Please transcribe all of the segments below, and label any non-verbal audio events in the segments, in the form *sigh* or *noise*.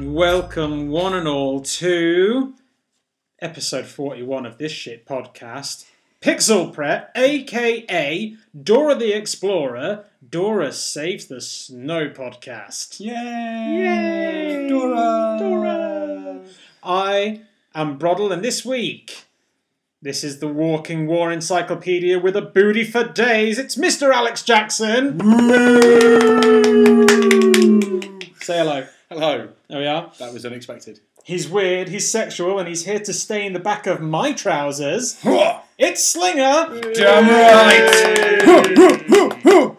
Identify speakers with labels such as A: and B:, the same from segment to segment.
A: Welcome, one and all, to episode 41 of this shit podcast. Pixel Pret, aka Dora the Explorer, Dora Saves the Snow podcast.
B: Yay!
A: Yay!
B: Dora!
A: Dora! I am Broddle, and this week, this is the Walking War Encyclopedia with a booty for days. It's Mr. Alex Jackson. Say hello.
B: Hello.
A: There we are.
B: That was unexpected.
A: He's weird, he's sexual, and he's here to stay in the back of my trousers. It's Slinger!
B: Damn right!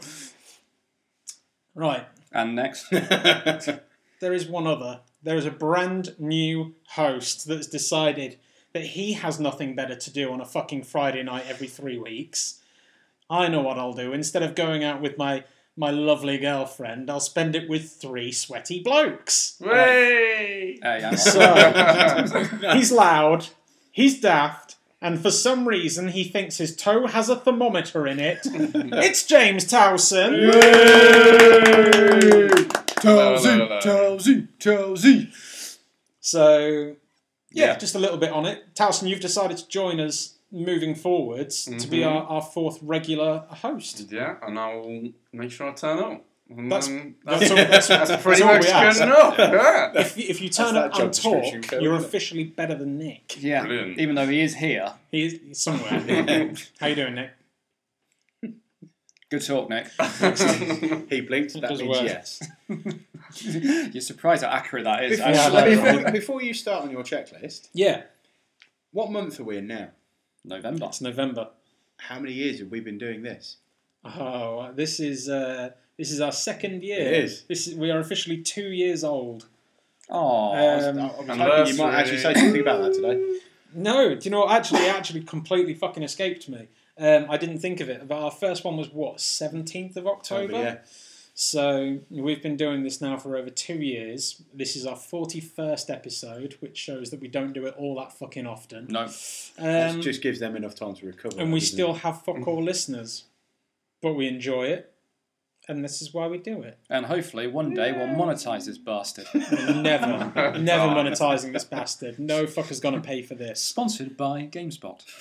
A: Right,
B: and next.
A: there is one other. There is a brand new host that's decided that he has nothing better to do on a fucking Friday night every three weeks. I know what I'll do. Instead of going out with my, my lovely girlfriend, I'll spend it with three sweaty blokes.
C: Way!
B: Hey, I'm-
A: *laughs* So- He's loud, he's daft, and for some reason he thinks his toe has a thermometer in it. it's James Towson!
B: Towsy, Towsy, Towsy.
A: So, yeah,
B: Yeah.
A: just a little bit on it. Towson, you've decided to join us moving forwards to be
C: Mhm.
A: our, our fourth regular host.
C: Yeah, and I'll make sure I turn up. And
A: That's- *laughs*
C: then-
A: that's all- that's- that's
C: pretty
A: all we
C: much
A: ask.
C: good enough. Yeah.
A: If, if you turn up
D: That's that
A: and
D: job
A: talk,
D: description code,
A: you're
D: isn't it?
A: officially better than Nick.
D: Yeah,
C: Brilliant.
D: even though he is here.
A: He is he's *laughs* somewhere. How you doing, Nick?
D: Good talk, Nick. *laughs*
C: *laughs*
D: he blinked. That
A: does
D: means
A: work.
E: *laughs*
D: yes. You're surprised how accurate that is.
A: Before- Yeah, I know.
D: actually.
E: before, before you start on your checklist,
A: Yeah,
E: what month are we in now?
D: *laughs* November.
A: it's November.
E: How many years have we been doing this?
A: Oh, this is uh, this is our second year.
E: It is.
A: This is, we are officially two years old.
D: Oh,
E: I was, I
A: Um,
E: was hoping you might actually say something about that today.
A: no, do you know what? Actually, it actually completely fucking escaped me. Um, I didn't think of it. But our first one was what seventeenth of October.
E: October, yeah.
A: So we've been doing this now for over two years. This is our forty-first episode, which shows that we don't do it all that fucking often.
D: no.
A: Um,
E: That just gives them enough time to recover.
A: and we
E: doesn't
A: still
E: it?
A: have fuck all listeners, but we enjoy it, and this is why we do it.
D: And hopefully one day we'll monetize this bastard.
E: *laughs*
A: Never, never monetizing this bastard. No fucker's gonna pay for this.
D: Sponsored by GameSpot.
E: *laughs*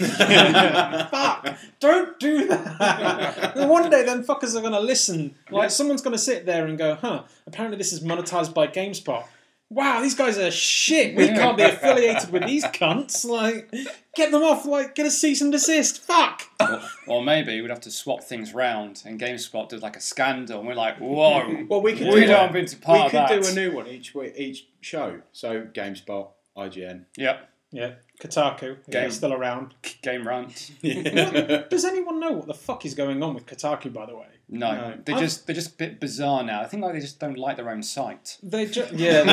A: Fuck! Don't do that. Then One day, them fuckers are gonna listen. Like someone's gonna sit there and go, "Huh? Apparently, this is monetized by GameSpot. Wow, these guys are shit. We can't be affiliated with these cunts. Like, get them off. Like, get a cease and desist. Fuck."
D: or, or maybe we'd have to swap things round and GameSpot did like a scandal and we're like, whoa.
E: Well, we could
D: we
E: do
D: don't
E: one.
D: been to part
E: we
D: of
E: could
D: that.
E: do a new one each week, each show. So GameSpot, IGN.
D: Yep.
A: Yeah, Kotaku. if
D: Game.
A: They're still around.
D: Game rant.
A: What- Does anyone know what the fuck is going on with Kotaku? By the way,
D: No,
E: No.
D: they're
A: I'm-
D: just they're just a bit bizarre now. I think like they just don't like their own site.
A: they ju- *laughs* yeah.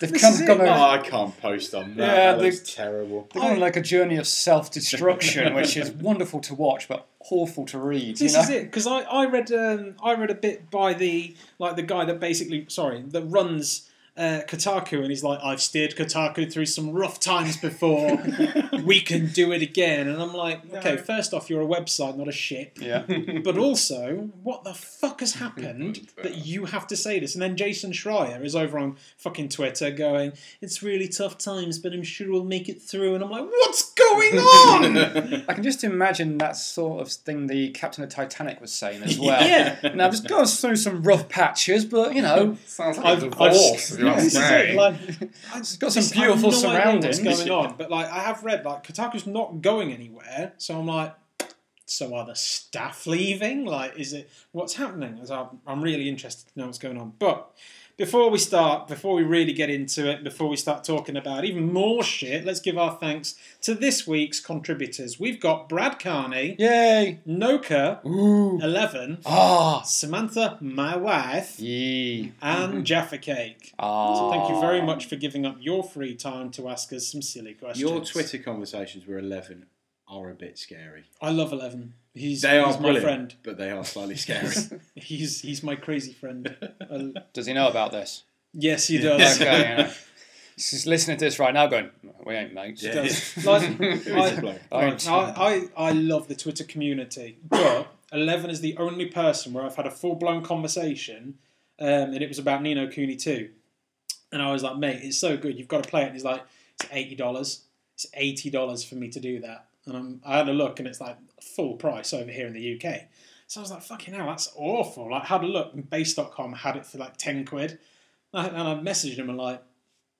D: They've
A: This
D: come,
A: is it,
E: *laughs*
D: gone
E: oh,
D: over-
E: I can't post on that.
D: Yeah,
E: that
D: the-
E: looks *laughs* terrible.
D: They're
A: Oh.
D: on like a journey of self destruction,
A: *laughs*
D: which is wonderful to watch but awful to read.
A: This
D: you know?
A: is it because I, I read um, I read a bit by the like the guy that basically sorry that runs uh, Kotaku and he's like I've steered Kotaku through some rough times
D: *laughs*
A: before we can do it again and I'm like okay first off you're a website not a ship
D: Yeah.
A: but
D: *laughs*
A: also what the fuck has happened that you have to say this and then Jason Schreier is over on fucking Twitter going it's really tough times but I'm sure we'll make it through and I'm like what's
D: *laughs*
A: going on
D: I can just imagine that sort of thing the captain of Titanic was saying
A: *laughs*
D: as well.
A: Yeah.
D: And I've just gone through some rough patches, but you know,
C: Sounds like
A: I've-
C: a
A: I've-
C: divorce. if you
A: *laughs* This
C: ask
A: is it,
C: me.
A: *laughs*
D: *laughs*
A: like-
D: it's got some
A: Just- I have
D: beautiful
A: no idea
D: surroundings.
A: What's going on? But like, I have read like Kotaku's not going anywhere, so I'm like, so are the staff leaving? Like, is it what's happening? As I'm, I'm really interested to know what's going on. But before we start, before we really get into it, before we start talking about even more shit, let's give our thanks to this week's contributors. We've got Brad Carney,
D: Yay!
A: Noka
D: Ooh.
A: Eleven,
D: Ah.
A: Samantha, my wife,
D: Yee.
A: and Jaffa Cake.
D: Ah.
A: So thank you very much for giving up your free time to ask us some silly questions.
E: Um, Your Twitter conversations were 11 are a bit scary.
A: I love Eleven. He's,
E: They are
A: he's my
E: brilliant,
A: friend.
E: but they are *laughs* slightly scary.
A: *laughs* He's he's my crazy
E: *laughs*
A: friend. I-
D: Does he know about this?
A: *laughs* yes, he does.
D: Okay. yeah. He's just listening to this right now, going, we ain't mates.
A: He
E: Yeah. *laughs*
A: does.
D: *laughs*
A: Like,
E: It's a bloke.
D: I ain't-
A: like, I, I I love the Twitter community, but Eleven is the only person where I've had a full blown conversation, um, and it was about Nino Cooney too. And I was like, mate, it's so good. You've got to play it. And he's like, it's eighty dollars. It's eighty dollars for me to do that. And I'm, I had a look, and it's like full price over here in the UK. So I was like, fucking hell, that's awful. Like, had a look, and base.com had it for like ten quid. And I, and I messaged him and like,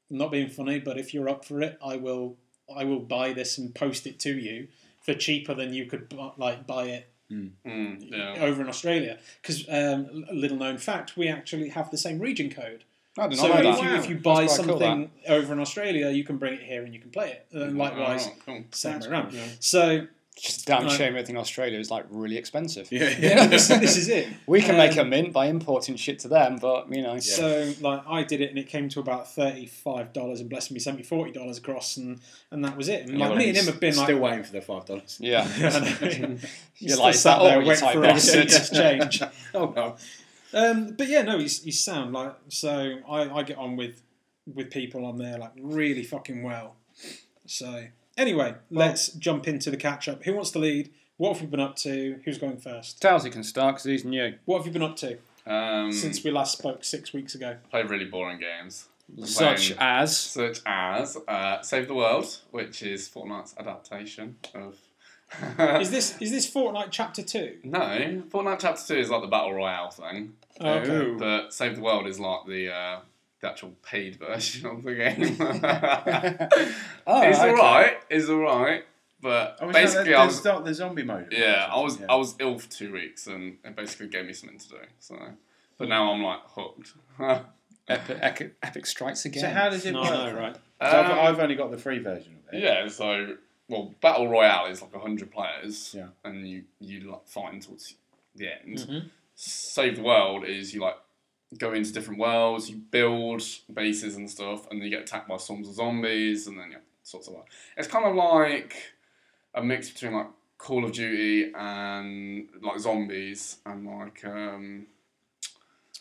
A: not being funny, but if you're up for it, I will, I will buy this and post it to you for cheaper than you could bu- like buy it
C: Mm, yeah.
A: over in Australia. Because um, a little known fact, we actually have the same region code.
B: I did not
A: So
B: know
A: if
B: that.
A: you, if you
B: That's quite
A: buy
B: cool,
A: something over in Australia, you can bring it here and you can play it. And likewise,
C: Oh, cool.
A: same way around. So
D: *laughs* It's just a damn
A: Right.
D: shame everything in Australia is like really expensive.
E: Yeah,
A: yeah, this,
E: *laughs*
A: this is it.
D: We can make
A: Um,
D: a mint by importing shit to them, but you know,
A: So like I did it, and it came to about thirty-five dollars, and bless me, sent me forty dollars across, and and that was it. And like,
D: Yeah,
A: me and him have been
E: Still
A: *laughs* like.
E: waiting for the five dollars.
D: *laughs* yeah.
A: He's
D: You're
A: still
D: like, is
A: sat
D: that
A: there
D: all you
A: waiting
D: type
A: for everything
D: bastards?
A: to
E: *laughs*
A: change.
E: Oh no.
A: Um, but yeah, no, he's he's sound like so. I, I get on with with people on there like really fucking well. So anyway, let's jump into the catch up. Who wants to lead? What have we been up to? Who's going first?
D: Towsy can start because he's new.
A: What have you been up to
C: Um,
A: since we last spoke six weeks ago?
C: play really boring games.
D: Such
C: Playing-
D: as
C: such as uh, Save the World, which is Fortnite's adaptation of. *laughs*
A: Is this is this Fortnite chapter two?
C: no, Fortnite Chapter Two is like the battle royale thing,
A: Oh, okay.
D: Ooh.
C: but Save the World is like the uh, the actual paid version of the game.
A: *laughs*
C: *laughs*
D: Oh,
C: it's
D: okay.
C: alright, it's alright, but
E: Oh,
C: basically
E: Basically,
C: I
E: that,
C: was.
E: there's, that, there's zombie mode.
C: Yeah, I was
E: Yeah.
C: I was ill for two weeks, and it basically gave me something to do. So, but now I'm like hooked. *laughs*
D: Epic, epic, epic strikes again.
E: So how does it
A: No,
E: work?
A: no, right.
E: So I've,
C: Um,
E: I've only got the free version of it.
C: Yeah, so well, battle royale is like hundred players,
E: Yeah. Mm-hmm.
C: and you you like fight towards the end. Save the world is you like go into different worlds, you build bases and stuff, and you get attacked by storms of zombies, and then yeah, sorts of like it's kind of like a mix between like Call of Duty and like zombies and like um,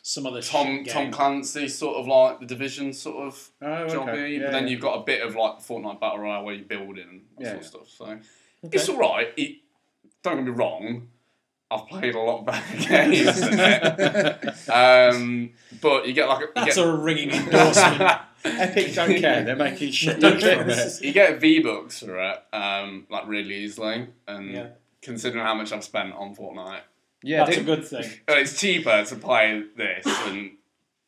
A: Some other
C: Tom
A: shit game.
C: Tom Clancy sort of like the Division sort of
E: Oh, okay.
C: jobby,
E: Yeah,
C: but then
E: yeah.
C: you've got a bit of like Fortnite Battle Royale where you're building and that
E: Yeah,
C: sort of stuff. So it's all right. It, don't get me wrong, I've played a lot
E: *laughs*
C: better *laughs* games than it. Um, but you get like a, you
A: That's
C: get, *laughs*
A: a ringing endorsement.
E: Epic don't care. They're
C: *laughs*
E: making shit.
A: Don't *laughs*
E: out
A: care.
E: of it.
C: you get V bucks for it, um, like really easily, and
A: Yeah.
C: considering how much I've spent on Fortnite,
D: yeah,
A: That's a
D: did-
A: good thing.
C: and it's cheaper to play this and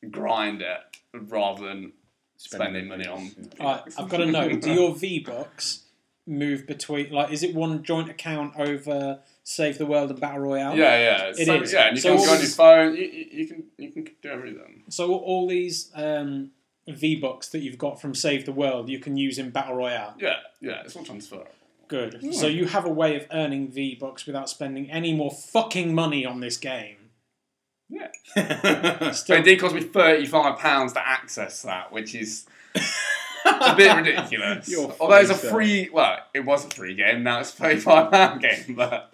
C: grind it rather than spending money on.
A: Right, I've got to know. Do your V bucks move between? Like, is it one joint account over Save the World and Battle Royale?
C: Yeah, yeah,
A: It
C: so,
A: is.
C: yeah. And you
A: So
C: can go on your
A: it's-
C: phone. You, you, you can you can do everything.
A: So all these um, V bucks that you've got from Save the World, you can use in Battle Royale.
C: Yeah, yeah. It's all transferable.
A: Good. So
C: Hmm.
A: you have a way of earning V bucks without spending any more fucking money on this game.
C: Yeah.
A: Still-
C: It did cost me thirty five pounds to access that, which is
A: *laughs*
C: a bit ridiculous.
E: You're
C: Although it's a
E: free, sir.
C: free, well, it was a free game. Now it's a thirty five pound game, but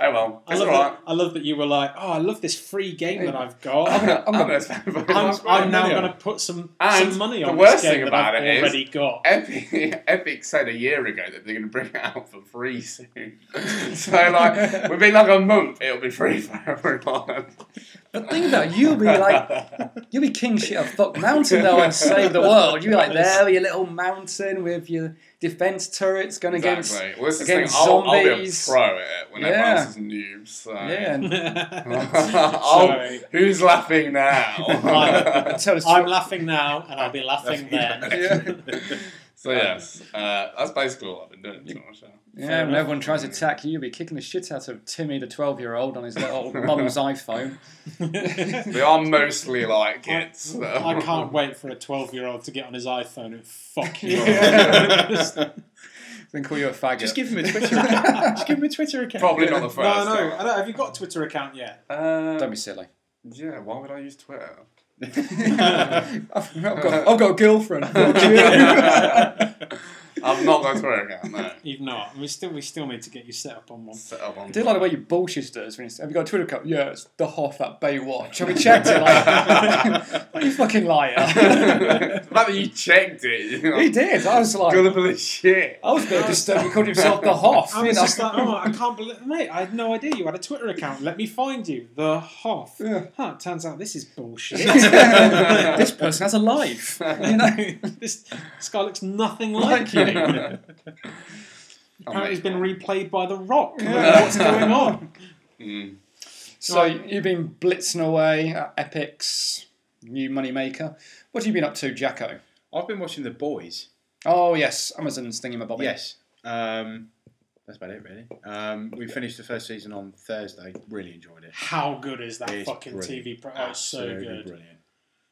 C: oh well,
A: I
C: it's
A: love,
C: alright.
A: that, I love that you were like, oh, I love this free game that I've got.
C: I'm,
A: I'm,
C: gonna- I'm gonna *laughs* spend very much
A: *laughs*
C: money.
A: I'm now
E: million.
A: going to put some,
C: And
A: some money
C: the
A: on this
C: worst
A: game
C: thing
A: that I've
C: about it is-
A: already
C: *laughs*
A: got. *laughs*
C: Epic, Epic said a year ago that they're going to bring it out for free soon. *laughs* so like within like a month, it'll be free for everyone.
D: But think though, you'll *laughs*
A: *laughs*
D: be like, you'll be king shit of fuck mountain though and save the world. You'll be like there, with your little mountain with your defense turrets going against.
C: Well, this is the thing.
D: against
C: I'll, I'll be a
D: zombies.
C: pro at it when everyone
D: Yeah.
C: else is noobs. So. *laughs*
D: Yeah, and
C: I'll-
A: Sorry.
C: who's laughing now?
A: *laughs*
D: *laughs*
C: *laughs*
A: Right.
D: tell us.
A: I'm laughing now, and I'll be laughing then.
C: Yeah. so
A: Um,
C: yes, uh, that's basically all I've been doing. To be honest, yeah.
D: yeah, when everyone tries to attack you, you'll be kicking the shit out of Timmy, the twelve-year-old, on his little *laughs* mum's iPhone.
C: They are mostly like *laughs* kids. so-
A: I
C: *laughs*
A: can't wait for a 12 year old to get on his iPhone and fuck you. *laughs*
C: Yeah. *laughs*
A: Just-
D: Then call you a faggot.
E: Just give him a Twitter. account. Just give him a Twitter account.
C: Probably not the
A: no, I
C: first.
A: know. I know. Have you got a Twitter account yet?
C: Uh,
D: Don't be *laughs* silly.
C: yeah, why would I use Twitter?
D: *laughs* I've got, I've got a girlfriend. Fuck you. *laughs*
C: yeah, I'm not going to Twitter account, no.
A: You've not. We still we still need to get you set up on one.
C: Set up on.
D: I *laughs* do like the way you Bolchester is, for instance. Have you got a Twitter account? Yeah, it's the Hoff at Baywatch. Have we checked it? Like, *laughs* what you fucking liar. *laughs*
C: *laughs* the fact that you checked it. You're
D: he
C: like,
D: did. I was like,
C: gullible as shit.
D: I was a bit disturbed. He called himself the Hoff.
A: I
D: you
A: was
D: know?
A: just like, oh, I can't believe, mate. I had no idea you had a Twitter account. Let me find you, the Hoff.
D: Yeah.
A: Huh? Turns out this is bullshit. *laughs*
D: *laughs*
C: *laughs*
D: this person has a life. You *laughs* know?
A: this this guy looks nothing like
D: *laughs*
A: you.
C: Oh
A: Apparently, he's been *laughs* replayed by The Rock. I don't know
D: Yeah.
A: What's going
D: *laughs*
A: on?
C: Mm.
D: So you've been blitzing away at Epic's new moneymaker. What have you been up to, Jacko?
E: I've been watching The Boys.
D: Oh yes, Amazon's thingamabobby.
E: Yes. Um, that's about it, really. Um, we finished the first season on Thursday. Really enjoyed it.
A: How good is that
E: It's
A: fucking
E: brilliant.
A: TV? Pro- oh, it's so
E: Absolutely
A: good.
E: brilliant. *laughs*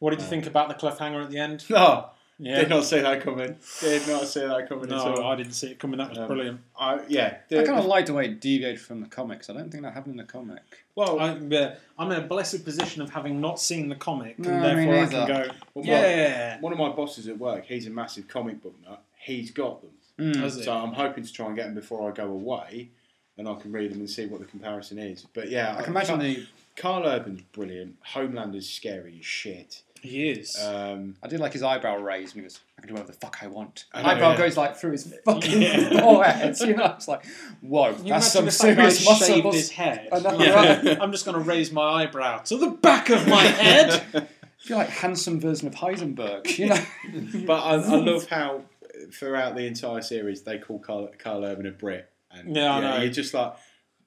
A: What did you think about the cliffhanger at the end?
E: No,
A: Yeah.
E: did not see that coming. Did not see that coming at
A: No,
E: all.
A: I didn't see it coming. That was
E: Um,
A: brilliant.
E: I, yeah.
D: I
E: the-
D: kind of liked the way it deviated from the comics. I don't think that happened in the comic.
E: well,
A: I, yeah, I'm in a blessed position of having not seen the comic,
D: No, me
A: and therefore I can
D: neither.
A: go,
E: Well,
A: yeah.
E: one of my bosses at work, he's a massive comic book nut. He's got them.
D: Mm,
A: Has it?
E: So I'm hoping to try and get them before I go away, and I can read them and see what the comparison is. But yeah,
D: I can imagine the.
E: Carl Urban's brilliant. Homelander's scary as shit.
A: He is.
D: Uh,
E: Um,
D: I did like his eyebrow raised, and he goes, "I can do whatever the fuck I want."
E: I know,
D: eyebrow
E: yeah.
D: goes like
A: *laughs*
D: through his fucking
A: Yeah.
D: forehead. You know, it's like, whoa,
A: Can you
D: that's some
A: imagine if that
D: serious
A: guy shaved
D: muscle.
A: his head.
D: I know,
A: Yeah.
E: right?
A: *laughs* I'm just going to raise my eyebrow to the back of *laughs*
D: *laughs*
A: my head.
D: I feel like handsome version of Heisenberg. You know.
E: *laughs* but I,
A: *laughs*
E: I love how throughout the entire series they call Carl, Carl Urban a Brit, and
A: Yeah, I know.
E: you're just like,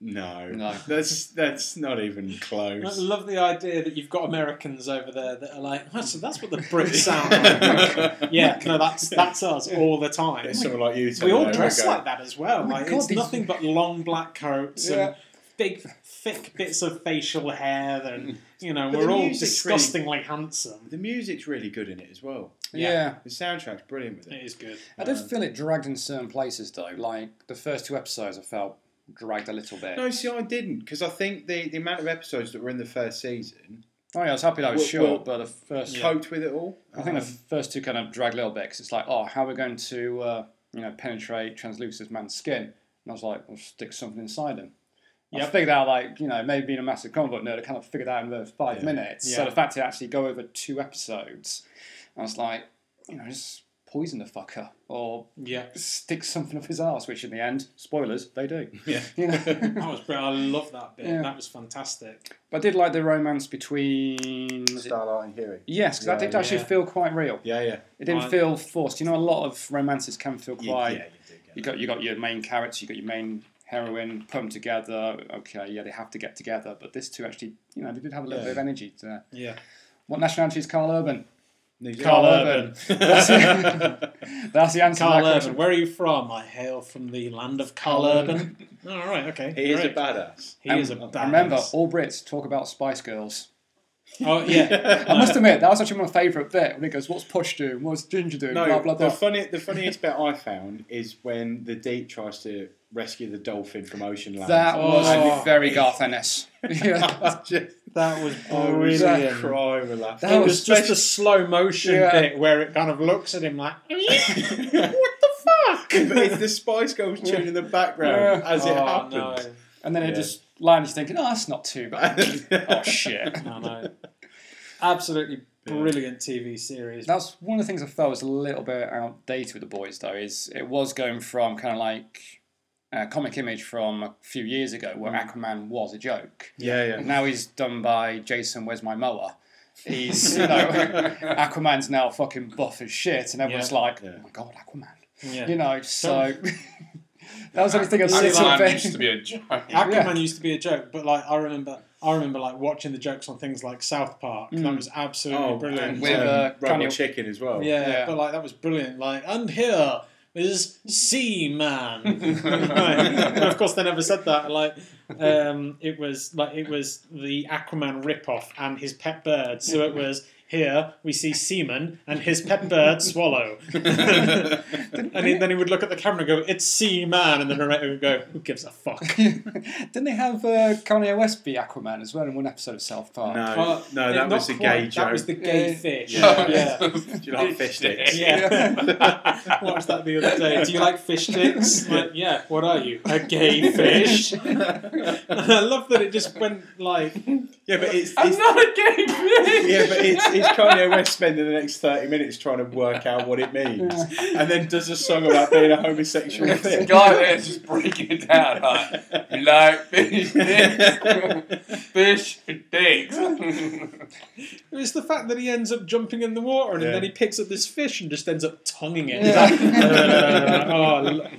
E: no,
D: No.
E: that's that's not even
A: I
E: close.
A: love the idea that you've got Americans over there that are like, "Oh, so that's what the Brits
D: *laughs*
A: sound like.
E: *laughs*
A: yeah, no, that's that's us all the time.
E: It's someone like you.
A: We all
E: Tom,
A: dress
E: there we go.
A: like that as well.
D: Oh my
A: like
D: God,
A: it's
D: these-
A: nothing but long black coats
D: Yeah.
A: and big thick bits of facial hair, and you know
E: But
A: we're
E: the
A: all
E: music's really-
A: disgustingly handsome.
E: The music's really good in it as well.
A: *laughs* Yeah. Um,
D: yeah.
E: The soundtrack's brilliant with
A: It
E: it.
A: is good.
D: I did feel it dragged in certain places though. Like the first two episodes, I felt dragged a little bit.
E: No, see, I didn't because I think the, the amount of episodes that were in the first season
D: Oh yeah, I was happy that was
E: Well,
D: short,
E: well,
D: but the first,
E: coped with it all. Um,
D: I think the first two kind of dragged a little bit because it's like, oh, how are we going to, uh, you know, penetrate translucent man's skin? And I was like, we'll stick something inside him. I
A: Yep.
D: figured out like, you know, maybe being a massive comic book nerd, I kind of figured out in the first five
E: Yeah.
D: minutes. So
A: Yeah.
D: the fact to actually go over two episodes, I was like, you know, just poison the fucker or
A: Yeah,
D: stick something up his ass, which in the end, spoilers, they do. *laughs*
E: Yeah.
D: You know?
A: that was brilliant. I love that bit.
D: Yeah.
A: That was fantastic.
D: But I did like the romance between. was it-
E: Starlight and Huey.
D: Yes, because that
E: Yeah,
D: did actually
A: yeah.
D: feel quite real.
E: Yeah, yeah.
D: It didn't
A: I-
D: feel forced. You know, a lot of romances can feel
E: You-
D: quite.
E: yeah, you do get
D: You got you got your main character, you got your main heroine, put them together. Okay, yeah, they have to get together. But this two actually, you know, they did have a little
E: Yeah.
D: bit of energy. To
A: Yeah,
D: What nationality is Carl Urban? *laughs*
E: New
D: Carl
E: Zealand.
A: *laughs*
D: Urban.
E: *laughs*
D: That's, that's the answer to
A: Carl
D: that
A: Urban.
D: question.
A: Where are you from? I hail from the land of Carl
D: Carl
A: Urban. *laughs* All right, okay.
E: He is
A: great.
E: a badass.
A: He
D: And
A: is a badass.
D: Remember, all Brits talk about Spice Girls.
A: Oh yeah.
D: I must admit, that was actually my favourite bit when it goes, "What's Posh doing? What's Ginger doing?"
E: No,
D: blah blah
E: *laughs*
D: blah.
E: the funny, the funniest bit I found is when the deep tries to rescue the dolphin from ocean land.
D: That was
A: Oh.
D: *laughs* very Garth
A: *laughs*
D: Ennis. *laughs* Yeah.
E: I just,
A: *laughs* that was
E: I
D: Oh, *laughs*
E: was
A: brilliant.
E: *laughs* crying with laughter.
A: It
E: *laughs*
D: That
A: was just the slow motion
D: Yeah.
A: bit where it kind of looks at him like, what the
E: *laughs*
A: fuck?
E: But it's the Spice Girls tune in the background
D: Yeah.
E: as it
A: Oh,
E: happens.
D: And then it
E: Yeah.
D: just lands thinking, oh, that's not too bad.
E: *laughs*
D: oh, shit.
A: No, no, no. *laughs* Absolutely brilliant TV series.
D: That's one of the things I felt was a little bit outdated with the boys, though, is it was going from kind of like a comic image from a few years ago where Aquaman was a joke.
E: Yeah, yeah.
D: And now he's done by Jason, where's my mower? He's, you know, Aquaman's now fucking buff as shit, and everyone's
A: Yeah.
D: like,
E: Yeah.
D: oh my god, Aquaman.
A: Yeah.
D: You know, so *laughs* that was the only thing I
A: Aquaman
D: little
C: Aquaman
D: bit.
C: used to be a joke.
A: Aquaman
D: Yeah.
A: used to be a joke, but like I remember, I remember like watching the jokes on things like South Park. That was absolutely
E: Oh,
A: brilliant.
E: and
D: With,
E: um,
D: uh,
E: Robot
D: Daniel-
E: Chicken as well.
A: yeah,
D: Yeah.
A: but like that was brilliant. Like, and here is
E: *laughs*
A: Seaman. Right. And of course, they never said that. Like, um, it was like it was the Aquaman ripoff and his pet bird. So it was Here we see Seaman and his pet bird Swallow. *laughs* and he, then he would look at the camera and go, "It's Seaman," and the narrator would go, "Who gives a fuck?"
D: *laughs* Didn't they have uh, Kanye West be Aquaman as well in one episode of South Park?
E: No,
A: Well,
E: no, that
A: not
E: was a
A: quite.
E: gay joke.
A: That was the gay
D: Yeah.
A: fish.
E: Yeah.
A: yeah.
E: Do you like fish *laughs* sticks?
A: Yeah. *laughs* Watched that the other day. Do you like fish
E: *laughs*
A: sticks? Like, yeah. What are you? A gay fish? *laughs* And I love that it just went like,
E: Yeah, but it's,
C: I'm
E: it's
C: not a gay bitch.
E: yeah, but it's, it's Kanye West spending the next thirty minutes trying to work out what it means, and then does a song about being a
C: *laughs*
E: homosexual.
C: This
E: thing. *laughs*
C: guy there's just breaking it down. Huh? You like fish dicks? fish dicks.
A: it's the fact that he ends up jumping in the water and
E: Yeah.
A: then he picks up this fish and just ends up tonguing it.
D: Yeah.
E: *laughs*
A: oh, look.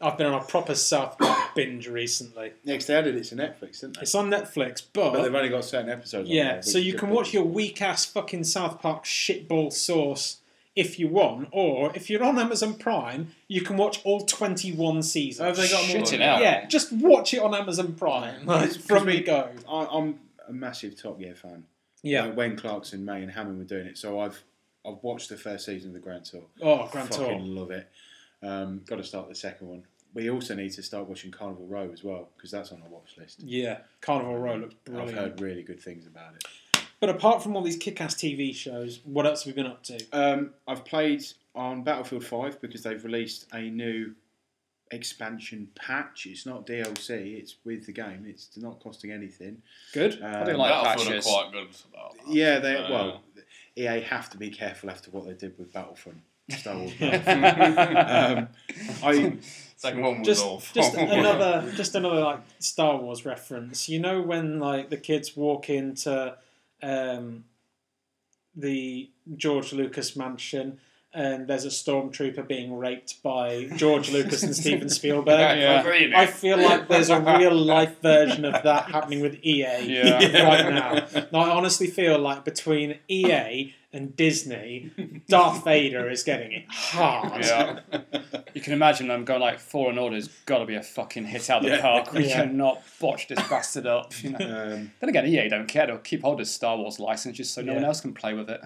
A: I've been on a proper South Park binge recently.
E: Next, they added it to Netflix, didn't they?
A: It's on Netflix,
E: But they've only got certain episodes. on
A: Yeah,
E: there,
A: so
E: which
A: you
E: could
A: can
E: be-
A: watch your weak ass fucking South Park shitball sauce if you want, or if you're on Amazon Prime, you can watch all 21 seasons.
E: Oh, have they got more?
D: Shitting
C: than
D: out.
C: that?
A: yeah, just watch it on Amazon Prime like, from the
E: we-
A: go.
E: I, I'm a massive Top Gear fan.
A: Yeah.
E: Like when Clarkson, May, and Hammond were doing it, so I've I've watched the first season of the Grand Tour.
A: Oh, Grand
E: Fucking
A: Tour.
E: love it. Um, got to start the second one. We also need to start watching Carnival Row as well because that's on our watch list.
A: Yeah, Carnival Row looks
E: I've
A: brilliant.
E: heard really good things about it.
A: But apart from all these kick-ass TV shows, what else have we been up to?
E: Um, I've played on Battlefield 5 because they've released a new expansion patch. It's not DLC, it's with the game. It's not costing anything.
A: Good.
E: Um,
D: do
C: *laughs*
D: like
C: Battlefield are
D: patches.
C: quite good. about
A: Oh,
C: that.
E: yeah, they
C: Uh,
E: well, EA have to be careful after what they did with Battlefront. Star
A: *laughs*
E: Wars.
D: Mm-hmm.
E: um, I,
C: second one was
A: just,
C: awful.
A: just
C: *laughs*
A: another, just another like Star Wars reference. You know when like the kids walk into um, the George Lucas mansion and there's a stormtrooper being raped by George Lucas and Steven Spielberg.
C: *laughs* Yeah,
D: Yeah.
C: read it. *laughs*
A: I feel like there's a real life version of that happening with EA
C: *laughs* Yeah.
A: right now. No, I honestly feel like between EA and Disney, Darth Vader is getting it hard.
C: Yeah.
D: *laughs* You can imagine them going like four and order's got to be a fucking hit out of the
E: Yeah.
D: park. We
A: Yeah.
D: cannot botch this bastard up. You know.
E: um,
D: Then again, EA don't care. They'll keep hold of Star Wars licenses so no
A: Yeah.
D: one else can play with it.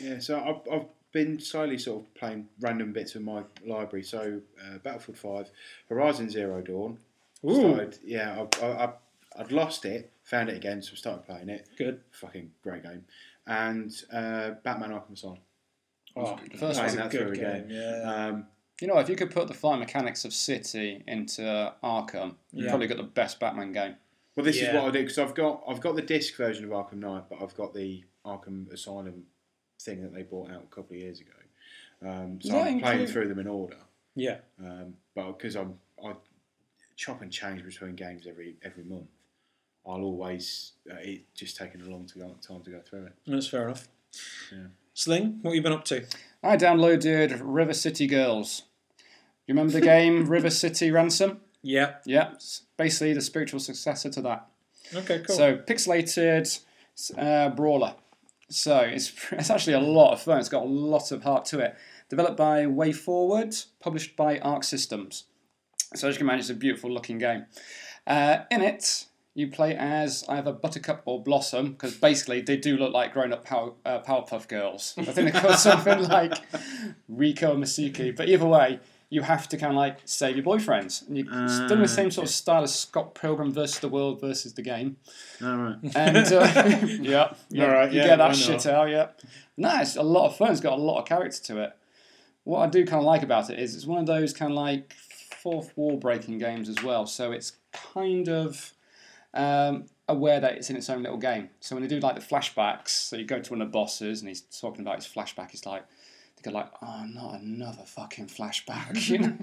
E: Yeah, so I've, I've been slowly sort of playing random bits of my library. So uh, Battlefield Five, Horizon Zero Dawn.
A: Ooh.
E: Started, yeah, I, I, I, I'd lost it, found it again, so I started playing it.
A: Good.
E: Fucking great game. And uh, Batman Arkham Asylum.
A: Oh,
D: The first
E: Playing
D: one's
A: that's a
E: that through
A: good
E: again.
A: game. Yeah.
E: Um,
D: You know, if you could put the fine mechanics of City into Arkham, you
A: Yeah.
D: probably got the best Batman game.
E: well, this
A: Yeah.
E: is what I do because I've got I've got the disc version of Arkham Knight, but I've got the Arkham Asylum thing that they brought out a couple of years ago. Um,
D: Does
E: so
D: that
E: I'm playing
D: include-
E: through them in order.
A: Yeah.
E: Um, but because I'm I chop and change between games every every month, I'll always uh, it just taking a long to go, time to go through it.
A: That's fair enough.
E: Yeah.
A: Sling, what have you been up to?
D: I downloaded River City Girls. You remember the
A: *laughs*
D: game River City Ransom?
A: Yeah.
D: Yeah, it's basically the spiritual successor to that.
A: Okay, cool.
D: So pixelated uh, brawler. So it's *laughs* it's actually a lot of fun. It's got a lot of heart to it. Developed by Way Forward, published by Arc Systems. So as you can imagine, it's a beautiful looking game. Uh, in it, you play as either Buttercup or Blossom, because basically they do look like grown up Power, uh, Powerpuff Girls. I think they call *laughs* something like Rico and Masuki. But either way, you have to kind of like save your boyfriends. And you're still in the same sort of style as Scott Pilgrim versus the world versus the game.
E: All right.
D: *laughs* And uh, yeah, yeah,
E: Alright,
D: you
E: yeah,
D: get
E: why
D: that
E: not?
D: shit out. Yeah, no, it's a lot of fun. It's got a lot of character to it. What I do kind of like about it is it's one of those kind of like fourth wall breaking games as well. So it's kind of um, aware that it's in its own little game. So when they do like the flashbacks, so you go to one of the bosses and he's talking about his flashback. It's like they go like, oh, not another fucking flashback, *laughs* you know,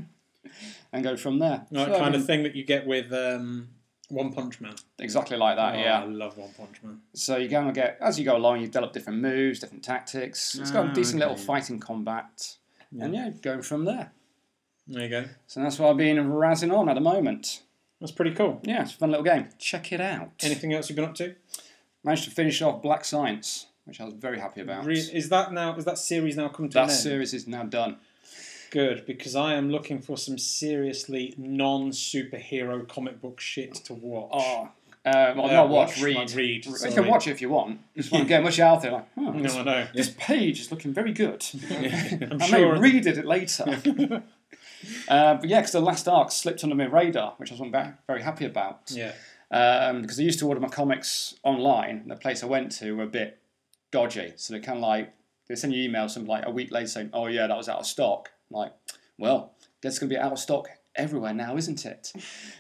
D: and go from there.
A: Like
D: So, I
A: kind
D: mean,
A: of thing that you get with um, One Punch Man.
D: exactly like that.
A: Oh,
D: yeah,
A: I love One Punch Man.
D: So you're going to get as you go along, you develop different moves, different tactics. It's got a
E: Ah,
D: decent
E: okay.
D: little fighting combat, and yeah, going from there.
A: There you go.
D: So that's what I've been razzing on at the moment.
A: That's pretty cool.
D: Yeah, it's a fun little game. Check it out.
A: Anything else you've been up to?
D: Managed to finish off Black Science, which I was very happy about.
A: Re- is that now? Is that series now come to
D: that
A: an end?
D: series is now done.
A: Good, because I am looking for some seriously non-superhero comic book shit to watch.
D: Oh, Uh, well,
A: Yeah,
D: not watch,
A: watch,
D: read.
A: like read,
D: You
A: sorry.
D: can watch it if you want.
A: *laughs*
D: Just want to get much out there. Like, oh,
A: No,
D: this,
A: I know.
D: this page is looking
A: *laughs*
D: very good. *laughs*
A: I'm
D: I
A: sure.
D: may read it later.
A: *laughs*
D: uh, but yeah, because the last arc slipped under my radar, which I wasn't ba- very happy
A: *laughs*
D: about.
A: yeah.
D: Um, because I used to order my comics online, and the place I went to were a bit dodgy. So they kind of like they send you emails something like a week later saying, "Oh yeah, that was out of stock." I'm like, well, that's going to be out of stock everywhere now, isn't it?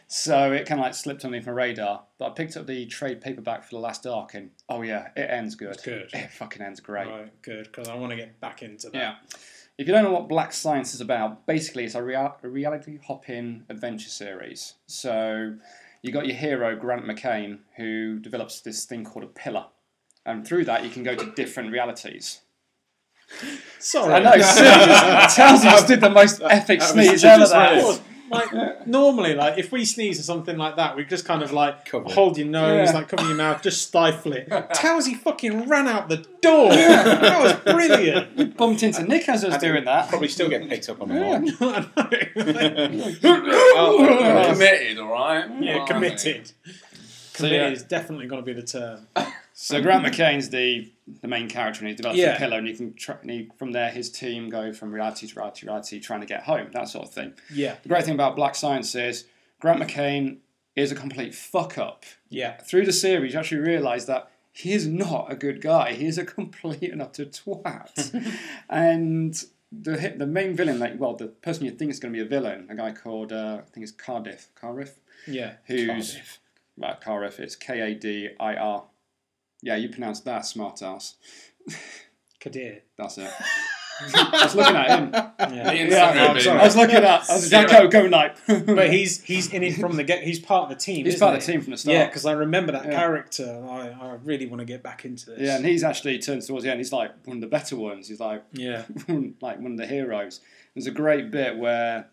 D: So it kind of like slipped underneath my radar. But I picked up the trade paperback for the last arc, and oh yeah, it ends good.
A: good.
D: It fucking ends great.
A: Right, good, because I want to get back into that.
D: Yeah. If you don't know what Black Science is about, basically it's a, rea- a reality hopping adventure series. So you got your hero Grant McCain who develops this thing called a pillar, and through that you can go to different realities.
A: Sorry. *laughs*
D: I know. Tells just did the most epic sneeze ever. There.
A: Like normally, like if we sneeze or something like that, we just kind of like
E: Cover it.
A: hold your nose,
D: Yeah.
A: like cover your mouth, just stifle
D: *laughs*
A: it. Towsy fucking ran out the door. that was brilliant. *laughs*
D: Bumped into Nick as I was doing that.
E: Probably still get picked up on the mic.
D: *laughs*
A: I know.
C: I'm committed, all right?
A: yeah,
C: Blimey.
A: committed.
D: So,
A: Committed
D: yeah.
A: is definitely going to be the term.
D: So Grant McCain's the the main character, and he develops
A: Yeah.
D: the pillow, and you can tr- and he, from there his team go from reality to reality, to reality, trying to get home, that sort of thing.
A: Yeah,
D: The great thing about Black Science is Grant McCain is a complete fuck up.
A: yeah,
D: Through the series, you actually realise that he is not a good guy. He is a *laughs* complete and
A: *laughs*
D: utter twat. and the hit, the main villain, like well, the person you think is going to be a villain, a guy called uh, I think it's Cardiff, Cardiff,
A: yeah.
D: who's right, Cardiff. It's K A D I R. Yeah, you pronounce that smart ass. *laughs*
A: Kadir.
D: That's it. I was looking at him.
C: The
A: Yeah.
C: instant
A: I'm
C: movie.
A: sorry.
D: I was looking
A: *laughs*
D: at. I was Jacko going like.
A: But he's he's in it from the get. He's part of the team.
D: *laughs* he's
A: isn't
D: part of
A: he?
D: the team from the start.
A: Yeah, because I remember that
D: Yeah.
A: character. and I, I really want to get back into this.
D: Yeah, and he's actually turned towards the end. He's like one of the better ones. He's like *laughs*
A: yeah,
D: like one of the heroes. There's a great bit where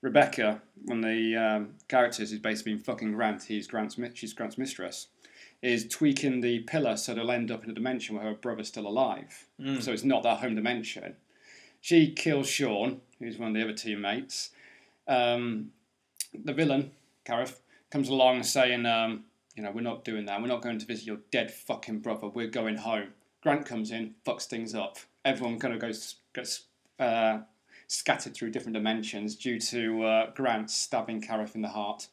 D: Rebecca, one of the um, characters who's basically been fucking Grant, he's Grant's mi- she's Grant's mistress, is tweaking the pillar so they'll end up in a dimension where her brother's still alive. So it's not that home dimension. She kills Sean, who's one of the other teammates. Um, the villain, Carif, comes along saying, um, you know, we're not doing that. We're not going to visit your dead fucking brother. We're going home. Grant comes in, fucks things up. Everyone kind of goes gets uh, scattered through different dimensions due to uh, Grant stabbing Carif in the heart.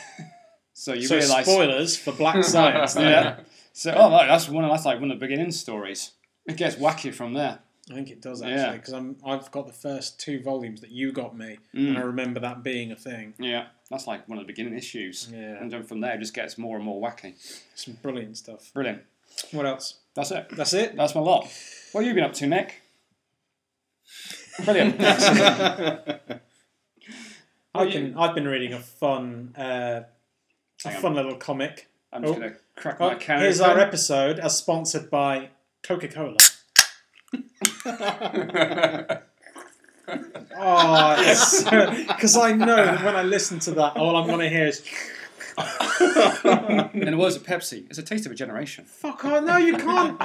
D: *laughs* so you
A: so
D: realise,
A: spoilers for
D: *laughs*
A: Black Science.
D: yeah. So oh, no, that's one. Of, that's like one of the beginning stories. It gets wacky from there.
A: I think it does
D: Yeah.
A: actually because I'm I've got the first two volumes that you got me, and
D: Mm.
A: I remember that being a thing.
D: Yeah, that's like one of the beginning issues.
A: Yeah.
D: And then from there, it just gets more and more wacky.
A: Some brilliant stuff.
D: Brilliant.
A: What else?
D: That's it.
A: That's it.
D: That's my lot. What have you been up to, Nick?
A: *laughs*
D: Brilliant.
A: I've been I've been reading a fun uh, a
D: Hang on.
A: fun little comic.
D: I'm just
A: Oh.
D: going to crack
A: Oh,
D: my camera.
A: here's our episode as sponsored by Coca Cola. Oh, because I know that when I listen to that, all I'm going to hear is
D: In the words of Pepsi, it's a taste of a generation.
A: "Fuck! Oh no, you can't."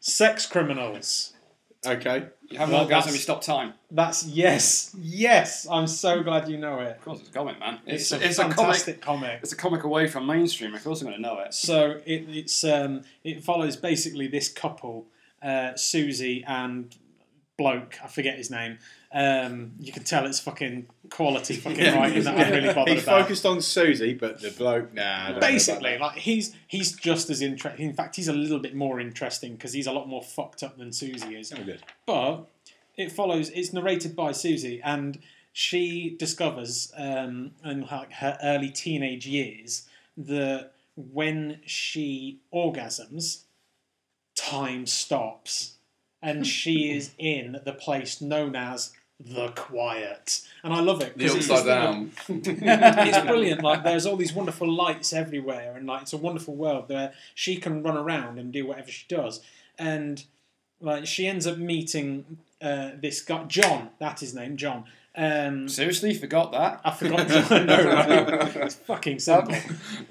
A: Sex criminals.
E: Okay.
D: You haven't
A: Well,
D: well, guys,
A: that's-
D: let me stop time.
A: That's yes, yes. I'm so glad you know it.
D: Of course, it's a comic, man.
A: It's,
D: It's,
A: a
D: it's a, comic.
A: fantastic comic.
D: It's a comic away from mainstream. Of course, I'm going to know it.
A: So it, it's um, it follows basically this couple, uh, Susie and bloke. I forget his name. Um, you can tell it's fucking quality fucking writing that I'm really bothered
E: He
A: about.
E: focused on Susie, but the bloke, nah. I don't know about
A: Basically,
E: that.
A: like he's he's just as interesting. In fact, he's a little bit more interesting because he's a lot more fucked up than Susie is.
E: Oh,
D: *laughs*
E: good.
A: But it follows. It's narrated by Susie, and she discovers um, in like her early teenage years that when she orgasms, time stops,
C: *laughs*
A: and she is in the place known as the quiet. And I love it
C: The
A: 'cause it's
C: upside
A: this little-
C: down.
A: it's brilliant. Like there's all these wonderful lights everywhere, and like it's a wonderful world where she can run around and do whatever she does. And like she ends up meeting uh, this guy, John. That's his name, John.
D: *laughs*
A: Um,
D: Seriously, forgot that.
A: I forgot. John. no, right? it's fucking simple.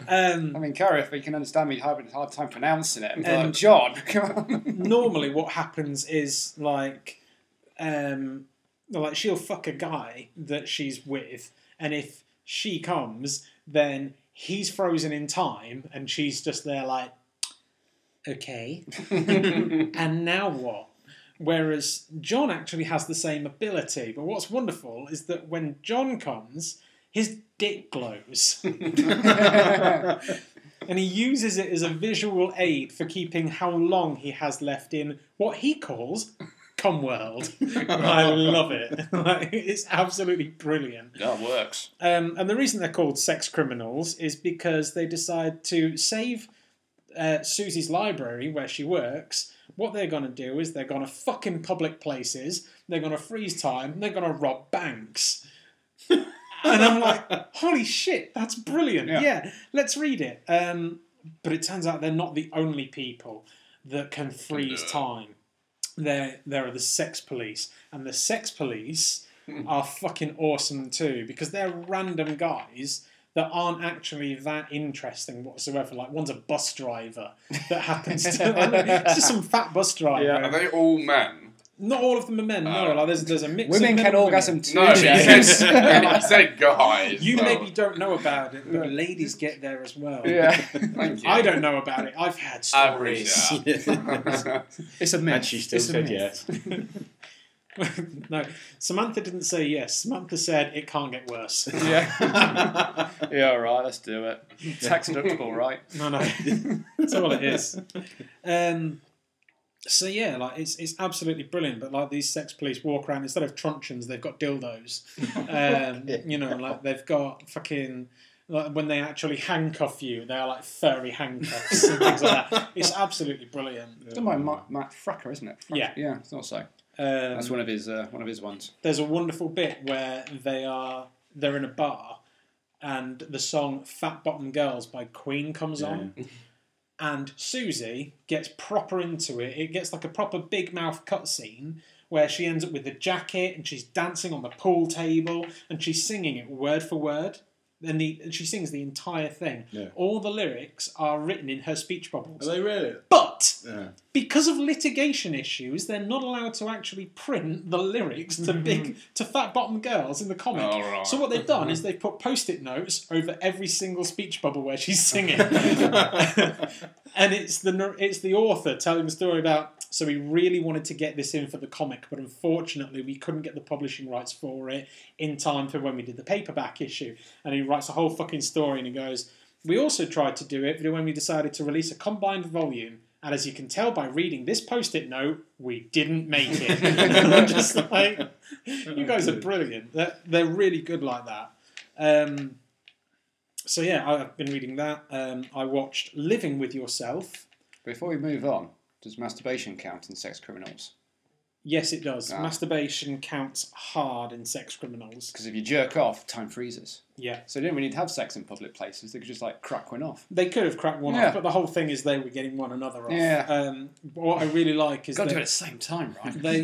D: I
A: Um,
D: mean, Carrie, if you can understand me, having a hard time pronouncing it. But
A: Um,
D: John, *laughs* come on.
A: normally, what happens is like, um, like she'll fuck a guy that she's with, and if she comes, then he's frozen in time, and she's just there like, okay, *laughs* and now what? Whereas John actually has the same ability, but what's wonderful is that when John comes, his dick glows. *laughs* and he uses it as a visual aid for keeping how long he has left in what he calls cum world. I love it. *laughs* Like, it's absolutely brilliant.
C: That works.
A: Um, and the reason they're called sex criminals is because they decide to save uh, Susie's library where she works. What they're going to do is they're going to fuck in public places, they're going to freeze time, and they're going to rob banks. *laughs* and I'm like, holy shit, that's brilliant. Yeah,
D: Yeah.
A: let's read it. Um, but it turns out they're not the only people that can freeze
C: it.
A: time. There, there are the sex police, and the sex police *laughs* are fucking awesome too because they're random guys that aren't actually that interesting whatsoever. Like one's a bus driver that happens to *laughs* it's just some fat bus driver.
C: Are they all men?
A: Not all of them are men. No,
C: Oh.
A: like there's there's a mix. of
D: Uh, Women
A: men and
D: can orgasm too.
C: No, he
D: *laughs*
C: said,
D: James.
C: *laughs* he said guys.
A: You
C: so-
A: maybe don't know about it, but ladies get there as well.
D: yeah.
C: *laughs* Thank you.
A: I don't know about it. I've had
C: I appreciate
A: stories.
C: that. *laughs*
D: It's a myth.
E: And she still
D: it's a
E: said
D: myth.
E: yes.
A: *laughs* no, Samantha didn't say yes. Samantha said it can't get worse.
D: Yeah. yeah, all right, let's do it. *laughs* Tax deductible, right?
A: No, no, *laughs*
D: *laughs*
A: that's all it is. Um, so yeah, like it's it's absolutely brilliant. But like these sex police walk around instead of truncheons, they've got dildos. Um, you know, like they've got fucking. Like when they actually handcuff you, they're like furry handcuffs and things like that. It's absolutely brilliant.
D: It's done by Matt, Matt Fracker, isn't it? Fracker.
A: Yeah.
D: Yeah, it's not so.
A: Um,
D: That's one of his uh, one of his ones.
A: there's a wonderful bit where they are they're in a bar and the song Fat Bottom Girls by Queen comes on *laughs* and Susie gets proper into it. It gets like a proper big mouth cutscene where she ends up with the jacket and she's dancing on the pool table and she's singing it word for word. And, the, and she sings the entire thing.
E: Yeah.
A: All the lyrics are written in her speech bubbles.
E: they really?
A: But
E: *laughs* Yeah.
A: because of litigation issues, they're not allowed to actually print the lyrics to big to fat bottom girls in the comic.
C: Mm-hmm. All right. Mm-hmm.
A: So what they've done is they've put post-it notes over every single speech bubble where she's
C: *laughs*
A: singing, and it's the nar- it's the author telling the story about. So we really wanted to get this in for the comic, but unfortunately we couldn't get the publishing rights for it in time for when we did the paperback issue. And he writes a whole fucking story, and he goes, "We also tried to do it, but when we decided to release a combined volume." And as you can tell by reading this post-it note, we didn't make it. *laughs* And I'm just like, you guys are brilliant. They're, they're really good like that. Um, so yeah, I- I've been reading that. Um, I watched Living with Yourself.
D: Before we move on, does masturbation count in sex criminals?
A: Yes, it does.
D: Ah.
A: Masturbation counts hard in sex criminals.
D: Because if you jerk off, time freezes.
A: Yeah,
D: So they don't really need to have sex in public places. They could just like crack one off.
A: they could have cracked one
D: Yeah.
A: off, but the whole thing is they were getting one another off.
D: Yeah.
A: Um, what I really like is
D: Got to do it
A: that
D: at the same time, right?
A: they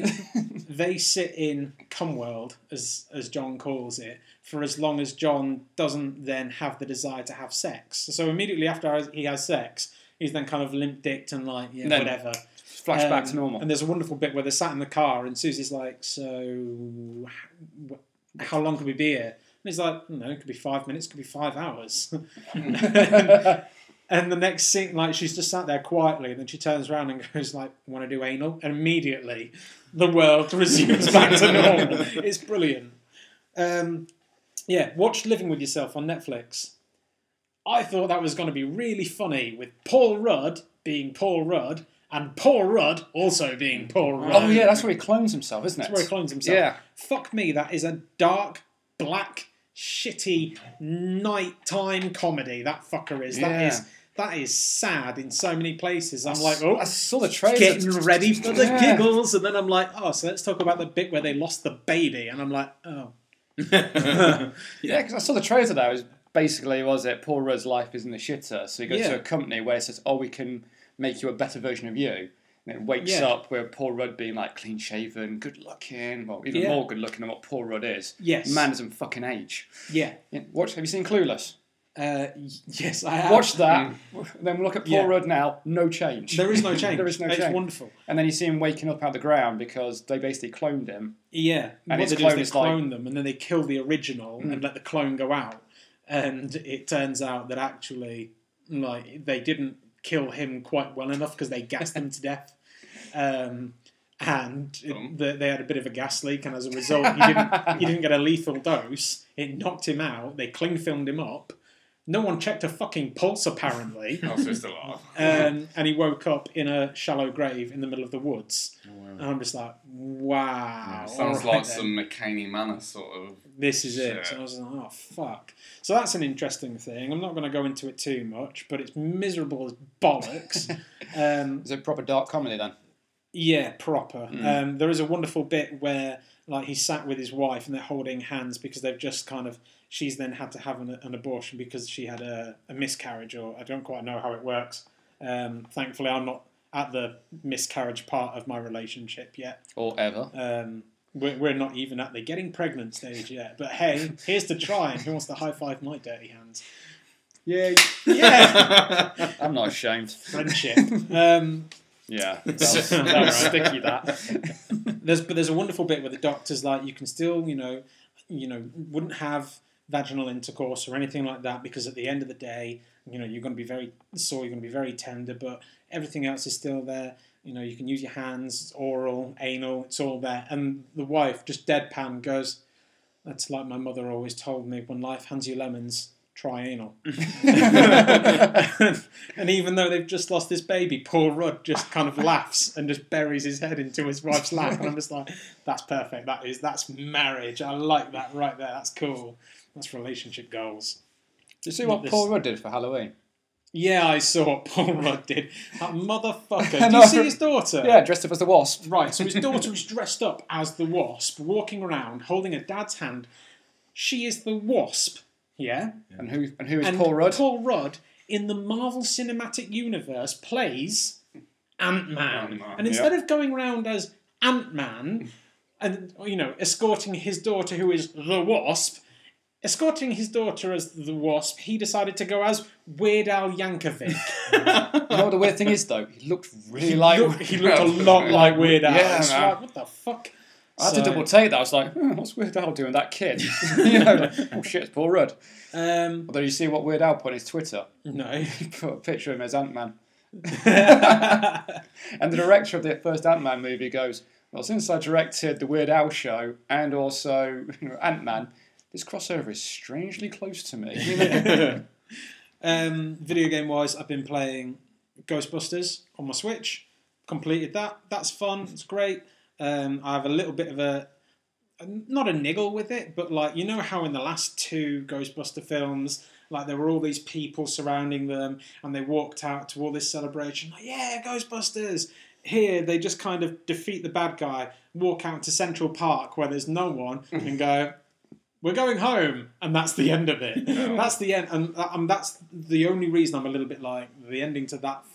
A: they sit in cum world as as John calls it for as long as John doesn't then have the desire to have sex. So immediately after he has sex, he's then kind of limp dicked and like yeah
D: Then-
A: whatever.
D: *laughs* Flashback
A: Um,
D: to normal.
A: And there's a wonderful bit where they're sat in the car and Susie's like, so h- wh- how long could we be here? And he's like, no, it could be five minutes, could be five hours. *laughs* and the next scene, like she's just sat there quietly, and then she turns around and goes like, want to do anal? And immediately, the world *laughs* resumes back to normal. It's brilliant. Um, yeah, watch Living with Yourself on Netflix. I thought that was going to be really funny with Paul Rudd being Paul Rudd and Paul Rudd also being Paul Rudd.
D: oh yeah, that's where he clones himself, isn't it?
A: That's where he clones himself.
D: Yeah.
A: Fuck me, that is a dark, black, shitty nighttime comedy. That fucker is. That
D: Yeah.
A: is. That is sad in so many places. I'm like, oh,
D: I saw the trailer.
A: getting ready for the
D: Yeah.
A: giggles, and then I'm like, oh, so let's talk about the bit where they lost the baby, and I'm like,
D: *laughs*
A: oh,
D: Yeah, because I saw the trailer today. It was basically, was it Paul Rudd's life is in the shitter? So he goes
A: Yeah.
D: to a company where it says, "Oh, we can make you a better version of you." And it wakes
A: Yeah.
D: up where Paul Rudd being like clean shaven, good looking, well, even
A: Yeah.
D: more good looking than what Paul Rudd is.
A: Yes.
D: man doesn't fucking age.
A: yeah,
D: Yeah, watch. Have you seen Clueless?
A: uh, y- yes, I have.
D: Watch that. Then we look at Paul
A: Ah, mm. Yeah.
D: Rudd now. No change.
A: There is no change.
D: there is no
A: it's
D: change.
A: wonderful.
D: And then you see him waking up out of the ground because they basically cloned him.
A: Yeah, what
D: his
A: they do is
D: clone
A: they
D: is like-
A: Mm. clone them, and then they kill the original and let the clone go out. and it turns out that actually, like, they didn't kill him quite well enough because they gassed him to death. Um, and it-
C: Oh.
A: the, they had a bit of a gas leak, and as a result, he didn't, he didn't get a lethal dose. It knocked him out. They cling filmed him up. No one checked a fucking pulse, apparently.
C: Oh, so it's still alive.
A: um, and he woke up in a shallow grave in the middle of the woods.
E: Oh, wow.
A: And I'm just like, wow.
C: Sounds
A: alright
C: like
A: then.
C: some McCaney Manor sort of.
A: This is it.
C: Shit.
A: So I was like, oh, fuck. So that's an interesting thing. I'm not going to go into it too much, but it's miserable as
C: *laughs*
A: bollocks. um,
D: Is it proper dark comedy then?
A: yeah, proper. Um, there is a wonderful bit where like he sat with his wife and they're holding hands because they've just kind of she's then had to have an, an abortion because she had a, a miscarriage or I don't quite know how it works. Um, thankfully, I'm not at the miscarriage part of my relationship yet.
D: Or ever.
A: Um, we're, we're not even at the getting pregnant stage yet. But hey, here's to trying. Who wants to high five my dirty hands?
D: *laughs*
E: *laughs*
D: Yeah.
A: Yeah,
D: I'm
A: *laughs*
D: not ashamed.
A: friendship. Um, *laughs*
D: Yeah. That was, that was sticky, that.
A: There's but there's a wonderful bit where the doctor's like, you can still, you know, you know, wouldn't have vaginal intercourse or anything like that because at the end of the day, you know, you're going to be very sore, you're going to be very tender, but everything else is still there. You know, you can use your hands, it's oral, anal, it's all there. And the wife just deadpan goes, "That's like my mother always told me: when life hands you lemons, try anal." *laughs* and even though they've just lost this baby, poor Rudd just kind of laughs and just buries his head into his wife's lap. And I'm just like, that's perfect. That is that's marriage. I like that right there. That's cool. That's relationship goals.
D: Do you see
A: Not
D: what
A: this-
D: Paul Rudd did for Halloween?
A: Yeah, I saw what Paul Rudd did. That motherfucker. Do
D: No.
A: you see his daughter?
D: Yeah, dressed up as the Wasp.
A: Right, so his daughter is dressed up as the wasp, walking around holding her dad's hand. She is the wasp, yeah?
D: And who and who is
A: And
D: Paul Rudd?
A: Paul Rudd in the Marvel Cinematic Universe plays Ant Man,
C: Ant-Man,
A: and instead of going around as Ant Man and you know escorting his daughter, who is the Wasp, escorting his daughter as the Wasp, he decided to go as Weird Al
D: *laughs*
A: Yankovic.
D: You know what the weird thing is though? He looked really like.
A: Look, he looked a lot like Weird Al.
D: Yeah,
A: It's
D: man.
A: like, what the fuck?
D: I had to
A: So-
D: double take that. I was like, hmm, what's Weird Al doing?
A: *laughs*
D: That kid. *laughs* you know, like, oh shit, it's Paul Rudd.
A: Um,
D: Although you see what Weird Al put on his Twitter. *laughs*
A: no. *laughs*
D: He put a picture of him as Ant Man. and the director of the first Ant Man movie goes, Well, since I directed the Weird Al show and also *laughs* you know, Ant Man, this crossover is strangely close to me.
A: *laughs*
D: You know?
A: Um, video game wise, I've been playing Ghostbusters on my Switch. Completed that. That's fun. It's great. Um, I have a little bit of a not a niggle with it, but like you know how in the last two Ghostbuster films, like there were all these people surrounding them and they walked out to all this celebration, like yeah, Ghostbusters. Here they just kind of defeat the bad guy, walk out to Central Park where there's no one, and go, "We're going home," and that's the end of it. That's the end, and, uh, and that's the only reason I'm a little bit like the ending to that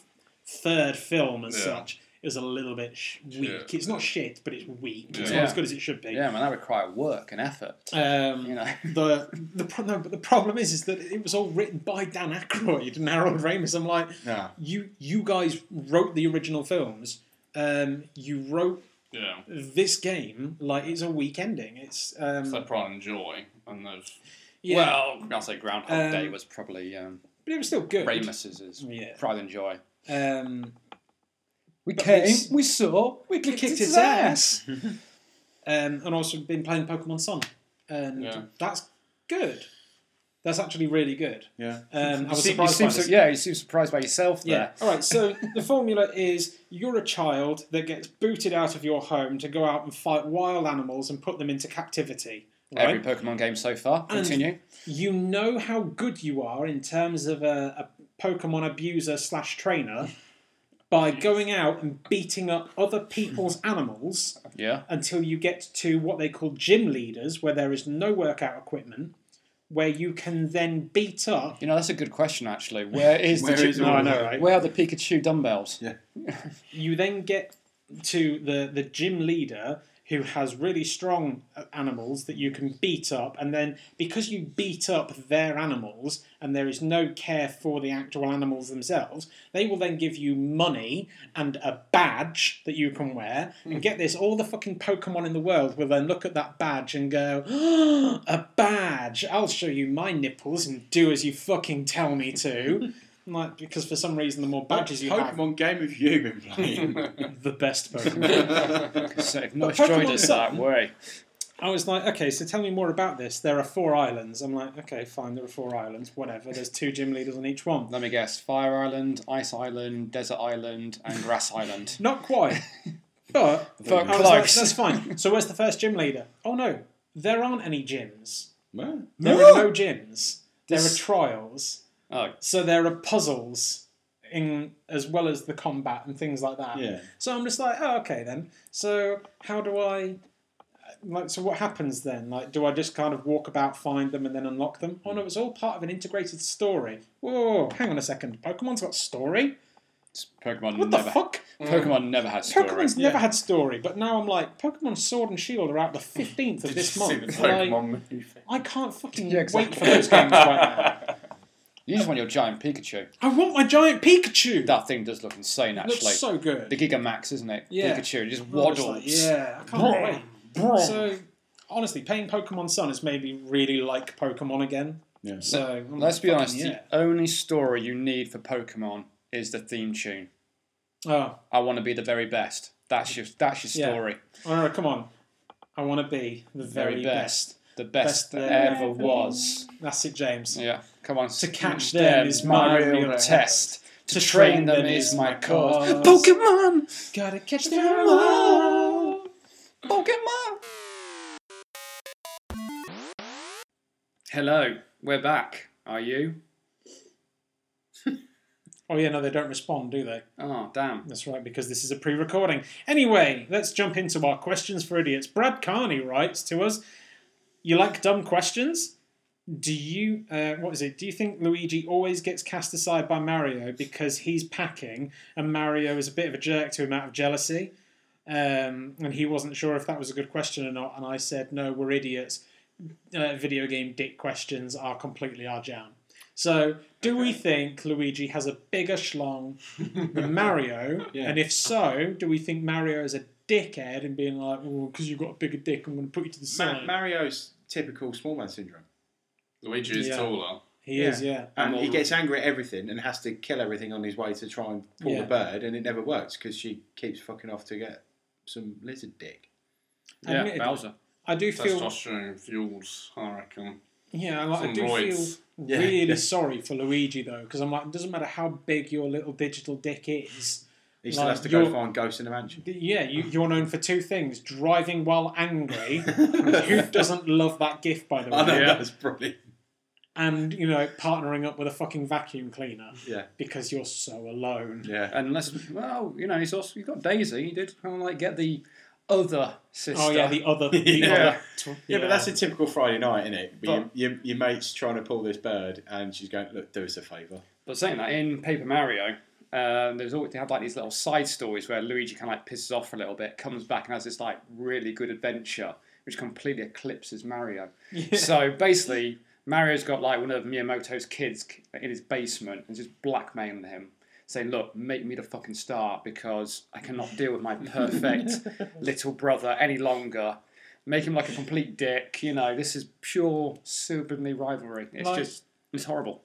A: third film as
C: Yeah.
A: such is a little bit sh- weak.
C: Yeah.
A: It's not shit, but it's weak. It's
C: Yeah.
A: not as good as it should be.
D: yeah, man, that would require work and effort.
A: Um,
D: You *laughs* know.
A: the the pro- no, but the problem is is that it was all written by Dan Aykroyd and Harold Ramis. I'm like,
E: Yeah.
A: you you guys wrote the original films. Um, you wrote
C: Yeah.
A: this game like it's a weak ending. It's um,
C: It's like Pride and Joy. And those.
A: yeah,
D: Well, I'll say Groundhog
A: Um,
D: Day was probably um,
A: but it was still good.
D: Ramus's is
A: Yeah.
D: pride and joy.
A: Um,
D: We
A: But
D: came,
A: it's-
D: we saw, we
A: we
D: kicked,
A: kicked his ass. um, and also been playing Pokemon Sun, and
C: Yeah.
A: that's good. That's actually really good.
E: Yeah.
A: Um, I
D: You
A: was
D: seem- you
A: surprised. by
D: seem
A: this.
D: so- yeah, you seem surprised by yourself
A: Yeah.
D: there.
A: All right. So the formula is you're a child that gets booted out of your home to go out and fight wild animals and put them into captivity. Right?
D: Every Pokemon game so far.
A: And-
D: Continue.
A: You know how good you are in terms of a, a Pokemon abuser slash trainer by going out and beating up other people's animals
D: Yeah.
A: until you get to what they call gym leaders, where there is no workout equipment, where you can then beat up.
D: You know, that's a good question,
A: *laughs*
D: actually. Where is
E: Where
D: the
E: is
D: ju-
E: all-
A: right?
D: Where are the Pikachu dumbbells?
E: Yeah.
A: you then get to the the gym leader who has really strong uh, animals that you can beat up, and then because you beat up their animals and there is no care for the actual animals themselves, they will then give you money and a badge that you can wear. And get this, all the fucking Pokemon in the world will then look at that badge and go, "Ah, A badge! I'll show you my nipples and do as you fucking tell me to. Like, because for some reason, the more badges you have,
E: Pokemon game have you been
A: *laughs*
E: playing?
A: the best Pokemon. *laughs*
D: So if Nice
A: Pokemon
D: joined us that
A: Sun-
D: way.
A: I was like, okay, so tell me more about this. There are four islands. I'm like, okay, fine, there are four islands, whatever. There's two gym leaders on each one.
D: Let me guess. Fire Island, Ice Island, Desert Island, and
A: *laughs*
D: Grass Island.
A: Not quite. But
D: Fuck,
A: I was like,
D: close.
A: that's fine. So where's the first gym leader? Oh no, there aren't any gyms.
E: Man,
A: There are no gyms. There are
D: This-
A: trials.
D: Oh,
A: So there are puzzles in as well as the combat and things like that.
E: Yeah.
A: So I'm just like, oh, okay then. So how do I? Like, so what happens then? Like, do I just kind of walk about, find them, and then unlock them? Oh no, it's all part of an integrated story. Whoa, whoa, whoa, hang on a second. Pokemon's got story.
D: Pokemon
A: What
D: never.
A: the fuck?
D: Pokemon never had story.
A: Pokemon's never had story, but now I'm like, Pokemon Sword and Shield are out
D: *laughs*
A: the fifteenth of this
C: See the
A: month. Like,
C: Pokemon movie.
A: I can't fucking
D: Yeah, exactly.
A: wait for those games right now.
D: You just want your giant Pikachu.
A: I want my giant Pikachu.
D: That thing does look insane,
A: looks
D: actually.
A: so good.
D: the Gigamax, isn't it?
A: Yeah.
D: Pikachu it just
A: I was
D: waddles.
A: like, yeah, I can't wait. So honestly, playing Pokemon Sun has made me really like Pokemon again.
E: Yeah.
A: So I'm
D: Let's be
A: fucking
D: honest.
A: Yeah.
D: The only story you need for Pokemon is the theme tune.
A: Oh,
D: I want to be the very best. That's your. That's your
A: Yeah.
D: story.
A: oh, no, come on. I want to be the very,
D: Very
A: best.
D: best. The
A: Best
D: best, that
A: there
D: ever
A: ever
D: was.
A: That's it, James.
D: Yeah. Come on.
A: To catch them is my real test.
D: To train them is my cause. Pokemon.
A: Gotta catch them all.
D: Pokemon. Hello. We're back. Are you?
A: Oh yeah, no, they don't respond, do they?
D: Oh damn.
A: That's right, because this is a pre-recording. Anyway, let's jump into our questions for idiots. Brad Carney writes to us, "You like dumb questions? Do you? Uh, what is it? Do you think Luigi always gets cast aside by Mario because he's packing, and Mario is a bit of a jerk to him out of jealousy? Um, and he wasn't sure if that was a good question or not. And I said, no, we're idiots. Uh, video game dick questions are completely our jam. So, do we think Luigi has a bigger schlong than Mario?
E: Yeah.
A: And if so, do we think Mario is a dickhead and being like, oh, because you've got a bigger dick, I'm going to put you to the
E: Ma-
A: side?
E: Mario's typical small man syndrome.
C: Luigi is
A: Yeah.
C: taller.
A: he is, yeah.
E: And
D: I'm
E: he
D: all-
E: gets angry at everything and has to kill everything on his way to try and pull
A: Yeah.
E: the bird, and it never works because she keeps fucking off to get some lizard dick.
D: Yeah,
A: Admittedly,
D: Bowser.
A: I do feel,
C: Testosterone fuels, I reckon.
A: yeah, like, I
C: Some
A: do feel
C: roids.
E: *laughs* Yeah.
A: really sorry for Luigi though, because I'm like, it doesn't matter how big your little digital dick is.
E: He still
A: Like,
E: has to go
A: you're-
E: find ghosts in
A: *laughs*
E: the mansion. *laughs*
A: Yeah, you, you're known for two things: driving while angry. Who doesn't love that gif, by the way?
E: I know
D: Yeah.
E: that's brilliant.
A: And you know, partnering up with a fucking vacuum cleaner
E: Yeah,
A: because you're so alone.
E: yeah.
D: Unless, well, you know, he's also you've got Daisy. You did kind of like get the other sister.
A: Oh yeah, the other, the
E: *laughs* Yeah.
A: other. tw-
E: Yeah, but that's a typical Friday night, isn't it? Your,
D: But-
E: your, your mate's trying to pull this bird, and she's going, "Look, do us a favour."
D: But saying that in Paper Mario, um, there's always they have like these little side stories where Luigi kind of like pisses off for a little bit, comes back and has this like really good adventure, which completely eclipses Mario. So basically, Mario's got like one of Miyamoto's kids in his basement and just blackmailing him. Saying, look, make me the fucking star because I cannot deal with my perfect little brother any longer. Make him like a complete dick. You know, this is pure sibling rivalry. It's
A: Like-
D: just, it's horrible.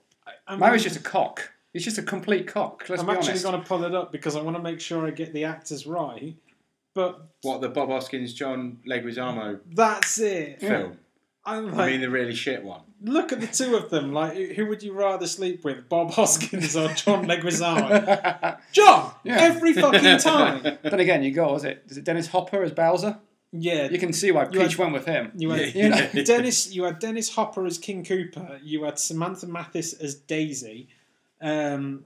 A: I'm,
D: Mario's just a cock. He's just a complete cock. Let's
A: I'm
D: be
A: actually
D: honest.
A: going to pull it up because I want to make sure I get the actors right. But
E: What the Bob Hoskins, John Leguizamo
A: that's it.
E: film?
A: I'm
E: I
A: like,
E: mean, the really shit one.
A: look at the two of them. Like, who would you rather sleep with, Bob Hoskins or John
D: *laughs*
A: Leguizamo? John, every fucking time.
D: Then again, you got was it? Is it Dennis Hopper as Bowser?
A: Yeah,
D: You can see why Peach
A: had-
D: went with him.
A: You had
D: You know?
A: Dennis. You had Dennis Hopper as King Cooper. You had Samantha Mathis as Daisy. Um,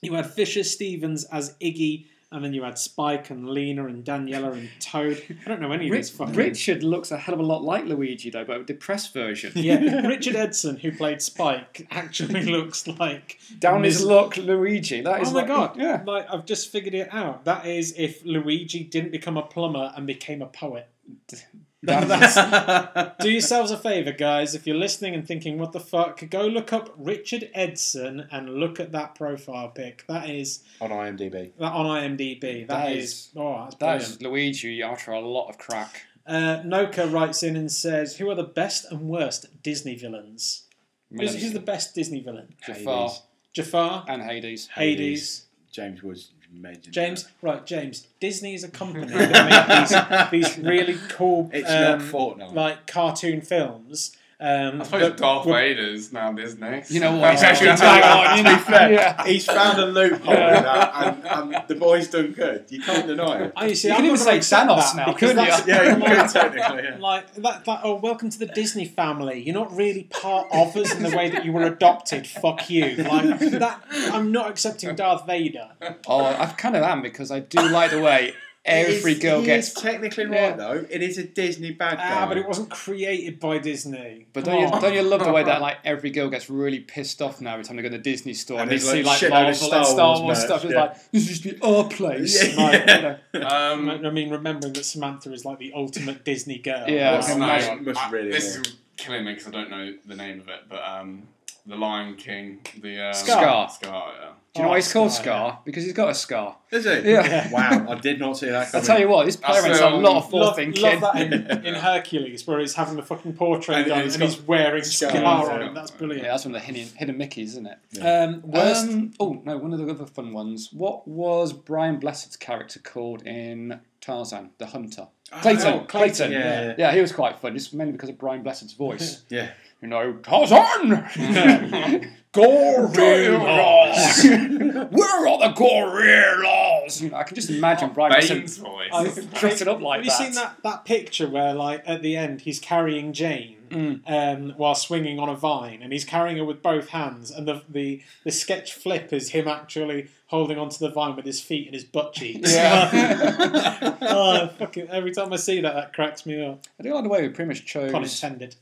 A: you had Fisher Stevens as Iggy, and then you had Spike and Lena and Daniela and Toad. I don't know any of
D: Ri-
A: these fucking.
D: Richard looks a hell of a lot like Luigi though, but a depressed version.
A: *laughs* Yeah, Richard Edson, who played Spike, actually looks like
D: *laughs* Down his
A: Mis-
D: luck, Luigi. That is
A: Oh my
D: like-
A: god! *laughs*
D: Yeah.
A: like I've just figured it out. That is if Luigi didn't become a plumber and became a poet. Do yourselves a favour, guys. If you're listening and thinking, what the fuck, go look up Richard Edson and look at that profile pic. That is
E: on IMDb.
A: that on IMDb.
D: That
A: that
D: is-
A: is, Oh, that's
D: That
A: brilliant.
D: is Luigi after a lot of crack.
A: Uh, Noka writes in and says, Who are the best and worst Disney villains? Who's,
D: Maleficent,
A: who's the best Disney villain?
D: Jafar
E: Hades.
A: Jafar?
D: and Hades.
A: Hades.
E: James was amazing.
A: James? Right, James. Disney is a company that make these, these really cool
E: It's
A: um,
E: not Fortnite.
A: like cartoon films. Um,
C: I suppose
A: but-
C: Darth Vader's now Disney.
D: You know
C: *laughs*
D: what? *laughs*
C: That's actually
D: Bang
C: a
A: on,
D: Yeah.
E: He's found a loophole with that, and, and the boy's done good. You can't deny it.
A: I see,
D: You
A: I'm
D: can even
A: not gonna
D: say
A: accept
D: Thanos
A: that
D: now,
A: because
D: couldn't
A: that's-
D: you?
E: Yeah, you could technically. Yeah.
A: Like that, that. Oh, welcome to the Disney family. You're not really part of us in the way that you were adopted. Fuck you. Like that. I'm not accepting Darth Vader.
C: *laughs*
D: Oh, I kind of am because I do like the
A: *laughs*
D: way *laughs* every
E: He's-
D: girl
E: he
D: gets.
E: is technically right
D: Yeah.
E: though. It is a Disney bad guy.
A: Ah, but
E: *laughs*
A: it wasn't created by Disney.
D: But
A: Come
D: don't you,
A: on.
D: don't you love the way that like every girl gets really pissed off now every time they go to the Disney store and,
E: And
D: they
E: there's,
D: see
E: like,
D: like
E: shitload of
D: Marvel
E: Star
D: and Star
E: Wars
D: Wars
E: merch,
D: stuff? It's
E: yeah.
D: like this used to be our place.
E: Yeah.
D: Like,
A: *laughs*
D: you know.
C: Um,
A: I mean, remembering that Samantha is like the ultimate Disney girl.
D: Yeah.
C: What's the
E: Must-
C: name?
E: must
C: I-
E: really
C: this
E: know.
C: is killing me because I don't know the name of it, but um, the Lion King, the um,
D: Scar.
C: Scar, yeah.
D: Do you know why he's called
A: Scar,
D: Scar? Because he's got a scar.
E: Is it?
D: Yeah. *laughs*
E: Wow, I did not see that
D: I
E: coming.
D: tell you what, his
C: That's
D: parents
C: the,
D: have a lot of forethink.
C: um,
A: Love,
D: thinking.
A: love that in,
D: *laughs*
A: in Hercules, where he's having the fucking portrait
E: And-
A: done
E: and
A: and,
E: he's
A: he's wearing
E: scars,
A: scar on
E: yeah.
A: it. That's
D: yeah,
A: brilliant.
D: that's one of the hidden, hidden Mickeys, isn't it?
A: Um, worst.
D: Um, oh no, one of the other fun ones. What was Brian Blessed's character called in Tarzan, the Hunter? Clayton.
A: oh, Clayton,
E: Yeah, yeah.
D: Yeah, he was quite fun. Just mainly because of Brian Blessed's voice.
E: Yeah.
D: you know,
A: *laughs*
C: *laughs*
D: Tarzan, *laughs* gorillas. *laughs* Where are the Oh, gorillas? You know, I can just imagine Brian Blessed
C: Bane's voice.
A: *laughs*
D: dressing up like
A: Have you seen that, that picture where, like, at the end, he's carrying Jane
D: Mm.
A: um, while swinging on a vine, and he's carrying her with both hands, and the, the the sketch flip is him actually holding onto the vine with his feet and his butt cheeks.
D: Yeah.
A: *laughs* oh, fucking, every time I see that, that cracks me up.
D: *laughs* I do like the way we pretty much
A: Pun
D: chose
A: intended.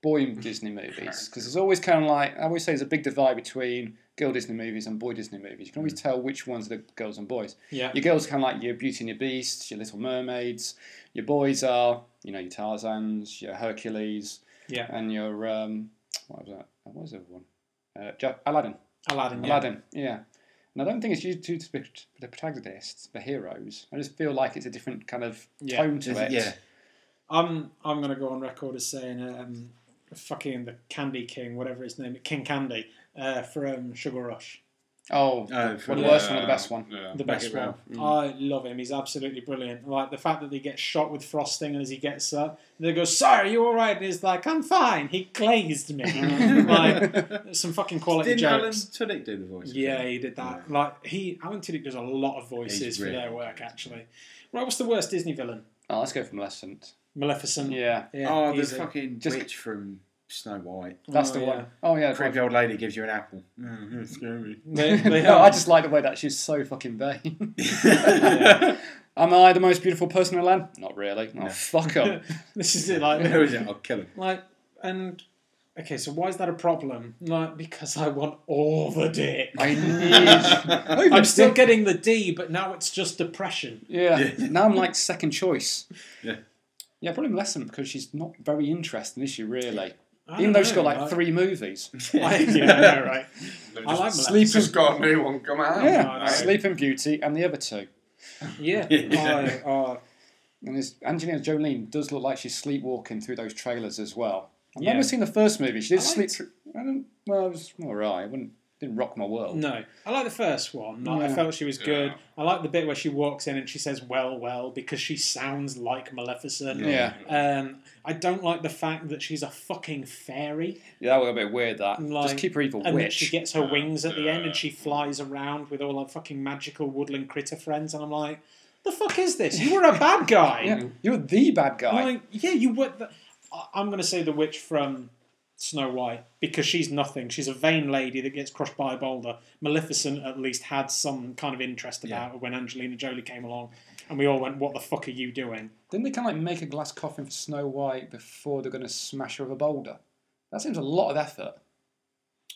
D: boy Disney movies because there's always kind of like I always say there's a big divide between girl Disney movies and boy Disney movies. You can always tell which ones are the girls and boys.
A: Yeah.
D: Your girls kind of like your Beauty and your Beasts, your Little Mermaids. Your boys are you know your Tarzans, your Hercules,
A: Yeah.
D: and your um what was that? What was the other one? Uh, Ja- Aladdin.
A: Aladdin. Yeah.
D: Aladdin. Yeah. And I don't think it's due to the prot- the protagonists, the heroes. I just feel like it's a different kind of
A: Yeah.
D: tone to it.
E: Yeah.
A: I'm I'm gonna go on record as saying um, fucking the Candy King, whatever his name, King Candy, uh, from Sugar Rush.
E: Oh,
D: Oh,
E: for
D: One of the
E: the-
D: worst one or the best one?
C: Yeah.
A: The
E: Make
A: best
E: it
A: one.
E: round.
A: I love him. He's absolutely brilliant. Like the fact that he gets shot with frosting, and as he gets up, they go, "Sorry, you all right?" And he's like, "I'm fine." He glazed me.
D: *laughs*
A: *laughs* like some fucking quality
E: Mm. Didn't Alan
A: jokes.
E: Tudyk do the voice?
A: Yeah, he did that. Like he, Alan Tudyk does a lot of voices
E: He's
A: for
E: really
A: their work, actually. Right, what's the worst Disney villain?
D: oh, let's go for Maleficent.
A: Maleficent.
D: Yeah,
A: yeah
E: Oh, the
A: easy.
E: fucking
D: Just-
E: witch from Snow White.
D: that's
A: Oh,
D: the
A: yeah.
D: one. Oh yeah,
E: Creepy old lady gives you an apple. Mm, *laughs* scary.
D: *laughs*
A: They, *laughs* they
D: no, I
A: are.
D: just like the way that she's so fucking vain. *laughs* Am I the most beautiful person in the land? Not really. Oh, fuck 'em.
A: *laughs* This is it.
E: *laughs*
A: Like
E: Who is it? I'll kill him.
A: Like, and okay, so why is that a problem? Like, because I want all the dick.
D: I
A: *laughs*
E: *laughs*
D: need. *laughs*
A: I'm still getting the D, but now it's just depression.
D: Yeah.
E: Yeah.
D: Now I'm like second choice.
E: Yeah.
D: Yeah, probably Maleficent because she's not very interesting, is she? Really.
A: I
D: Even
A: don't
D: though she's
A: know,
D: got like
A: *laughs*
D: three movies.
A: I, yeah, I
E: *laughs*
A: know, right?
C: They've
A: I
C: just-
A: like
C: It's
A: Maleficent.
C: just got a new one come out.
D: Yeah.
A: Oh, no.
D: Sleeping Beauty and the other two.
A: Yeah.
E: Yeah.
A: I- uh, I-
D: And this Angelina Jolene does look like she's sleepwalking through those trailers as well. I've
A: Yeah.
D: never seen the first movie. She did
A: I
D: sleep through. I don't. Well, it was all right. It wouldn't, didn't rock my world.
A: no, I like the first one. Like, I
D: Yeah.
A: felt she was good.
C: Yeah.
A: I like the bit where she walks in and she says "well, well" because she sounds like Maleficent.
D: Yeah.
A: Um, I don't like the fact that she's a fucking fairy.
D: Yeah, that was a bit weird. That just
A: Like,
D: keep her evil
A: And that
D: witch.
A: she gets her wings at the end and she flies around with all her fucking magical woodland critter friends. And I'm like, the fuck is this? You were a bad guy.
D: yeah, you're the bad guy.
A: Like, yeah, you were. The, I- I'm going to say the witch from Snow White because she's nothing. She's a vain lady that gets crushed by a boulder. Maleficent at least had some kind of interest about her when Angelina Jolie came along. And we all went, what the fuck are you doing?
D: Didn't they kind of like make a glass coffin for Snow White before they're going to smash her with a boulder? That seems a lot of effort.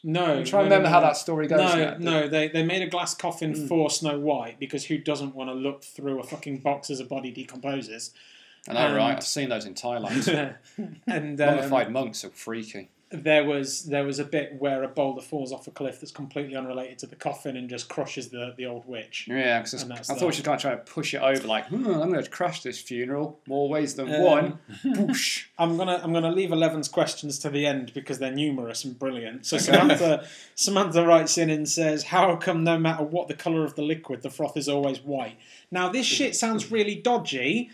A: No.
D: I'm trying
A: no,
D: to remember
A: no,
D: how
A: no.
D: that story goes. Hmm.
A: No,
D: now.
A: no, they, they made a glass
D: *laughs*
A: coffin for Snow White because who doesn't want to look through a fucking box as a body decomposes? *laughs*
D: I know,
A: And-
D: right? I've seen those
A: *laughs*
D: in Thailand.
A: and um,
D: Mummified monks are freaky.
A: there was there was a bit where a boulder falls off a cliff that's completely unrelated to the coffin and just crushes the, the old witch.
D: Yeah, because
A: And
D: I
A: that's
D: thought
A: that.
D: she was going to try to push it over, like, hmm, I'm going to crash this funeral more ways than
A: Um,
D: one.
A: *laughs*
D: Boosh.
A: I'm gonna I'm gonna leave Eleven's questions to the end because they're numerous and brilliant. So Samantha Samantha writes in and says, "How come no matter what the color of the liquid, the froth is always white?" Now this shit sounds really dodgy.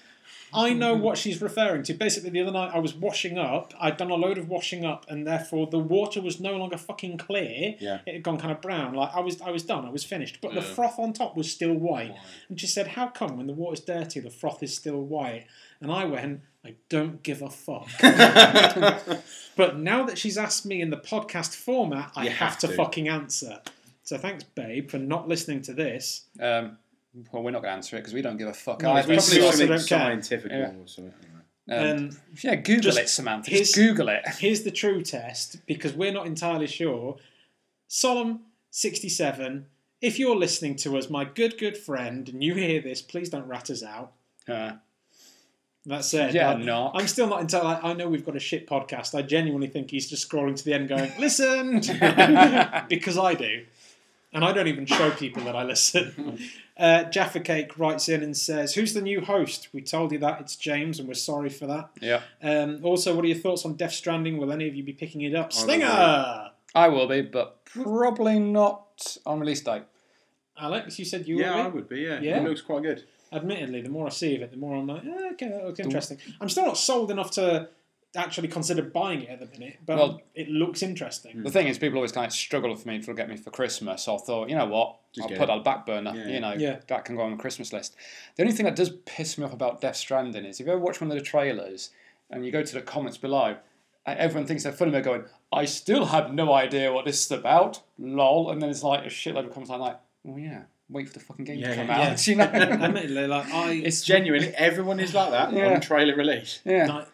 A: I know what she's referring to. Basically, the other night I was washing up. I'd done a load of washing up, and therefore the water was no longer fucking clear.
E: Yeah.
A: It had gone kind of brown. Like I was, I was done. I was finished. But the
C: Yeah.
A: froth on top was still white. And she said, "How come when the water's dirty, the froth is still white?" And I went, "I don't give a fuck." But now that she's asked me in the podcast format, I
E: You
A: have,
E: have
A: to,
E: to.
A: fucking answer. So thanks, babe, for not listening to this.
D: Um, well, we're not going to answer it because we don't give a fuck.
A: No,
D: either.
A: we
E: Probably
A: also
E: something
A: don't care.
E: scientific
D: Yeah.
E: or something. anyway.
D: Um,
A: Um,
D: yeah, Google
A: just
D: it, Samantha.
A: his-
D: Just Google it.
A: here's the true test because we're not entirely sure. Solemn 67, if you're listening to us, my good, good friend, and you hear this, please don't rat us out.
D: Uh,
A: That's it.
D: Yeah,
A: Like,
D: knock.
A: I'm still not entirely. I know we've got a shit podcast. I genuinely think he's just scrolling to the end going,
E: *laughs*
A: listen! because I do. And I don't even show people that I listen. Uh, Jaffa Cake writes in and says, Who's the new host? We told you that. It's James, and we're sorry for that.
D: yeah,
A: Um, also, what are your thoughts on Death Stranding? Will any of you be picking it up?
E: I will.
A: Slinger!
D: I will be, but probably not on release date.
A: Alex, you said you
E: Yeah, I
A: would.
E: would be. Yeah,
A: Yeah.
E: it looks quite good.
A: Admittedly, the more I see of it, the more I'm like, "Eh, okay, that looks interesting. I'm still not sold enough to actually consider buying it at the minute, but
D: Well- Hmm.
A: it looks interesting.
D: The thing is, people always kind of struggle for me to get me for Christmas. So I thought, you know what,
E: Just
D: I'll
E: get
D: put
E: it.
D: that on the back burner.
E: Yeah.
D: You know,
A: Yeah.
D: that can go on the Christmas list. The only thing that does piss me off about Death Stranding is if you ever watch one of the trailers and you go to the comments below, and everyone thinks they're funny. They're going, "I still have no idea what this is about." Lol, and then it's like a shitload of comments. I'm like, "Oh yeah, wait for the fucking game
E: Yeah,
D: to come
A: yeah,
D: out." *laughs* You
E: *laughs*
A: *laughs*
D: know,
A: Admittedly, like I, *laughs*
D: it's
E: Genuinely, everyone is like that
D: Yeah.
E: on trailer release.
D: yeah.
A: I,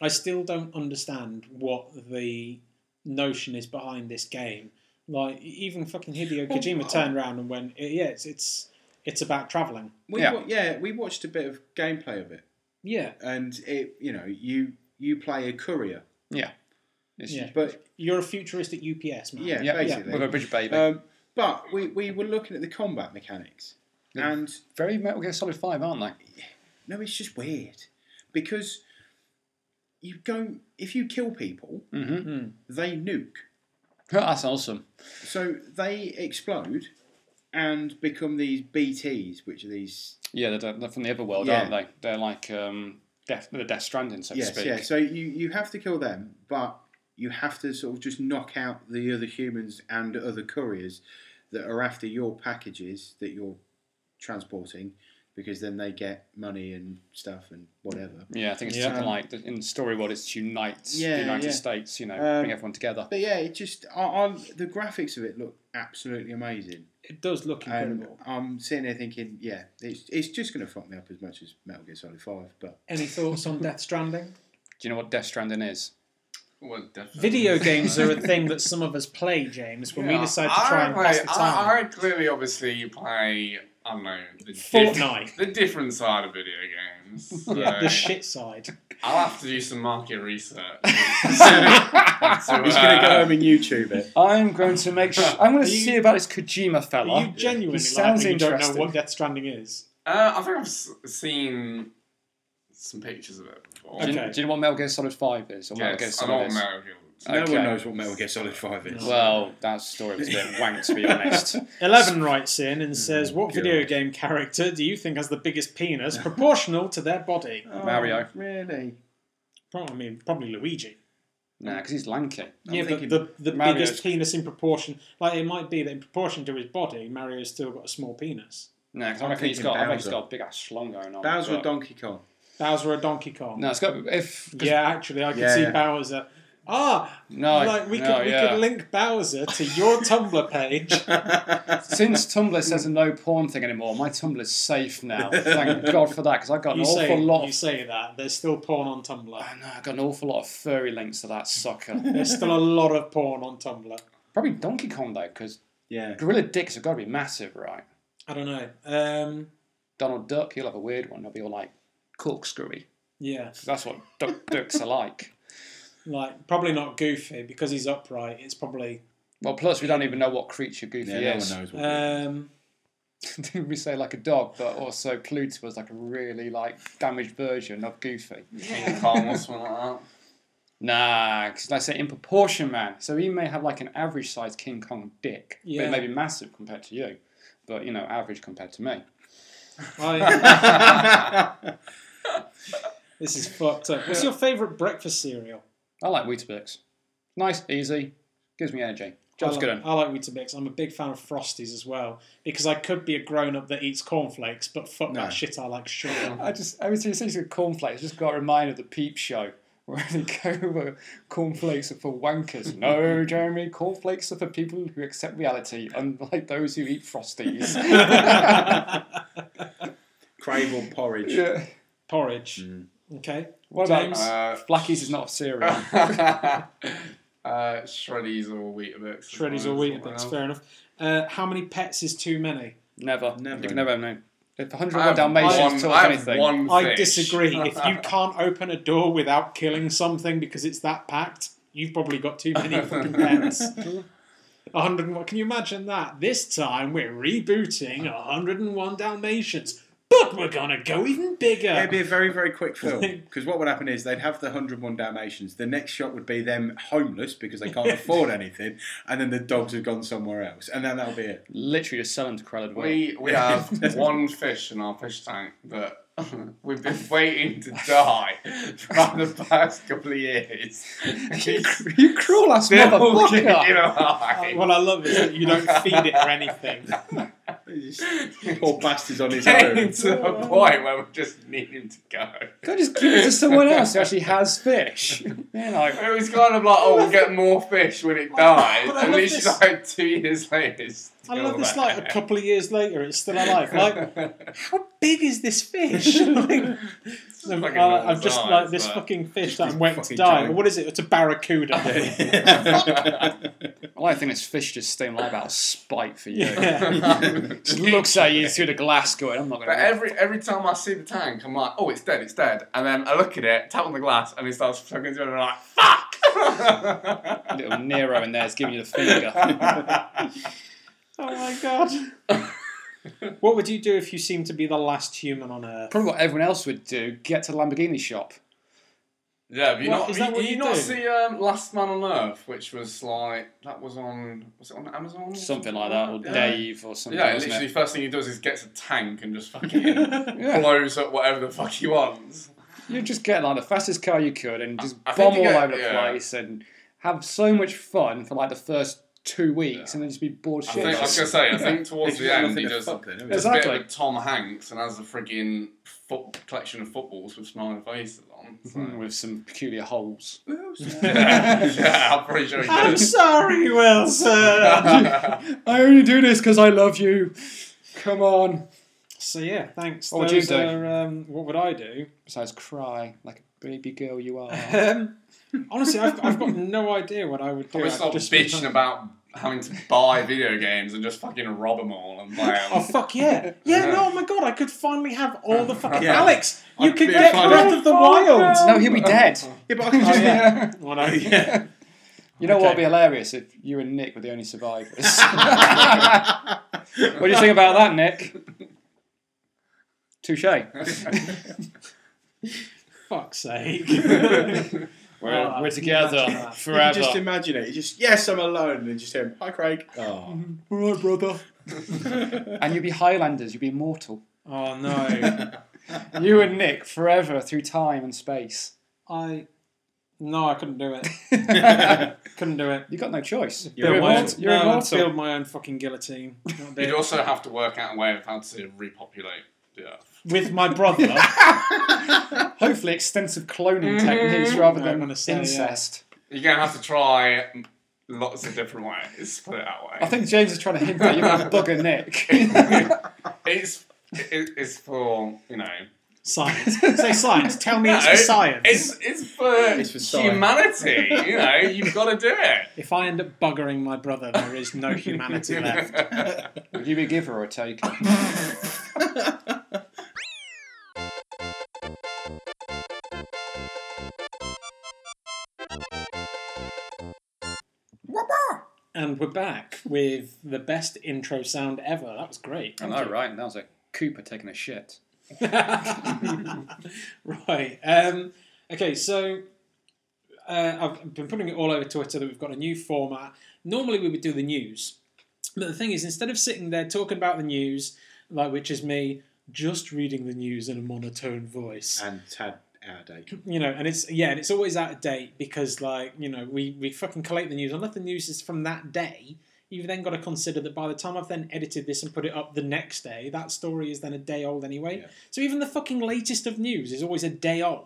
A: I still don't understand what the notion is behind this game. Like e-, even fucking Hideo Kojima turned around and went, "Yeah, it's it's it's about traveling."
E: We
D: Yeah.
E: yeah. yeah, we watched a bit of gameplay of it,
A: Yeah,
E: and it, you know, you you play a courier,
D: It's-
A: yeah.
E: but
A: You're a futuristic UPS man.
E: yeah,
D: Yeah,
E: basically.
D: with a bridge baby.
E: Um, but we, we were looking at the combat mechanics,
D: Yeah.
E: and
D: Very Metal Gear Solid Five, aren't they?
E: no, it's just weird because you go if you kill people,
D: Mm-hmm.
E: they nuke,
D: That's awesome.
E: so they explode and become these BTS, which are these
D: Yeah, they're, they're from the other world,
E: Yeah.
D: aren't they? They're like um, death, the Death Stranding, so
E: yes,
D: to speak.
E: yeah. So you you have to kill them, but you have to sort of just knock out the other humans and other couriers that are after your packages that you're transporting, because then they get money and stuff and whatever.
D: Yeah, I think it's
A: Yeah.
D: something like in the story world, it's unite
E: Yeah,
D: the United
E: yeah.
D: States. You know,
E: Um,
D: bring everyone together.
E: But yeah, it just I, I, the graphics of it look absolutely amazing,
A: it does look
E: and
A: incredible.
E: I'm sitting there thinking, yeah, it's it's just going to fuck me up as much as Metal Gear Solid Five, but
A: Any thoughts on Death Stranding?
D: Do you know what Death Stranding is?
C: Well, definitely. *laughs*
A: Video games are a thing that some of us play, James, when we
C: Yeah,
A: decide to try and pass the
C: I-
A: time.
C: *laughs* I, I clearly obviously play, I don't know, the, diff-
A: Fortnite.
C: the different side of video games. So
A: yeah, the shit side.
C: I'll have to do some
A: *laughs*
C: market research. *laughs* so,
E: he's going to go home and YouTube it.
D: I'm going to *laughs* make. Sh- I'm going to
A: Are you-
D: see about this Kojima fella.
A: Are you genuinely
D: He sounds
A: like, you don't know
D: interesting.
A: what Death Stranding is?
C: Uh, I think I've s- seen some pictures of it before.
D: do, you,
A: Okay.
D: do you know what Metal Gear Solid Five is? Or Metal Gear
C: Yes, I'm
D: Solid
C: all
D: is?
C: American.
E: No
D: Okay.
E: one knows what Metal Gear Solid Five is.
D: Well, that story was a bit wank,
E: *laughs*
D: to be honest.
A: *laughs* Eleven writes in and says, "What
E: God.
A: video game character do you think has the biggest penis proportional to their body?"
E: Oh,
D: Mario.
E: Really?
A: Probably, I mean, probably Luigi.
D: nah, because he's lanky.
E: I'm
A: yeah, but
E: thinking
A: the, the
D: Mario's-
A: biggest penis in proportion, like it might be that in proportion to his body, Mario's still got a small penis.
D: Nah, because I
E: I'm
D: reckon he's
E: thinking
D: got. I reckon he's
E: Bowser.
D: got a big ass schlong going on.
E: Bowser or
D: but-
E: Donkey Kong?
A: Bowser a Donkey Kong.
D: No, it's got if. 'cause-
A: yeah, actually, I could
E: Yeah,
A: see
E: yeah.
A: Bowser. Ah,
D: No,
A: like we
D: Oh, no,
A: could we
D: yeah.
A: could link Bowser to your Tumblr page.
D: Since Tumblr says a no porn thing anymore, my Tumblr's safe now.
A: *laughs*
D: Thank God for that, because I got *laughs* an
A: You
D: awful
A: say
D: lot.
A: you
D: Of,
A: say that there's still porn on Tumblr.
D: I know, I got an awful lot of furry links to that sucker.
A: There's still a lot of porn on Tumblr.
D: Probably Donkey Kong though, because
E: *laughs* Yeah.
D: gorilla dicks have got to be massive, right?
A: I don't know. Um,
D: Donald Duck, he'll have a weird one. He'll be all like corkscrewy.
A: Yeah,
D: 'Cause that's what duck, ducks are like.
A: like probably not Goofy because he's upright. It's probably
D: Well, plus we don't even know what creature Goofy
E: Yeah,
D: is.
E: no one knows what.
A: um,
D: Didn't *laughs* we say like a dog, but also Clute was like a really like damaged version of Goofy?
C: *laughs* King Kong or something like that.
D: Nah, because I say in proportion, man. So he may have like an average sized King Kong dick, but
A: Yeah.
D: it may be massive compared to you, but you know average compared to me.
A: I,
E: Uh, *laughs*
A: this is fucked up. What's your favourite breakfast cereal?
D: I like Weetabix. Nice, easy, gives me energy. Job's
A: I
D: good.
A: like,
D: un.
A: I like Weetabix. I'm a big fan of Frosties as well because I could be a grown up that eats cornflakes, but fuck
E: No.
A: that shit. I like
D: *laughs*
A: sugar.
D: I just every time you see cornflakes, just got a reminder of the Peep Show *laughs* where they go over cornflakes are for wankers. No, Jeremy, cornflakes are for people who accept reality, unlike those who
A: *laughs*
D: eat frosties. *laughs*
E: Cravel porridge.
D: yeah.
A: Porridge.
D: Mm.
A: Okay.
D: What
A: James? *laughs*
D: about
C: Uh,
D: Blackies is not a cereal.
C: uh, *laughs* Shreddies or Weetabix.
A: Shreddies or Weetabix. Fair enough. Uh, how many pets is too many?
D: Never.
E: Never.
D: You can never know. If 101
C: I have
D: Dalmatians
C: one,
D: taught
C: I
D: us
C: have
D: anything,
C: one
A: I
C: fish. *laughs*
A: disagree. if you can't open a door without killing something because it's that packed, you've probably got too many fucking pets. 101. Can you imagine that? This time we're rebooting 101 Dalmatians, but we're gonna go even
E: It'd be
A: bigger.
E: a very, very quick film *laughs* because what would happen is they'd have the 101 Dalmatians. The next shot would be them homeless because they *laughs* can't afford anything, and then the dogs have gone somewhere else, and then that'll be it.
D: literally just sell them to Cruella de Vil.
C: We we have one fish in our fish tank that *laughs* we've been waiting to die for the past couple of years.
D: *laughs* you, cr- *laughs* Oh, you cruel
C: *laughs*
D: ass motherfucker!
A: What I love is that you don't feed it or anything.
E: *laughs* Poor bastard's on his
C: Getting
E: own.
C: to the
A: oh
C: point where we just need him to go.
D: Go just give it to someone else who actually
C: *laughs*
D: has fish. You know,
C: It was kind of like, oh, we'll get more fish when it dies.
A: But I
C: And
A: love
C: literally,
A: this-
C: like two years later, it's
A: I
C: still
A: love this.
C: there.
A: Like a couple of years later, it's still alive.
C: *laughs*
A: Like, how big is this fish? *laughs* Like, I'm,
C: fucking
A: I- uh, I'm
C: normal
A: just
C: size,
A: like this
C: but- *laughs*
A: fucking fish that I'm
E: this
A: waiting to
E: fucking
A: die.
E: giant-
A: What is it? It's a *laughs* barracuda.
D: I like to think this fish just staying alive out of spite for you.
A: Yeah.
D: Just looks at you through the glass going, I'm not going
C: But
D: to.
C: every every time I see the tank, I'm like, oh, it's dead, it's dead. And then I look at it, tap on the glass, and it starts fucking doing it. and I'm like, fuck! *laughs*
D: Little Nero in there is giving you the finger.
A: Oh my god. *laughs* what would you do if you seemed to be the last human on Earth?
D: Probably what everyone else would do get to the Lamborghini shop.
C: yeah, have you
A: What-
C: not,
A: is that
C: you,
A: what
C: you
A: you
C: not
A: do?
C: see um, Last Man on Earth, which was like, that was on, was it on Amazon?
D: Something like that, or
C: Yeah.
D: Dave or something.
C: Yeah,
D: wasn't
C: literally,
D: it?
C: first thing he does is gets a tank and just
A: *laughs*
C: fucking blows up whatever the fuck he wants.
D: You just get like the fastest car you could and just
C: I- I think
D: bomb all
C: you get-
D: over the
C: yeah.
D: place and have so much fun for like the first two weeks and then just be bored
C: I
D: shitless.
C: think, I was gonna say, I think towards
E: It's
C: the
E: got
C: end,
E: nothing to
C: he does
E: fuck then, have you?
C: It's a bit
D: Exactly.
C: of a Tom Hanks and has a friggin' foot collection of footballs with smiling faces on.
D: *laughs*
C: so-
A: Hmm.
C: *laughs*
D: Mm, With some peculiar holes. *laughs*
C: yeah, *laughs* yeah, I'm pretty sure
A: *laughs*
C: he
A: *laughs* I'm
C: does.
A: sorry, Wilson. *laughs*
D: I only do this because I love you. Come on.
A: so yeah, thanks.
D: What would you
A: Those
D: do?
A: are, um, what would I do?
D: Besides, cry like a baby girl you are.
A: Um, honestly, I've, I've got no idea what I would do.
C: Probably
A: I'd
C: stop
A: just be
C: bitching
A: like,
C: about having to buy video games and just fucking rob them all and play
A: *laughs* Oh
C: 'em.
A: fuck yeah! Yeah,
C: Yeah.
A: no, oh my god, I could finally have all the fucking
E: Yeah.
A: Alex. You
E: I'd
A: could
E: be
A: get
E: fine.
A: Breath of the Wild.
D: *laughs* no, he'll be dead.
E: Yeah, but I can
A: Oh, *laughs*
E: just. *laughs*
A: yeah.
C: *laughs*
D: you
A: Well, no.
E: Yeah.
D: know what would
A: Okay.
D: be hilarious if you and Nick were the only
C: *laughs*
D: survivors? *laughs* what
A: *laughs*
D: do you think about that, Nick? Touche.
A: Fuck's sake. *laughs*
D: We're,
A: Oh,
D: we're
A: I can *laughs* imagine
D: together
A: that.
E: You can
D: forever.
E: just imagine it. You just yes, I'm alone, and just him. Hi, Craig. *laughs* Oh.
D: All right, brother. and you'd be Highlanders, you'd be immortal.
A: oh no.
D: *laughs* You and Nick forever through time
A: *laughs*
D: and space.
A: I. No, I couldn't do it.
D: you
A: Couldn't do it.
D: got no choice.
E: You're
A: Build my
E: immortal.
A: own-
D: *laughs* You're
A: no, I'd
D: immortal.
A: build my own fucking guillotine. Not *laughs* do
C: You'd
A: it.
C: also have to work out a way of how to repopulate the earth.
A: With my brother.
D: Hopefully, extensive
A: Mm-hmm.
D: cloning techniques rather
A: I'm
D: than
A: gonna say, yeah.
D: incest.
C: You're gonna have to try lots of different ways. Put it that way.
D: I think James is trying to hint that you're going to bugger *laughs* Nick.
C: it's it, it's for you know.
A: science. Say science. Tell me it's
C: No,
A: for science.
C: *laughs* It's it's for,
E: for science.
C: humanity. you know, you've got to do
A: *laughs*
C: it.
A: If I end up buggering my brother, there is no humanity
C: *laughs*
A: left.
D: Would you be a giver or a taker?
A: And we're back with the best intro sound ever. That was great.
D: I know, right? That was a Cooper taking a *laughs* shit.
A: *laughs* right. Um, okay, so uh, I've been putting it all over Twitter that we've got a new format. Normally we would do the news, but the thing is, instead of sitting there talking about the news, like which is me just reading the news in a monotone voice,
E: and Tad out of *laughs* date.
A: you know, and it's yeah, and it's always out of date because like you know we we fucking collate the news unless the news is from that day. You've then got to consider that by the time I've then edited this and put it up the next day, that story is then a day old anyway. So even the fucking latest of news is always a day old.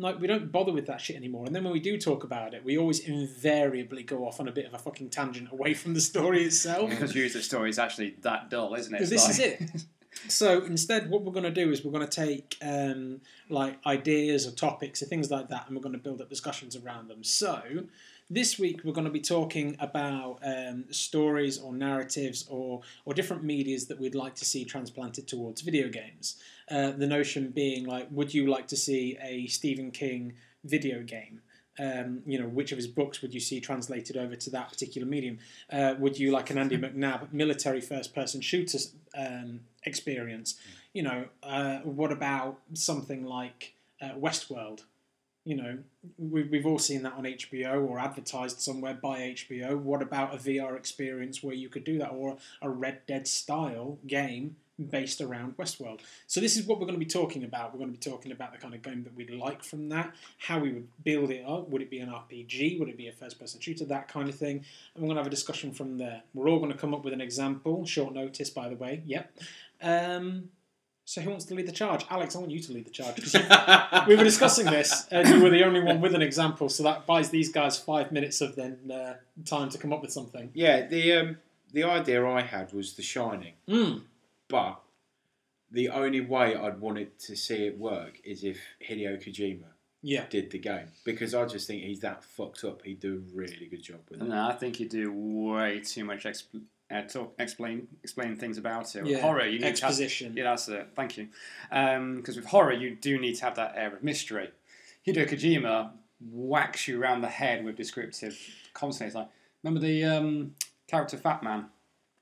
A: Like we don't bother with that shit anymore. And then when we do talk about it, we always invariably go off on a bit of a fucking tangent away from the story itself.
D: Because user story is actually that dull, isn't it? It's
A: This is
D: like-
A: it.
D: *laughs*
A: So instead, what we're going to do is we're going to take um, like ideas or topics or things like that, and we're going to build up discussions around them. So this week we're going to be talking about um, stories or narratives or or different medias that we'd like to see transplanted towards video games. Uh, the notion being like, would you like to see a Stephen King video game? Um, you know, which of his books would you see translated over to that particular medium? Uh, would you like an Andy McNab military first-person shooter um, experience? You know, uh, what about something like uh, Westworld? You know, we, we've all seen that on HBO or advertised somewhere by HBO. What about a VR experience where you could do that or a Red Dead style game based around Westworld? So, this is what we're going to be talking about. We're going to be talking about the kind of game that we'd like from that, how we would build it up. Would it be an RPG? Would it be a first person shooter? That kind of thing. And we're going to have a discussion from there. We're all going to come up with an example, short notice, by the way. Yep. Um, so, who wants to lead the charge? Alex, I want you to lead the charge 'cause you we were discussing this, and you were the only one with an example, so that buys these guys five minutes of then uh, time to come up with something.
E: Yeah, the um, the idea I had was The Shining,
D: Hmm.
A: Mm.
E: but the only way I'd want it to see it work is if Hideo Kojima
A: Yeah.
E: did the game because I just think he's that fucked up. He'd do a really good job with it.
D: No, I think you do way too much expl- uh, talk, explain explain things about it. With
A: Yeah,
D: Horror, you need
A: exposition.
D: To have, yeah, that's it. Thank you. Because with horror, you do need to have that air of mystery. Hideo Kojima whacks you around the head with descriptive constantly. It's like, remember the um, character Fat Man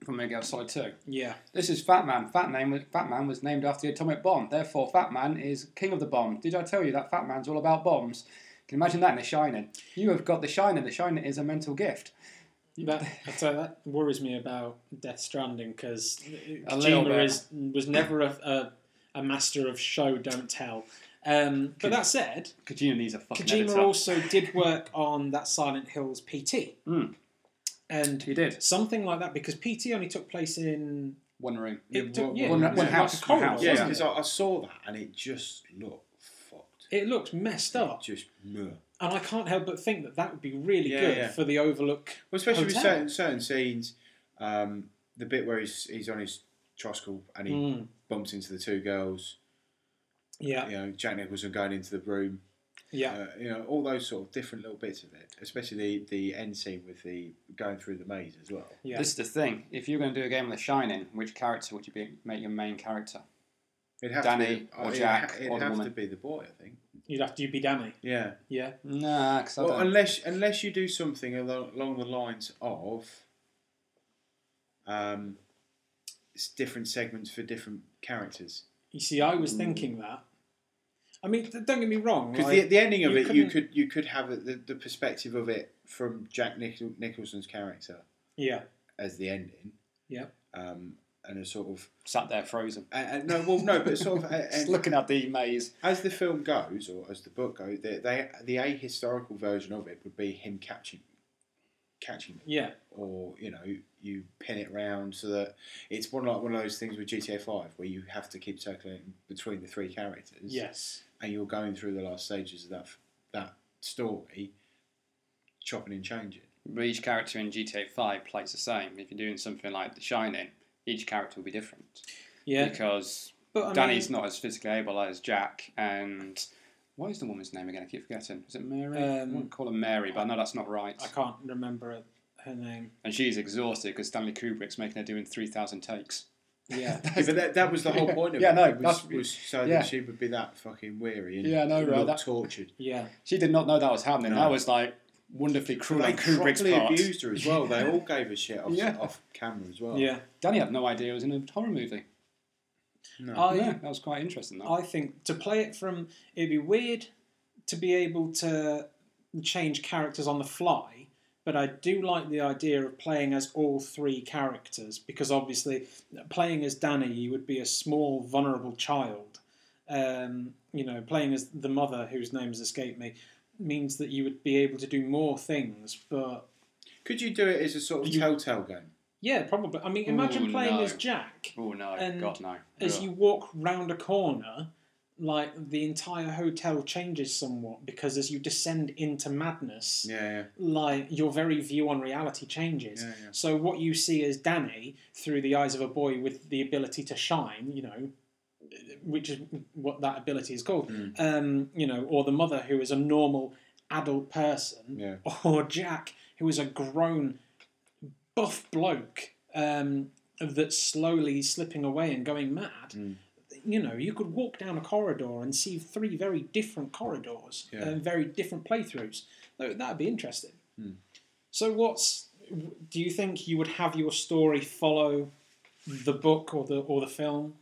D: from Metal Gear Solid Two?
A: Yeah.
D: This is Fat Man. Fat Man was Fat Man was named after the atomic bomb. Therefore, Fat Man is king of the bomb. Did I tell you that Fat Man's all about bombs? Can you imagine that in The Shining? You have got The Shining. The Shining is a mental gift.
A: That, I tell you, that worries me about Death Stranding because
D: A little
A: Kojima
D: bit.
A: is, was never a, a, a master of show, don't tell. Um, but that said,
D: Kojima needs a fucking
A: Kojima
D: editor.
A: also did work on that Silent Hills PT.
D: Mm.
A: And
D: He did.
A: something like that because PT only took place in
D: One room.
A: it took,
E: one-
A: yeah,
E: one-
A: it was
E: one
A: like
D: house,
A: a corridor,
D: one house,
E: Yeah,
A: wasn't
E: because
A: it?
E: I, I saw that and it just looked fucked.
A: It looks messed
E: It
A: up,
E: just meh.
A: and I can't help but think that that would be really
E: Yeah,
A: good
E: yeah.
A: for the Overlook.
E: Well, especially with
A: Hotel.
E: certain certain scenes, um, the bit where he's he's on his tricycle and he
A: Mm,
E: bumps into the two girls.
A: yeah,
E: You know, Jack Nicholson going into the room.
A: yeah,
E: Uh, you know, all those sort of different little bits of it, especially the the end scene with the going through the maze as well.
A: yeah.
D: This is the thing. If you're going to do a game with The Shining, which character would you be, make your main character?
E: It'd have
D: Danny
E: to be,
D: or
E: it'd
D: Jack
E: ha- it'd
D: or the
E: have to
D: woman.
E: be the boy, I think.
A: You'd have to you be Danny.
E: Yeah.
A: Yeah,
D: Nah, because
E: Well,
D: I don't.
E: unless unless you do something along, along the lines of um, s- different segments for different characters.
A: you see, I was thinking that. I mean, th- don't get me wrong.
E: Because
A: like-
E: the, the ending of
A: you
E: it, you
A: couldn't-
E: could you could have it, the, the perspective of it from Jack Nichol- Nicholson's character
A: yeah,
E: as the ending.
A: Yeah.
E: Um, and a sort of
D: Sat there frozen.
E: uh, uh, no, well, no, but sort of uh,
D: Just *laughs*
E: uh,
D: looking at the maze.
E: as the film goes, or as the book goes, they, they the ahistorical version of it would be him catching catching them,
A: yeah,
E: or you know, you pin it round so that it's one like one of those things with GTA Five where you have to keep circling between the three characters
A: yes,
E: and you're going through the last stages of that that story, chopping and
D: *laughs*
E: changing.
D: But each character in GTA 5 plays the same. If you're doing something like The Shining, each character will be different.
A: yeah.
D: Because
A: But I mean,
D: Danny's not as physically able as Jack, and what is the woman's name again? I keep forgetting. Is it Mary? I
A: Um,
D: wouldn't call her Mary, but I know that's not right.
A: I can't remember her name.
D: And she's exhausted because Stanley Kubrick's making her doing three thousand takes. *laughs*
A: Yeah,
E: Yeah, but that, that was the whole point of
D: Yeah,
E: it.
D: no,
E: it was,
D: that's-
E: was so
D: yeah.
E: that she would be that fucking weary and
D: Yeah, I know, right,
E: look
D: that-
E: tortured.
A: yeah.
D: She did not know that was happening. I was like, wonderfully cruel
E: They
D: on Kubrick's
E: properly
D: part.
E: abused her as well. They
D: *laughs*
E: all gave a shit off,
D: Yeah.
E: off camera as well.
A: Yeah,
D: Danny had no idea it was in a horror movie.
E: No.
A: I
D: yeah, that was quite interesting. That.
A: I think to play it from it'd be weird to be able to change characters on the fly, but I do like the idea of playing as all three characters because obviously playing as Danny, you would be a small, vulnerable child. Um, you know, playing as the mother whose name has escaped me means that you would be able to do more things, but
E: Could you do it as a sort of
A: You-
E: telltale game?
A: yeah, probably. I mean, imagine
D: Ooh,
A: playing
D: no.
A: as Jack.
D: oh no,
A: and-
D: God no.
A: as
C: Yeah.
A: you walk round a corner, like the entire hotel changes somewhat because as you descend into madness,
E: Yeah, yeah.
A: like your very view on reality changes.
E: Yeah, yeah.
A: So what you see as Danny through the eyes of a boy with the ability to shine, you know, which is what that ability is called,
E: Mm.
A: um, you know, or the mother who is a normal adult person,
E: Yeah.
A: *laughs* or Jack who is a grown buff bloke um, that's slowly slipping away and going mad.
E: Hmm.
A: You know, you could walk down a corridor and see three very different corridors
E: Yeah.
A: and very different playthroughs. Tho- That'd be interesting.
E: Hmm.
A: So, what's do you think you would have your story follow the book or the or the film,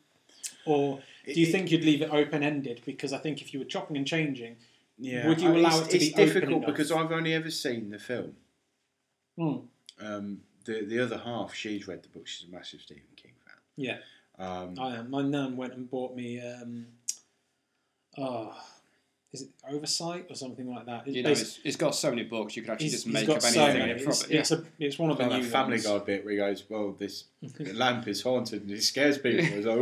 A: or do you
E: It-
A: think you'd leave it open ended? Because I think if you were chopping and changing,
E: Yeah,
A: Would you
E: I-
A: allow
E: it's,
A: it to
E: it's
A: be open
E: difficult
A: enough?
E: because I've only ever seen the film.
A: hmm,
E: Um, the the other half, she's read the book. She's a massive Stephen King fan.
A: yeah,
E: Um,
A: I am. My nan went and bought me, um, oh, is it oversight or something like that? It's
D: You know,
A: basi-
D: it's, it's got so many books you could actually
A: he's-
D: just
A: he's
D: make
A: got
D: up
A: so
D: anything and
A: many.
D: it
A: It's,
D: proper- yeah. *laughs*
A: it's a, it's one of the
E: like
A: new
E: that Family
A: ones.
E: Guy bit where he goes, "Well, *laughs* this lamp is haunted and it scares people." It's *laughs* like,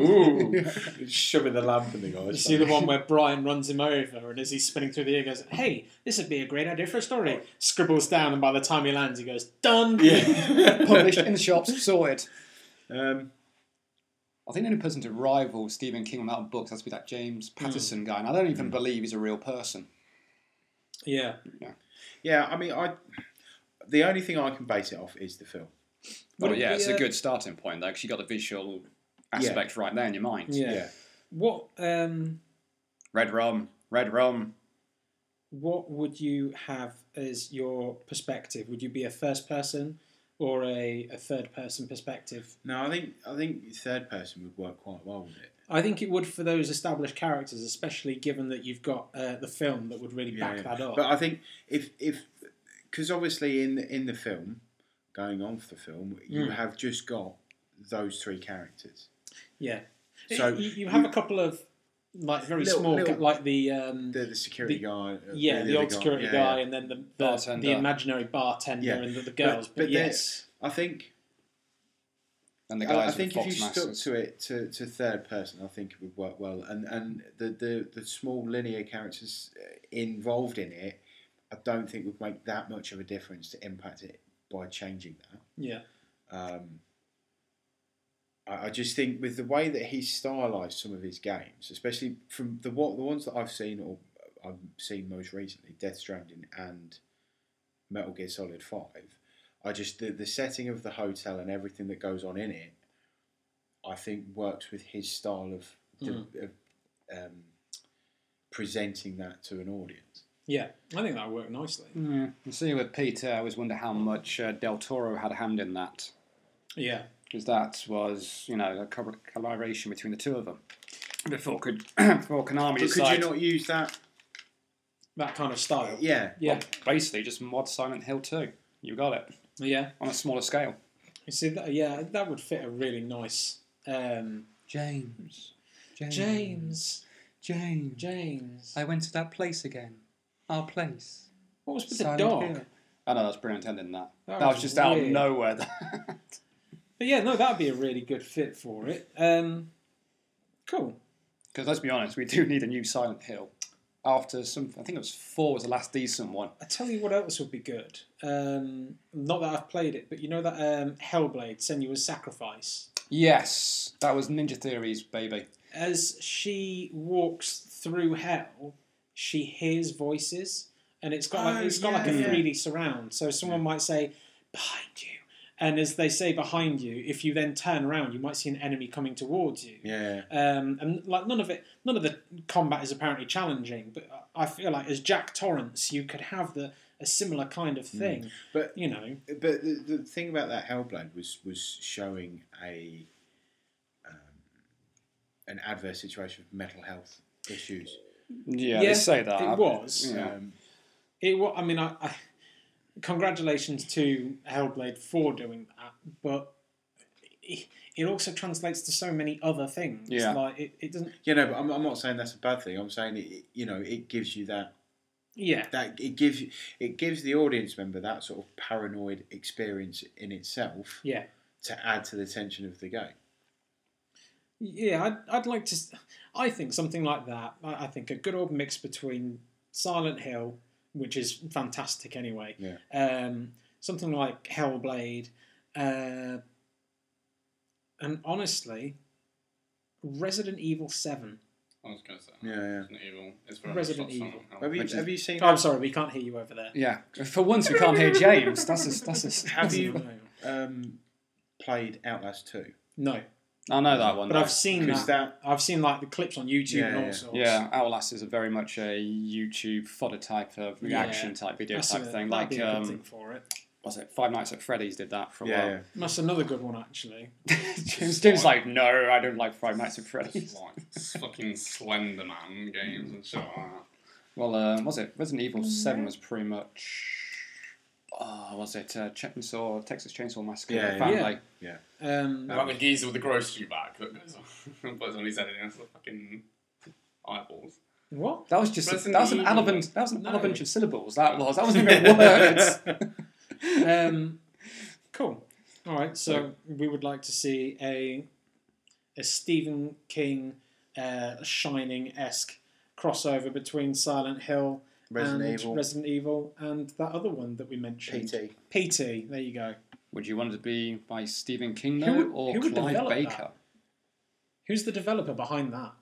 E: "Ooh, shoving the lamp in the
A: You
E: guy's
A: see the
E: face.
A: one where Brian runs him over, and as he's spinning through the air, goes, "Hey, this would be a great idea for a story." Scribbles down, and by the time he lands, he goes, "Done."
E: *laughs* Yeah.
D: Published in the shops, sorted.
E: Um,
D: I think the only person to rival Stephen King without books has to be that James
A: Hmm.
D: Patterson guy, and I don't even believe he's a real person.
A: *laughs* Yeah.
E: yeah, I mean, I the only thing I can base it off is the film.
A: Would
D: Well,
A: it
D: Oh, yeah,
A: be
D: it's
A: a-
D: a good starting point though, because you got the visual aspect right there in your mind.
A: Yeah. uh, What um
D: Red rum, red rum.
A: what would you have as your perspective? Would you be a first person or a, a third person perspective?
E: No, I think I think third person would work quite well with it.
A: I think it would for those established characters, especially given that you've got uh, the film that would really
E: Yeah,
A: back
E: yeah.
A: that up.
E: But I think if if because obviously in in the film, going on for the film, you
A: Hmm.
E: have just got those three characters.
A: yeah. So
E: So
A: you, you have a couple of like very
E: Little-
A: small,
E: little-
A: ca- like the um,
E: The, the security
A: The-
E: guy. uh,
A: yeah, the
E: other
A: old security
E: yeah,
A: guy,
E: yeah.
A: and then the the,
D: Bartender.
A: the imaginary bartender
E: Yeah.
A: and the, the girls. But,
E: but they're-
A: yes,
E: I think
D: And the
E: I-
D: guys
E: I think
D: with
E: if
D: the
E: you
D: fox
E: stuck
D: masks.
E: to it to, to third person, I think it would work well. And and the, the, the small linear characters uh, involved in it, I don't think would make that much of a difference to impact it by changing that.
A: yeah,
E: Um, I, I just think with the way that he's stylised some of his games, especially from the what the ones that I've seen or uh, I've seen most recently, Death Stranding and Metal Gear Solid Five. I just the, the setting of the hotel and everything that goes on in it, I think works with his style of, of um, presenting that to an audience.
A: yeah. I think that would work nicely.
D: Yeah. You see, with Peter, I always wonder how much uh, Del Toro had a hand in that,
A: Yeah,
D: because that was, you know, a co- collaboration between the two of them. Before could *clears throat* before Konami
E: But could you
D: decided,
E: not use that?
A: that kind of style.
E: Yeah,
A: Yeah,
D: basically just mod Silent Hill 2. You got it
A: yeah.
D: on a smaller scale.
A: You see, that, yeah, that would fit a really nice um,
D: James, James,
A: James.
D: James.
A: James.
D: went to that place again. Our place.
A: What was with the dog?
D: I know that's brilliant ending that.
A: That
D: That,
A: was
D: was, just out of
A: weird.
D: nowhere. *laughs*
A: But yeah, no, that'd be a really good fit for it. Um, cool.
D: Because let's be honest, we do need a new Silent Hill. After some, I think it was four was the last decent one.
A: I tell you what else would be good. Um, not that I've played it, but you know that um, Hellblade, Senua's Sacrifice.
D: Yes, that was Ninja Theories, baby.
A: As she walks through hell, she hears voices, and it's got like
E: Oh,
A: it's got like a
E: yeah, yeah.
A: 3D surround. So someone might say behind you, and as they say behind you, if you then turn around, you might see an enemy coming towards you.
E: yeah.
A: um, and like none of it, none of the combat is apparently challenging. But I feel like as Jack Torrance, you could have the a similar kind
E: Hmm.
A: of thing.
E: But-
A: you know,
E: But the, the thing about that Hellblade was was showing a um, an adverse situation of mental health issues.
D: Yeah,
A: Yeah,
D: they say that.
A: it was.
D: Yeah.
E: Um,
A: It wa I mean, I, I congratulations to Hellblade for doing that, but it, it also translates to so many other things.
D: Yeah.
A: like it, it doesn't.
E: you know, but I'm, I'm not saying that's a bad thing. I'm saying it, you know it gives you that
A: Yeah,
E: that it gives you- it gives the audience member that sort of paranoid experience in itself
A: yeah,
E: to add to the tension of the game.
A: yeah. I'd, I'd like to. s- I think something like that. I, I think a good old mix between Silent Hill, which is fantastic anyway.
E: Yeah.
A: Um, something like Hellblade, uh, and honestly, Resident Evil Seven.
C: I was going to say.
E: Yeah, yeah.
C: Resident Evil. It's very
A: Resident
C: much like
A: Evil.
C: Silent Hill.
E: Have you
D: Which is-
E: have you seen?
A: Oh, I'm sorry, we can't hear you over there.
D: Yeah, for once we can't hear James. That's
A: *laughs*
D: a, that's a,
E: Have you um, played Outlast Two?
A: No,
D: I know that one.
A: but
D: though.
A: I've seen
E: Because
A: that.
E: that
A: I've seen like the clips on YouTube
E: Yeah,
A: and all
E: yeah.
A: sorts.
D: Yeah, Outlast is a very much a YouTube fodder type of reaction
A: Yeah.
D: type video
A: that's
D: type
A: a, that'd
D: thing. Like,
A: be a good thing
D: um,
A: for it.
D: was it Five Nights at Freddy's did that for a
E: yeah,
D: while.
E: yeah.
A: That's another good one actually.
D: *laughs* James, James like, no, I don't like Five Nights at Freddy's.
C: It's like fucking Slender Man games and shit like that.
D: Well, uh, was it Resident Evil
A: Mm.
D: Seven was pretty much. Oh, was it uh, Chainsaw Texas Chainsaw Massacre?
E: Yeah, yeah.
D: family.
A: Um,
E: Uh,
C: Like the geezer with the grocery bag that goes on, *laughs* puts on his head and has the fucking eyeballs.
A: what?
D: That was just a,
C: Resident
D: that was an
C: Evil.
D: alabunch that was an
A: No.
D: alabunch of syllables. That was that
A: *laughs*
D: wasn't *laughs* even words.
E: *laughs*
A: Um, cool. All right, so we would like to see a a Stephen King, uh, Shining esque crossover between Silent Hill
E: Resident
A: and
E: Evil.
A: Resident Evil, and that other one that we mentioned.
E: PT.
A: PT. There you go.
D: Would you want it to be by Stephen King though,
A: Who would-
D: or
A: who would
D: Clive
A: develop that?
D: Baker? *laughs*
A: Who's the developer behind that?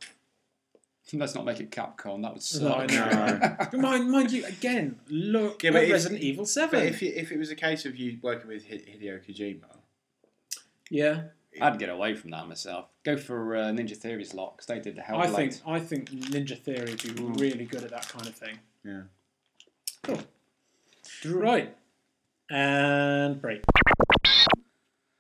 D: Let's not make it Capcom. That would
A: No, I
D: suck.
A: know. mind, mind you, again, look
E: Yeah,
A: at
E: but if-
A: Resident Evil
E: But
A: 7.
E: if you, if it was a case of you working with Hi- Hideo Kojima,
A: yeah,
D: *laughs* I'd get away from that myself. Go for uh, Ninja Theory's lot because they did the Hellblade.
A: I think I think Ninja Theory would be really good at that kind of thing.
E: Yeah.
A: Cool. Right. And break.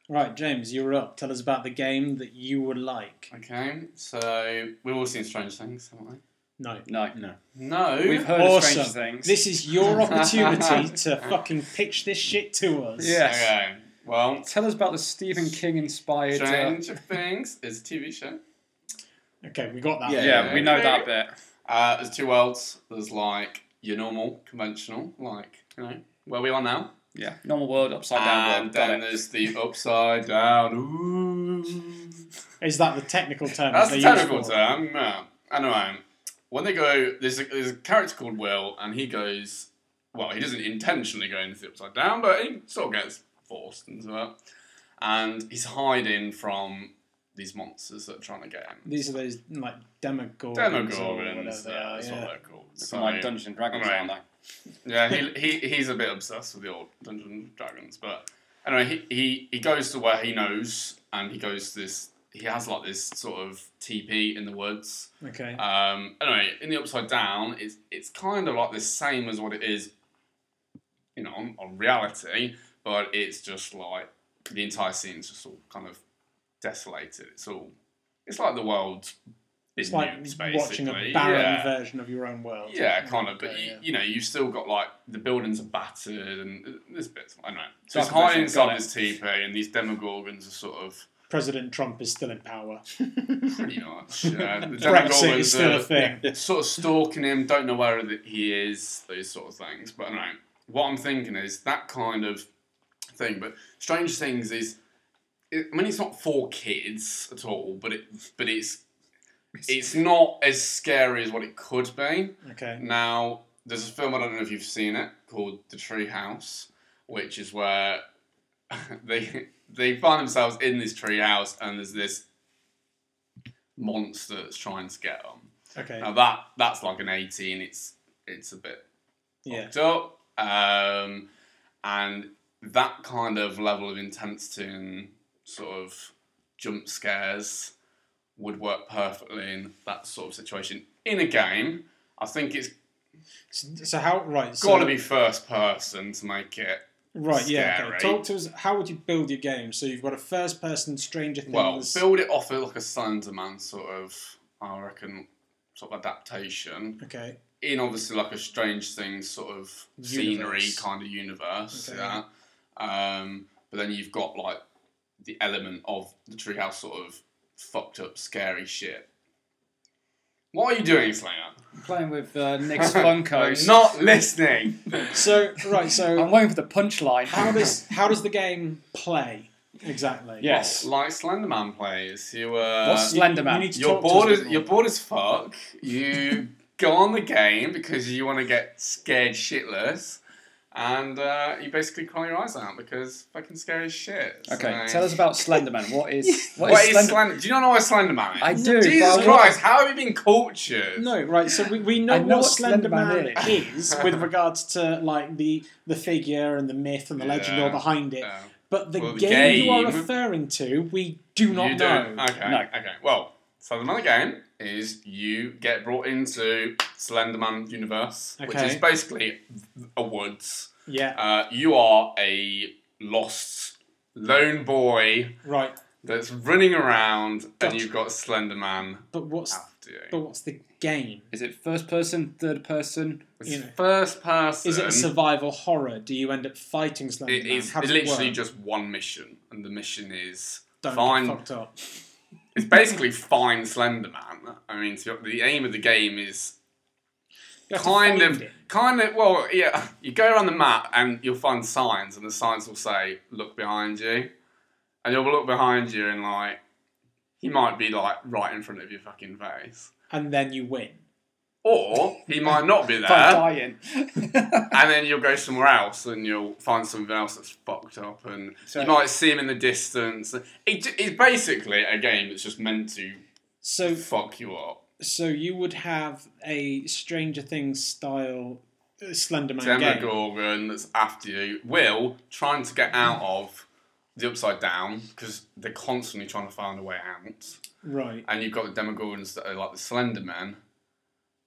A: Right, James, you're up. Tell us about the game that you would like.
C: Okay, so we've all seen Strange Things, haven't we?
A: No.
D: No,
C: No.
D: we've heard of
A: Awesome.
D: strange things.
A: This is your opportunity to fucking pitch this shit to us.
D: Yes.
C: Okay. Well,
D: Tell us about the Stephen King inspired. Uh,
C: Strange *laughs* Things is a TV show.
A: Okay, we got that.
E: Yeah.
D: yeah, we know that bit.
C: Uh, there's two worlds. There's like your normal, conventional, like you know where we are now,
D: Yeah, normal world, upside down
C: and
D: world. Got
C: then
D: it.
C: there's the upside down. Ooh.
A: Is that the technical term?
C: That's
A: that
C: the
A: they use
C: technical
A: for it?
C: term. Yeah. Anyway, when they go, there's a, there's a character called Will, and he goes. Well, he doesn't intentionally go into the upside down, but he sort of gets forced into it, and he's hiding from these monsters that are trying to get him.
A: These are those like demogorgons. or whatever
C: Demogorgons,
A: they
C: yeah,
A: are,
C: that's
A: yeah.
C: what they're called.
D: Some like Dungeons and Dragons,
C: Right.
D: aren't they?
C: Yeah, he, he he's a bit obsessed with the old Dungeons and Dragons, but anyway, he, he he goes to where he knows, and he goes to this. He has like this sort of teepee in the woods.
A: Okay.
C: Um, anyway, in the upside down, it's it's kind of like the same as what it is, you know, on, on reality, but it's just like the entire scene's just all kind of desolated. It's all it's like the world's been
A: It's like
C: nuked,
A: watching a
C: basically.
A: barren
C: yeah.
A: version of your own world.
C: Yeah, kind of. But
A: Okay,
C: you,
A: yeah.
C: you know, you've still got like the buildings are battered and there's bits. I don't know. So
D: Dark
C: it's hiding
D: version, got
C: inside
D: it.
C: this teepee, and these demogorgons are sort of
A: President Trump is still in
C: *laughs*
A: power.
C: pretty
A: *laughs*
C: much. Yeah, the uh,
A: Brexit
C: demogorgons
A: is still a
C: are
A: thing.
C: sort of stalking him. Don't know where that he is. Those sort of things. But anyway, what I'm thinking is that kind of thing. But Strange Things is, it, I mean, it's not for kids at all, but it, but it's. It's not as scary as what it could be.
A: Okay.
C: Now, there's a film I don't know if you've seen it called The Tree House, which is where *laughs* they they find themselves in this tree house and there's this monster that's trying to get them.
A: Okay.
C: Now that that's like an 18. It's it's a bit
A: yeah.
C: fucked up, um, and that kind of level of intensity and sort of jump scares would work perfectly in that sort of situation in a game. I think it's
A: So, so how right? So,
C: Got to be first person to make it.
A: right. Yeah.
C: scary.
A: Okay. Talk to us. How would you build your game? So you've got a first-person Stranger Things.
C: Well, build it off of like a Slender Man sort of, I reckon, sort of adaptation.
A: okay.
C: In obviously like a Strange Things sort of scenery
A: Universe.
C: kind of universe.
A: Okay.
C: Yeah. Um, but then you've got like the element of the treehouse sort of fucked up, scary shit. What are you
D: *laughs*
C: doing, Slinger?
D: Playing with uh,
C: *laughs*
D: Nick's Funkos.
C: Not listening.
A: So right.
C: *laughs*
D: I'm
A: So
D: waiting for the punchline.
A: how does how does the game play exactly?
D: *laughs* Yes.
C: like Slenderman plays, you uh,
D: What's Slenderman?
A: You need to
C: You're
A: talk to us
C: bored,
A: a
C: as,
A: bit more.
C: you're bored as fuck. You go on the game because you want to get scared shitless. And uh, you basically cry your eyes out because fucking scary as shit.
D: *laughs* Okay,
C: So-
D: tell us about Slenderman. What
C: *laughs*
D: is
C: What
D: what is
C: is
D: Slender-
C: Slender? Do you not know what Slenderman is?
D: I do.
C: Jesus
D: but I want-
C: Christ, how have you been cultured? Uh,
A: No, right. So we, we know,
D: I know
A: what
D: what
A: Slender Man
D: Slender Man
A: *laughs* is with regards to like the the figure and the myth and the legend
C: Yeah.
A: all behind it.
C: Yeah.
A: But the,
C: Well, the
A: game, you are
C: game-
A: referring to, we do not
C: you
A: know.
C: Do. Okay.
D: No.
C: Okay. Well, Slenderman game is you get brought into Slenderman universe, which
A: Okay.
C: is basically a woods.
A: Yeah.
C: Uh, you are a lost lone boy
A: Right.
C: that's running around,
A: Gotcha.
C: and you've got Slender Man
A: But what's
C: after you.
A: but what's the game?
D: Is it first person, third person?
C: It's
A: you know.
C: first person.
A: Is it a survival horror? Do you end up fighting Slender
C: It
A: Man?
C: is
A: How does it
C: literally
A: work?
C: just one mission, and the mission is
A: Don't
C: find.
A: get fucked up.
C: It's basically find Slender Man. I mean, to be- the aim of the game is
A: You have to
C: kind
A: find
C: of,
A: it.
C: kind of. Well, yeah, you go around the map and you'll find signs, and the signs will say, "Look behind you," and you'll look behind you, and like, he might be like right in front of your fucking face,
A: and then you win.
C: or he might not be
D: By
C: there,
D: dying.
C: and then you'll go somewhere else, and you'll find something else that's fucked up, and
E: So-
C: you might see him in the distance. It, j- it's basically a game that's just meant to
A: So
C: fuck you up.
A: so you would have a Stranger Things style uh, Slender Man game.
C: Demogorgon that's after you, Will trying to get out of the Upside Down because they're constantly trying to find a way out,
A: Right.
C: and you've got the Demogorgons that are like the Slender Men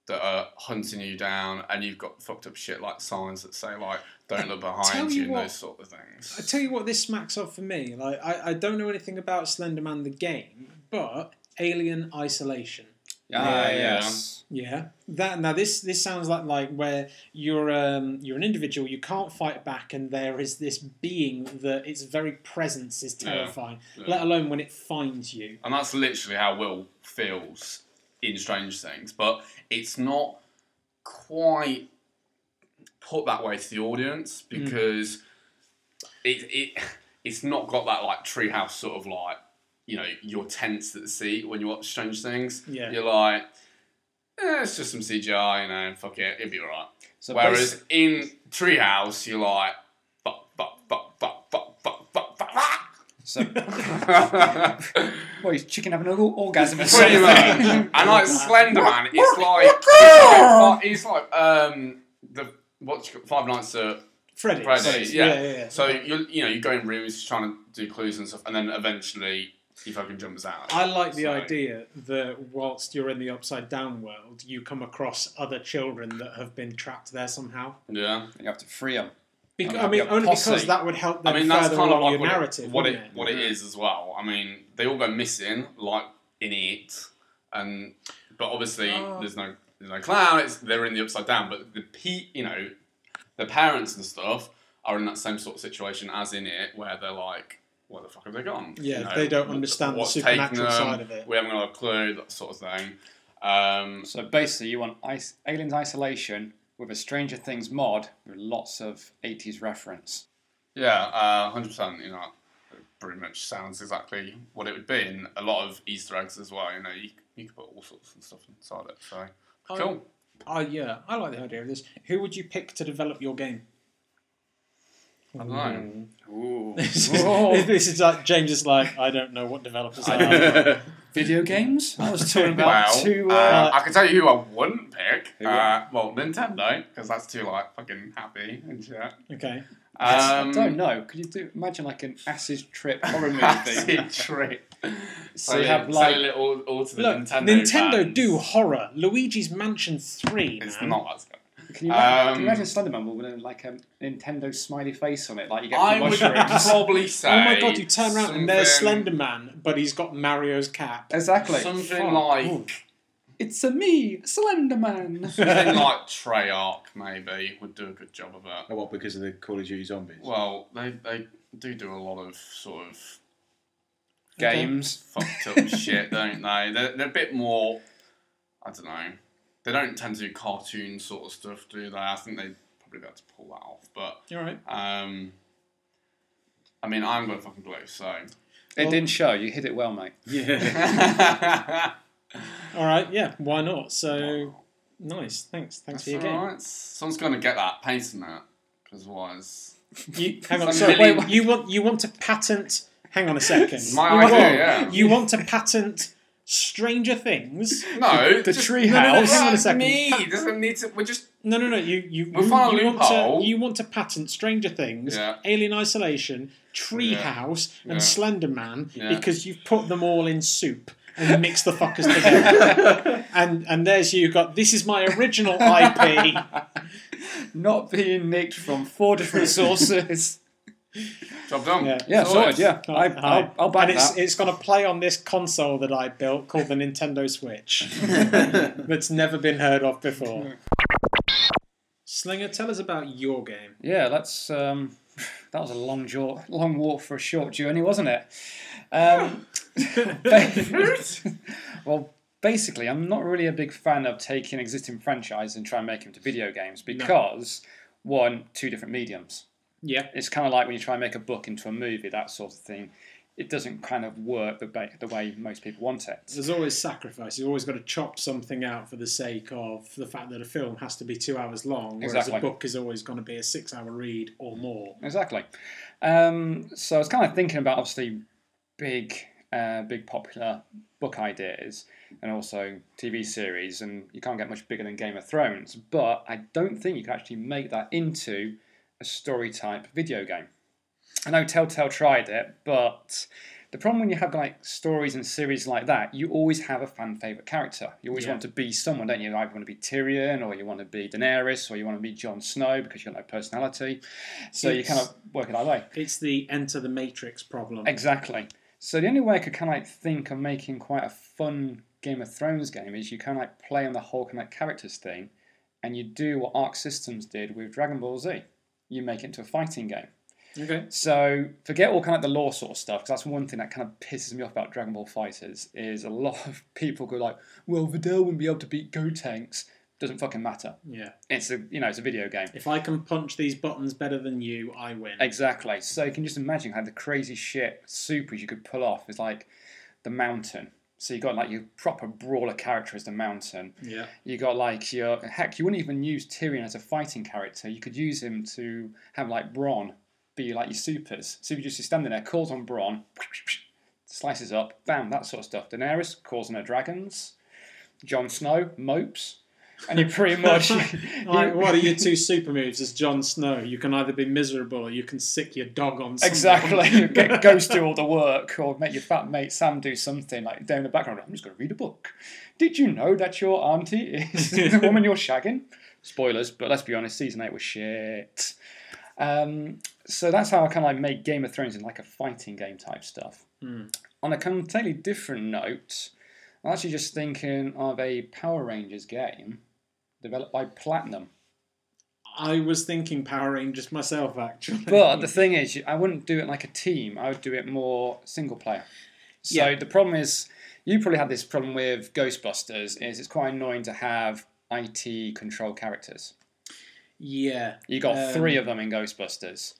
C: that are hunting you down, and you've got fucked up shit like signs that say like "Don't look
A: tell
C: behind
A: you
C: you" and
A: what-
C: those sort of
A: I
C: things.
A: tell you what, this smacks of for me. Like, I, I don't know anything about Slender Man the game, but Alien Isolation.
D: Ah,
C: Yeah,
D: *laughs* yes.
A: Yeah. That now this this sounds like like where you're um you're an individual, you can't fight back, and there is this being that its very presence is
C: Yeah.
A: terrifying.
C: Yeah.
A: Let alone when it finds you.
C: And that's literally how Will feels in Strange Things, but it's not quite put that way to the audience because it, it it's not got that like treehouse sort of like you know you're tense at the seat when you watch Strange Things.
A: Yeah.
C: You're like, eh, it's just some CGI, you know, fuck it, it'll be alright.
D: So
C: Whereas in Treehouse, you're like, fuck, fuck, fuck, fuck, fuck, fuck, fuck, fuck.
D: So,
C: *laughs* fuck.
D: well, he's chicken having an org- orgasm or
C: Pretty
D: something.
C: much. And like Slender Man, it's like it's like, it's like um the what's it called? Five Nights at
A: Freddy.
C: Freddy's.
A: yeah,
C: Yeah.
A: yeah, yeah.
C: So you you know you go in rooms trying to do clues and stuff, and then eventually he fucking jumps out.
A: I like the
C: So-
A: idea that whilst you're in the upside down world, you come across other children that have been trapped there somehow.
C: Yeah.
D: *laughs* You have to free him.
A: Because,
D: And
A: I mean,
D: like a
A: only
D: posse.
A: because that would help
C: I
A: them
C: mean that's
A: further
C: kind of
A: along
C: like
A: your
C: what
A: narrative.
C: it, what
A: wouldn't
C: it what it is as well. I mean they all go missing like in it, and but obviously
A: Oh.
C: there's no there's no clown. It's they're in the upside down, but the pe you know the parents and stuff are in that same sort of situation as in it where they're like. Where the fuck have they gone?
A: Yeah,
C: You know,
A: they don't
C: what-
A: understand the
C: what's taking
A: supernatural
C: them,
A: side of it.
C: We haven't got a clue, that sort of thing. Um,
D: So basically, you want is- Aliens Isolation with a Stranger Things mod with lots of 80s reference.
C: yeah, uh, hundred percent. You know, it pretty much sounds exactly what it would be, and a lot of Easter eggs as well. You know, you, you could put all sorts of stuff inside it. So
A: Oh.
C: cool.
A: Oh yeah, I like the idea of this. Who would you pick to develop your game? *laughs*
C: I don't
D: Mm.
E: *laughs*
C: know.
A: *laughs*
D: Ooh.
A: this is like James is like I don't know what developers are.
D: Video games? I was talking about
C: Well,
D: two. Uh,
C: uh, I can tell you who I wouldn't pick.
D: Who
C: Uh, well, Nintendo, because that's too like fucking happy and shit. *laughs*
A: okay,
D: I
C: Um, *laughs*
D: don't know. Could you do imagine like an acid trip horror movie?
C: Acid trip.
D: so you have like
C: it all, all to the
A: look,
C: Nintendo.
A: Nintendo,
C: fans.
A: do horror. Luigi's Mansion Three, man.
C: It's not as good.
D: Can you imagine,
C: Um,
D: can you imagine Slenderman with like a Nintendo smiley face on it, like you get
C: I
D: from
C: would
D: mushrooms?
C: *laughs* probably say.
A: Oh my god, you turn around and there's
C: something-
A: Slender Man, but he's got Mario's cap.
D: exactly.
C: Something like
A: Oh.
D: It's a
A: *laughs*
D: me, Slenderman.
C: something like Treyarch maybe would do a good job of that.
E: Oh, what, because of the Call of Duty zombies?
C: *laughs* Well, they they do do a lot of sort of
D: Games.
A: *laughs*
C: fucked up shit, don't they? They're, they're a bit more. I don't know. They don't tend to do cartoon sort of stuff, do they? I think they probably be able to pull that off, but
A: You're right.
C: um. I mean, I haven't got a fucking
A: *laughs*
C: clue, so.
D: It didn't show. You hit it well, mate.
E: yeah.
A: All right, yeah, why not? So nice, thanks, thanks for your game.
C: Alright, someone's going to get that, patent that, because otherwise.
A: You, hang on,
C: It's a
A: sorry,
C: million-
A: wait, you want you want to patent? Hang on a second.
C: My
A: you,
C: idea,
A: want,
C: yeah.
A: you want to patent Stranger Things?
C: No,
D: The
C: just-
D: treehouse.
A: No, no, no, hang on a
C: That's
A: second.
C: Me it doesn't need to. We're just
A: No, no, no. You you
C: We'll
A: you,
C: find a
A: you want
C: loophole.
A: to you want to patent Stranger Things,
C: Yeah.
A: Alien Isolation, Treehouse,
C: Yeah.
A: and Slender Man
C: Yeah.
A: because you've put them all in soup and mixed the fuckers
C: *laughs*
A: together. and and there's you got this is my original IP.
D: *laughs* Not being nicked from four
A: *laughs*
D: different sources.
C: job done.
A: Yeah.
D: yeah, sorted.
C: Sorted.
D: Yeah, I,
A: Hi.
D: I'll, I'll back
A: and it's
D: that.
A: it's going to play on this console that I built called the Nintendo Switch that's never been heard of before. Slinger, tell us about your game. *laughs*
D: Yeah, that's um, *sighs* that was a long jaw, long walk for a short journey, wasn't it?
A: *laughs*
D: Um, *laughs* ba- well, basically, I'm not really a big fan of taking existing franchise and trying to make them to video games because one, two different mediums.
A: Yeah.
D: It's kind of like when you try and make a book into a movie, that sort of thing. It doesn't kind of work the, ba- the way most people want it.
A: There's always sacrifice. You've always got to chop something out for the sake of the fact that a film has to be two hours long, whereas
D: Exactly.
A: a book is always going to be a six-hour read or more.
D: Exactly. Um, so I was kind of thinking about obviously big, uh, big popular book ideas and also TV series, and you can't get much bigger than Game of Thrones. But I don't think you can actually make that into a story type video game. I know Telltale tried it, but the problem when you have like stories and series like that, you always have a fan favorite character. You always
A: Yeah.
D: want to be someone, don't you? Like you want to be Tyrion, or you want to be Daenerys, or you want to be Jon Snow because you've got no personality. So you kind of work it that way.
A: It's the enter the matrix problem.
D: Exactly. So the only way I could kind of like think of making quite a fun Game of Thrones game is you kind of like play on the whole kind of characters thing, and you do what Arc Systems did with Dragon Ball Z. You make it into a fighting game.
A: Okay.
D: So forget all kind of the law sort of stuff, because that's one thing that kind of pisses me off about Dragon Ball Fighters is a lot of *laughs* people go like, "Well, Videl wouldn't be able to beat Gotenks." Doesn't fucking matter.
A: Yeah.
D: It's a you know it's a video game.
A: If I can punch these buttons better than you, I win.
D: Exactly. So you can just imagine how the crazy shit supers you could pull off is like the mountain. So you got like your proper brawler character as the mountain.
A: Yeah.
D: You got like your heck. You wouldn't even use Tyrion as a fighting character. You could use him to have like Bronn be like your supers. So you just be standing there, calls on Bronn, slices up, bam, that sort of stuff. Daenerys calls on her dragons. Jon Snow mopes, and you
A: *laughs*
D: pretty much. *laughs*
A: Like, what are your two super moves as Jon Snow? You can either be miserable or you can sick your dog on someone.
D: Exactly. *laughs*
A: *laughs*
D: You Get Ghost do all the work, or make your fat mate Sam do something like down in the background. I'm just going to read a book. Did you know that your auntie is the woman you're shagging? Spoilers, but let's be honest, season eight was shit. Um, so that's how I kind of like made Game of Thrones in like a fighting game type stuff. On a completely different note, I'm actually just thinking of a Power Rangers game developed by Platinum.
A: I was thinking Power Rangers myself, actually. *laughs*
D: But the thing is, I wouldn't do it like a team. I would do it more single player. So the problem is, you probably had this problem with Ghostbusters. Is it's quite annoying to have IT control characters.
A: yeah.
D: You got
A: Um,
D: three of them in Ghostbusters.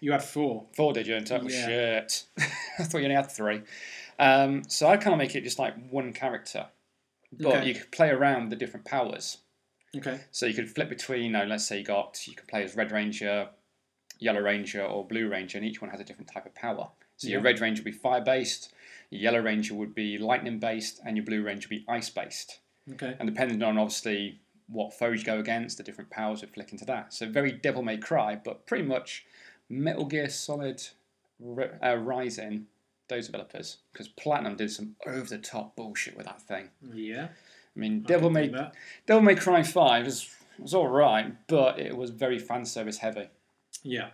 A: You had four.
D: Four, did you? And total
A: Yeah.
D: shit. *laughs* I thought you only had three. Um, so I kind of make it just like one character, but
A: Okay.
D: you could play around with the different powers.
A: Okay.
D: So you could flip between, you know, let's say you got you could play as Red Ranger, Yellow Ranger, or Blue Ranger, and each one has a different type of power. So your
A: Yeah.
D: Red Ranger would be fire based, your Yellow Ranger would be lightning based, and your Blue Ranger would be ice based.
A: Okay.
D: And depending on obviously what foes you go against, the different powers would flick into that. So very Devil May Cry, but pretty much Metal Gear Solid Ri- uh, Rising, those developers, because Platinum did some over the top bullshit with that thing.
A: Yeah.
D: I mean, Devil
A: I
D: May
A: can do that.
D: Devil May Cry 5 is It was all right, but it was very fan service heavy.
A: Yeah.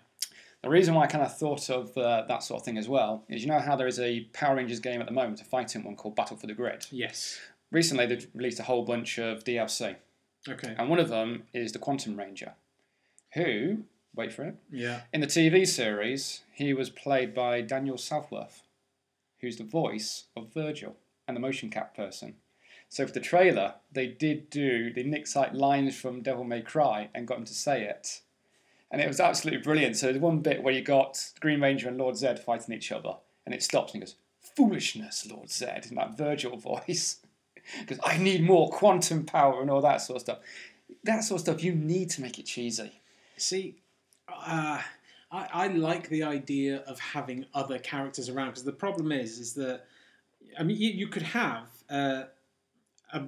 D: The reason why I kind of thought of uh, that sort of thing as well is you know how there is a Power Rangers game at the moment, a fighting one called Battle for the Grid.
A: Yes.
D: Recently, they've released a whole bunch of DLC,
A: Okay.
D: and one of them is the Quantum Ranger, who, wait for it,
A: Yeah.
D: in the TV series, he was played by Daniel Southworth, who's the voice of Virgil and the motion cap person. So for the trailer, they did do the Nick Sight lines from Devil May Cry and got him to say it. And it was absolutely brilliant. So there's one bit where you got Green Ranger and Lord Zed fighting each other, and it stops and he goes, Foolishness, Lord Zed, in that Virgil *laughs* voice. Because I need more quantum power and all that sort of stuff. That sort of stuff, you need to make it cheesy.
A: See, uh, I, I like the idea of having other characters around because the problem is, is that I mean, you, you could have uh, a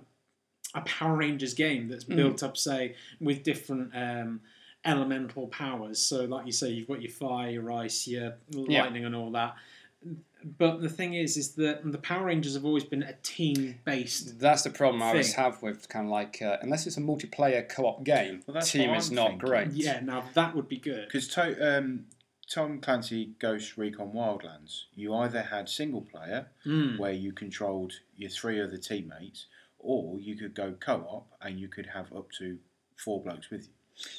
A: a Power Rangers game that's
C: Mm-hmm.
A: built up, say, with different um, elemental powers. So, like you say, you've got your fire, your ice, your lightning, and all that. But the thing is, is that the Power Rangers have always been a team-based.
D: That's the problem I always
A: thing.
D: have with kind of like uh, unless it's a multiplayer co-op game,
E: Well, that's
D: team
E: what
D: is
E: I'm
D: not
E: thinking.
D: great.
A: Yeah, now that would be good.
E: Because to, um, Tom Clancy Ghost Recon Wildlands, you either had single player,
A: Mm.
E: where you controlled your three other teammates, or you could go co op and you could have up to four blokes with you.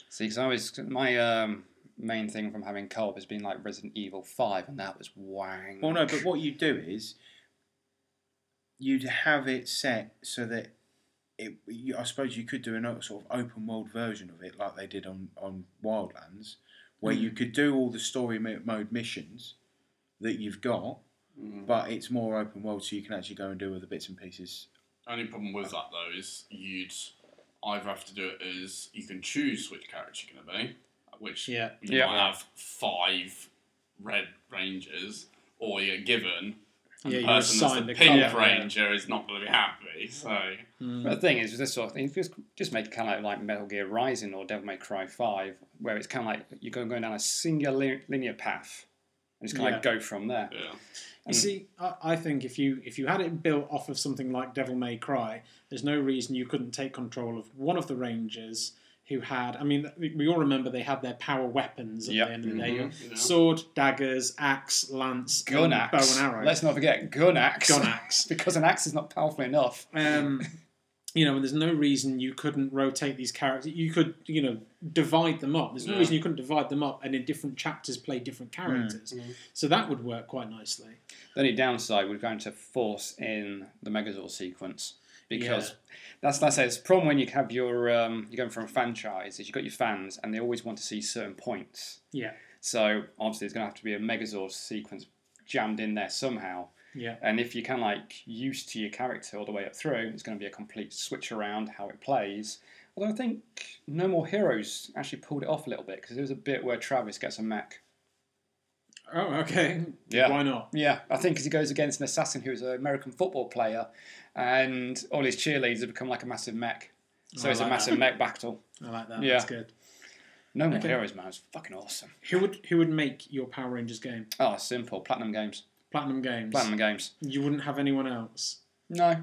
D: See, because I always my um, main thing from having co-op has been like Resident Evil Five, and that was wang.
E: Well, Oh, no, but what you do is you'd have it set so that it. You, I suppose you could do another sort of open world version of it, like they did on on Wildlands, where
B: Mm.
E: you could do all the story mo- mode missions that you've got,
B: Mm.
E: but it's more open world, so you can actually go and do other bits
B: *laughs*
E: and pieces.
C: Only problem with that though is you'd either have to do it as you can choose which character you're going to be, which
A: Yeah.
C: you
D: Yeah.
C: might have five red rangers, or you're given
A: Yeah,
C: the
A: you
C: person that's
A: assign
C: the
A: the
C: pink
A: colour.
C: ranger is not going to be happy. So
A: Hmm.
D: But the thing is, with this sort of thing, just just make it kind of like Metal Gear Rising or Devil May Cry Five, where it's kind of like you're going down a singular lin- linear path, and just kind of
A: Yeah.
D: like go from there.
C: yeah,
A: You
D: Hmm.
A: see, I, I think if you if you had it built off of something like Devil May Cry, there's no reason you couldn't take control of one of the rangers who had. I mean, we we all remember they had their power weapons at
D: Yep.
A: the end of the day:
C: Mhm, yeah.
A: sword, daggers, axe, lance, and
D: Gun
A: bow
D: axe.
A: and arrow,
D: Let's not forget gun axe.
A: gun axe.
D: *laughs* because an axe is not powerful enough. *laughs*
A: Um, you know, and there's no reason you couldn't rotate these characters. You could, you know, divide them up. There's no
C: Yeah.
A: reason you couldn't divide them up and in different chapters play different
D: Hmm.
A: characters. So that would work quite nicely.
D: The only downside we're going to force in the Megazord sequence because that's that's it. It's a problem when you have your um, you're going from a franchise is you've got your fans and they always want to see certain points.
A: Yeah,
D: So obviously there's going to have to be a Megazord sequence jammed in there somehow.
A: yeah.
D: And if you can like used to your character all the way up through, it's going to be a complete switch around how it plays. Although I think No More Heroes actually pulled it off a little bit because there was a bit where Travis gets a mech.
A: Oh, okay.
D: Yeah.
A: Why not?
D: Yeah, I think because he goes against an assassin who's an American football player, and all his cheerleaders have become like a massive mech. So
A: Oh, I
D: it's a
A: like
D: massive
A: that.
D: mech battle.
A: I like that.
D: Yeah.
A: That's good.
D: No more
A: Okay.
D: heroes, man. It's fucking awesome.
A: Who would who would make your Power Rangers game?
D: Oh, simple. Platinum games.
A: Platinum Games.
D: Platinum games.
A: You wouldn't have anyone else.
D: No.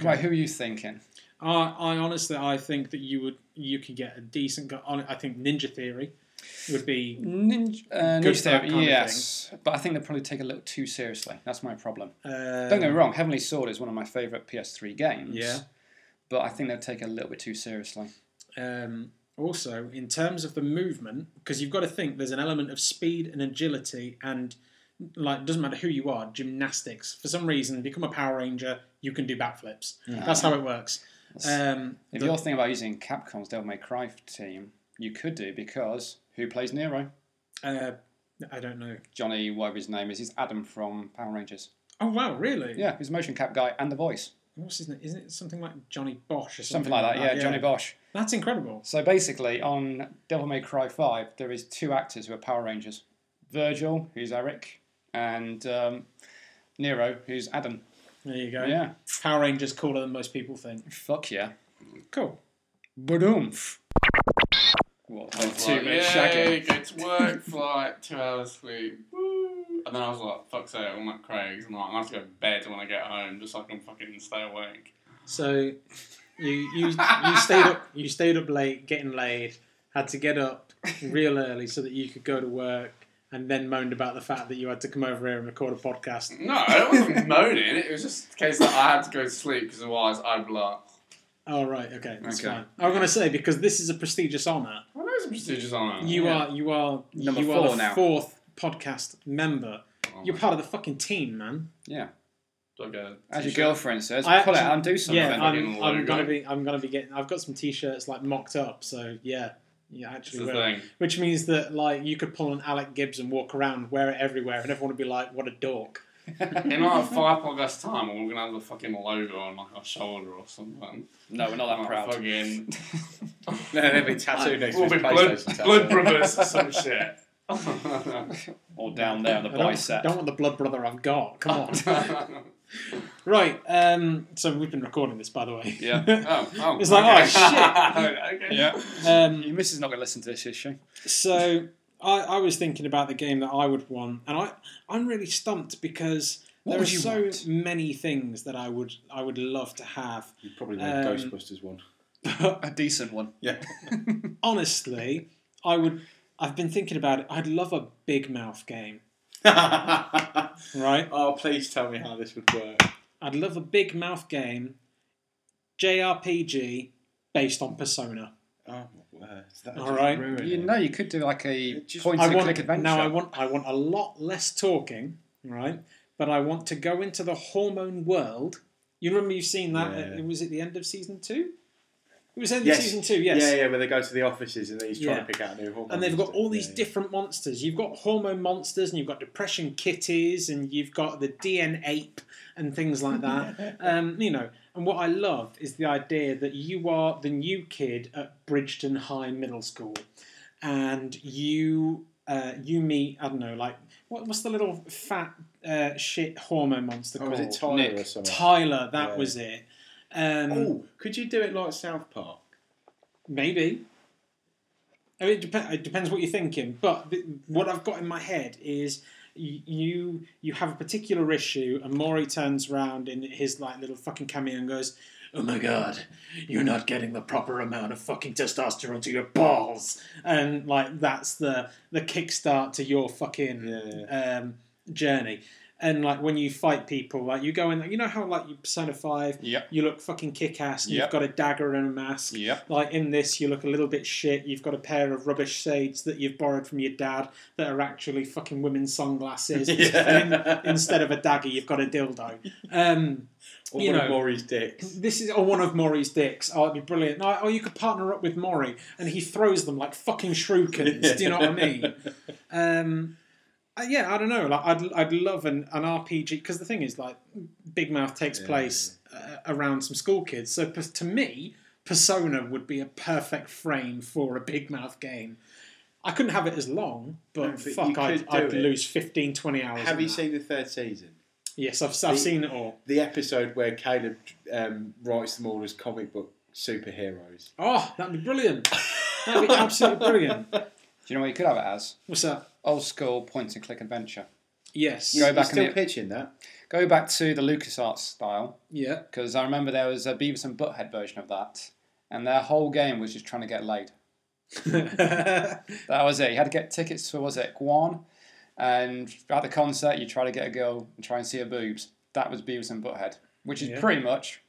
D: Right, who are you thinking?
A: I, I honestly I think that you would you could get a decent. go- I think Ninja Theory would be
D: Ninja. Uh,
A: Good
D: Ninja
A: for that
D: Theory,
A: kind of
D: yes. But I think they probably take it a little too seriously. That's my problem.
A: uh,
D: Don't get me wrong, Heavenly Sword is one of my favourite PS3 games.
A: Yeah.
D: But I think they'll take it a little bit too seriously.
A: um, also in terms of the movement because you've got to think there's an element of speed and agility and like doesn't matter who you are gymnastics for some reason become a Power Ranger you can do backflips that's how it works. Um,
D: If you're thinking about using Capcom's Devil May Cry team, you could do because who plays Nero?
A: uh, I don't know.
D: Johnny, whatever his name is, he's Adam from Power Rangers.
A: Oh wow, really?
D: Yeah, he's a motion cap guy and the voice.
A: what's his name? Isn't it something like Johnny Bosch or
D: Something like that, yeah, Johnny Bosch.
A: That's incredible.
D: So basically, on Devil May Cry 5, there is two actors who are Power Rangers Virgil, who's Eric, and um, Nero, who's Adam.
A: There you go.
D: Yeah,
A: Power Rangers cooler than most people think.
D: fuck yeah.
A: Cool.
D: Badoomph. What, like two
C: like,
D: minutes
C: yay,
D: shagging?
C: go to work for like two hours sleep, woo. and then I was like, fuck sake, all my crags, I'm like, I have to go to bed when I get home just so I can fucking stay awake.
A: So You you
D: *laughs*
A: you stayed up you stayed up late getting laid, had to get up real early so that you could go to work, and then moaned about the fact that you had to come over here and record a podcast.
C: No, I wasn't moaning. It was just a case that I had to go to sleep because otherwise I'd be like,
A: Oh right, okay, that's
C: Okay.
A: fine. I was gonna say because this is a prestigious honour.
C: well, that was a prestigious honour.
A: You
D: Yeah.
A: are you are
D: Number
A: you
D: four
A: are the
D: now.
A: fourth podcast member.
C: Oh,
A: You're part of the fucking team, man.
C: like a
D: As your
C: t-shirt.
D: girlfriend says,
A: I
D: pull it
A: actually-
D: out and do something.
A: yeah,
C: fucking
A: I'm, I'm
C: logo.
A: gonna be I'm gonna be getting I've got some t-shirts like mocked up, so yeah, yeah,
C: It's
A: actually
C: the
A: will.
C: thing.
A: Which means that like you could pull an Alec Gibbs and walk around, wear it everywhere, and everyone would be like, "What a dork!"
C: In like five podcasts time, we're gonna have the fucking logo on like our shoulder or something.
D: no, we're not that
C: Like,
D: proud.
C: Fucking,
D: *laughs*
B: No, they'll be tattooed next to
C: we'll
B: his
C: be blood,
B: PlayStation
C: blood
B: tattoo.
C: brothers or some shit. *laughs* Um, Come
D: Or down there on the
A: I don't,
D: bicep.
A: don't want the blood brother I've got. Come
C: um,
A: on.
D: *laughs*
A: *laughs* right. Um, so we've been recording this, by the way.
D: Yeah.
C: Oh, oh,
A: It's like,
C: okay.
A: oh, shit.
C: *laughs* okay.
D: Yeah.
A: *laughs* um,
D: Your missus is not going to listen to this, is she?
A: So I, I was thinking about the game that I would want, and I I'm really stumped because
D: What
A: there are
D: would you
A: so
D: want?
A: many things that I would I would love to have.
E: You probably want
A: Um,
E: a Ghostbusters one.
A: But
D: A decent one.
E: Yeah.
A: honestly, I would I've been thinking about it. I'd love a big mouth game, right?
B: *laughs* Oh, please tell me how this would work.
A: I'd love a big mouth game, JRPG based on Persona.
E: oh my word! That
A: All
E: just
A: right.
E: ruined
D: You
E: it.
D: know, you could do like a
E: It just-
D: point
A: I
D: and
A: want
D: click adventure.
A: now. I want I want a lot less talking, right? But I want to go into the hormone world. You remember you've seen that?
E: Yeah.
A: It was at the end of season two. It was end
E: Yes.
A: of season two, yes.
E: Yeah, yeah, where they go to the offices and he's trying
A: Yeah.
E: to pick out a new hormone.
A: And they've got all these
E: Yeah, yeah.
A: different monsters. You've got hormone monsters, and you've got depression kitties, and you've got the DN ape, and things like
E: *laughs*
A: that. um, you know, and what I love is the idea that you are the new kid at Bridgeton High Middle School, and you uh, you meet I don't know like what, what's the little fat uh, shit hormone monster
E: Oh,
A: called?
E: was it Tyler
D: Nick.
E: or something?
A: Tyler, that
E: Yeah.
A: was it. Um,
E: oh, could you do it like South Park?
A: Maybe. I mean, it, dep- it depends what you're thinking, but th- what I've got in my head is y- you you have a particular issue, and Maury turns around in his like little fucking cameo and goes, "Oh my god, you're not getting the proper amount of fucking testosterone to your balls," and like that's the the kickstart to your fucking
E: Yeah, yeah.
A: um, journey. And like when you fight people, like you go in, you know how like you Persona Five,
D: Yep.
A: you look fucking kick ass, and you've
D: Yep.
A: got a dagger and a mask.
D: Yep.
A: Like in this, you look a little bit shit. You've got a pair of rubbish shades that you've borrowed from your dad that are actually fucking women's sunglasses. And in- instead of a dagger, you've got a dildo. Um,
E: Or
A: You
E: one of
A: know.
E: Maury's dicks.
A: this is or one of Maury's dicks. Oh, it'd be brilliant. No, or you could partner up with Maury, and he throws them like fucking shurikens. *laughs* Do you know what I
E: *laughs*
A: mean? Um, uh, yeah, I don't know. Like, I'd I'd love an, an RPG because the thing is, like, Big Mouth takes
E: Yeah.
A: place uh, around some school kids. So pers- to me, Persona would be a perfect frame for a Big Mouth game. I couldn't have it as long, but,
E: No, but you
A: fuck, I'd,
E: could do
A: I'd
E: it.
A: lose 15, 20 hours.
E: Have
A: on
E: you
A: that.
E: seen the third season?
A: Yes, I've, I've
E: the-
A: seen it all.
E: The episode where Caleb um, writes them all as comic book superheroes.
A: Oh, that'd be brilliant. That'd be absolutely
E: *laughs*
A: brilliant.
D: Do you know what you could have it as?
A: What's that?
D: Old school point and click adventure.
A: Yes.
D: Go
E: You're
D: back
E: still
D: in the-
A: *laughs*
E: pitching that?
D: Go back to the LucasArts style. *laughs*
A: Yeah.
D: Because I remember there was a Beavis and Butthead version of that, and their whole game was just trying to get laid. That was it. You had to get tickets for, was it, Guan? And at the concert, you try to get a girl and try and see her boobs. That was Beavis and Butthead, which is
A: Yeah.
D: pretty much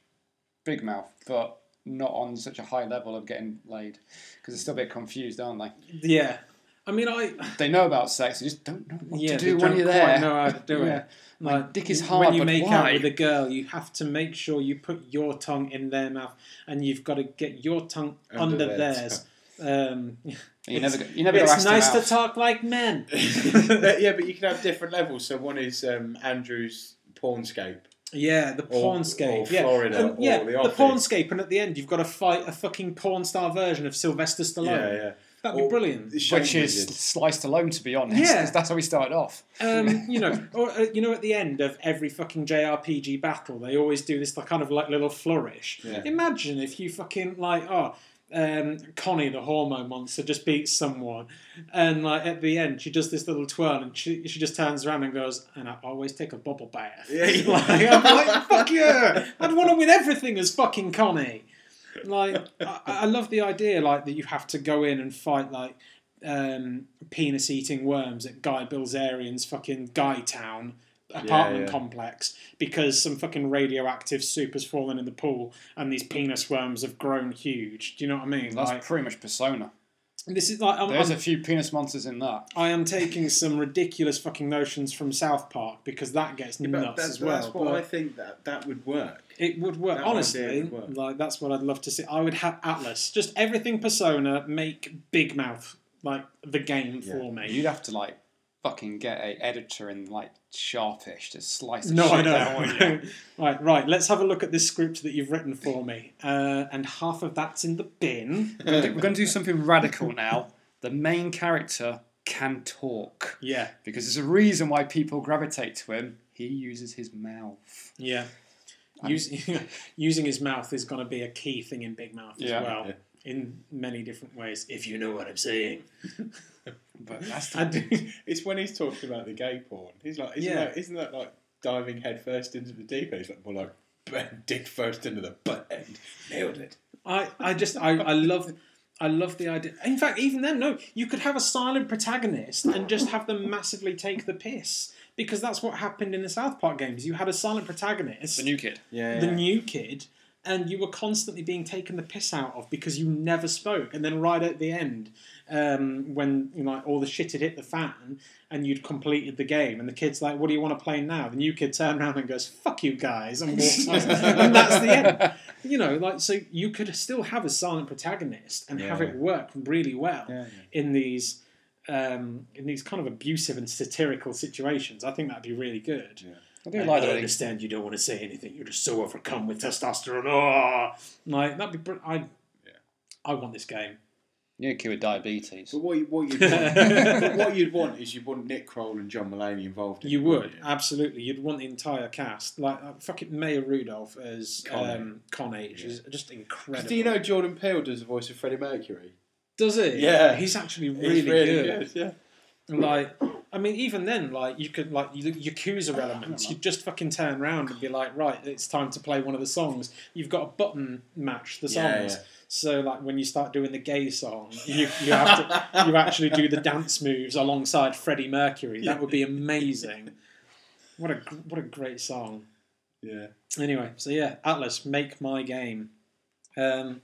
D: Big Mouth, but not on such a high level of getting laid. Because they're still a bit confused, aren't they?
A: yeah. I mean, I
D: They know about sex, they just don't know what
A: yeah.
D: to
A: they
D: do when
A: don't
D: you're
A: quite
D: there.
A: know how to do
D: Yeah.
A: it.
D: My dick is
A: When
D: hard,
A: you
D: but
A: make
D: why?
A: out with a girl, you have to make sure you put your tongue in their mouth, and you've got to get your tongue under,
E: Under
A: theirs.
E: theirs.
D: *laughs*
A: Um,
D: You
A: It's-
D: never go, you never go ask
A: it's
D: them
A: nice to
D: out.
A: talk like men.
E: yeah, but you can have different levels. So one is um, Andrew's pornscape.
A: Yeah, the
E: Or-
A: pornscape.
E: or
A: yeah,
E: Florida,
A: And,
E: or
A: yeah,
E: The
A: the,
E: Office.
A: pornscape, and at the end, you've got to fight a fucking porn star version of Sylvester Stallone.
E: Yeah,
A: That'd be
E: Or-
A: brilliant.
E: yeah. Shame
D: Which is
E: Wizard.
D: sliced alone, to be honest.
A: Yeah.
D: 'cause That's how we started off.
E: *laughs*
A: Um, you know, or, uh, you know, at the end of every fucking JRPG battle, they always do this like, kind of like little flourish.
E: Yeah.
A: Imagine if you fucking like, oh, um, Connie the hormone monster just beats someone, and like at the end she does this little twirl and she, she just turns around and goes, and I always take a bubble bath.
E: Yeah.
A: *laughs* like, I'm like, fuck yeah, I'd want to win everything as fucking Connie. like I, I love the idea like that you have to go in and fight like um, penis eating worms at Guy Bilzerian's fucking Guy Town apartment
E: yeah.
A: complex because some fucking radioactive soup has fallen in the pool and these penis worms have grown huge. Do you know what I mean?
D: That's
A: like
D: pretty much Persona.
A: this is like I'm,
D: There's
A: I'm,
D: a few penis monsters in that.
A: I am taking some ridiculous fucking notions from South Park because that gets
E: But
A: nuts
E: that's,
A: as well.
E: that's what
A: but-
E: I think that that would work.
A: It would work.
E: That
A: Honestly,
E: idea would work.
A: like that's what I'd love to see. I would have Atlas, just everything Persona, make Big Mouth like the game
E: Yeah.
A: for me.
D: You'd have to like fucking get a editor in like Sharpish to slice. the
A: no, I
D: shit down, wouldn't you?
A: *laughs* know. right, right. Let's have a look at this script that you've written for me, uh, and half of that's in the bin.
D: *laughs* We're going to do something radical now. The main character can talk
A: Yeah,
D: because there's a reason why people gravitate to him. He uses his mouth.
A: *laughs* yeah. Using, *laughs* using his mouth is going to be a key thing in Big Mouth
D: Yeah.
A: as well, in many different ways. If you know what I'm saying.
D: But that's the,
A: And-
B: It's when he's talking about the gay porn. He's like, isn't,
A: Yeah.
B: that, isn't that like diving head first into the deep end? He's like, well, like, bang, dick first into the butt end. Nailed it.
A: *laughs* I, I just I, I love I love the idea. In fact, even then, no, you could have a silent protagonist and just have them massively take the piss because that's what happened in the South Park games. You had a silent protagonist,
D: the new kid.
E: Yeah,
A: the new kid, and you were constantly being taken the piss out of because you never spoke. And then right at the end, um, when you know like, all the shit had hit the fan and you'd completed the game, and the kid's like, "What do you want to play now?" The new kid turned around and goes, "Fuck you guys," and
E: *laughs*
A: walks out, and that's the end. You know, like so you could still have a silent protagonist and have
E: Yeah.
A: it work really well
E: Yeah,
A: in these. Um, in these kind of abusive and satirical situations, I think that'd be really good.
D: I do like that. he-
A: understand you don't want to say anything. You're just so overcome with testosterone. Oh, like that'd be. Br- I, I want this game.
D: New kid with diabetes.
E: But what, you, what,
A: *laughs*
E: you'd want, but what you'd want is you'd want Nick Kroll and John Mulaney involved. In
A: You
E: it,
A: would
E: wouldn't you?
A: absolutely. You'd want the entire cast. Like uh, fucking Maya Rudolph as Con,
E: Con-Aid.
A: um, Con H is just incredible.
B: Do you know Jordan Peele does the voice of Freddie Mercury?
A: Does it?
B: Yeah.
A: he's actually
B: He's
A: really, good.
B: Yeah.
A: Like, I mean, even then, like you could like you look Yakuza elements. You just fucking turn around and be like, right, it's time to play one of the songs. You've got a button match the
E: Yeah,
A: songs.
E: yeah.
A: So like when you start doing the gay song, you, you have to you actually do the dance moves alongside Freddie Mercury. That would be amazing. What a gr- what a great song.
B: Yeah.
A: Anyway, so yeah, Atlas, make my game. Um,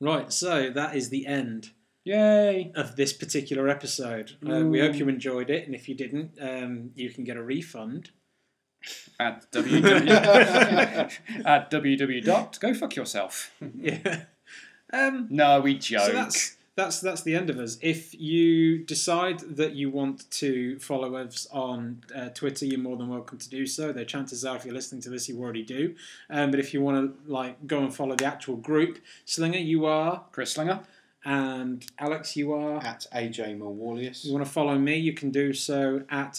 A: right, so that is the end
D: Yay!
A: of this particular episode. Uh, we hope you enjoyed it, and if you didn't, um, you can get a refund.
D: At www. *laughs* at www. dot Go fuck yourself.
A: Yeah. Um,
D: No, we joke.
A: so that's that's that's the end of us. If you decide that you want to follow us on uh, Twitter, you're more than welcome to do so. Though chances are, if you're listening to this, you already do. Um, but if you want to like go and follow the actual group, Slinger, you are,
D: Chris Slinger.
A: and Alex, you are.
E: At AJ Mulwallius.
A: you want to follow me, you can do so at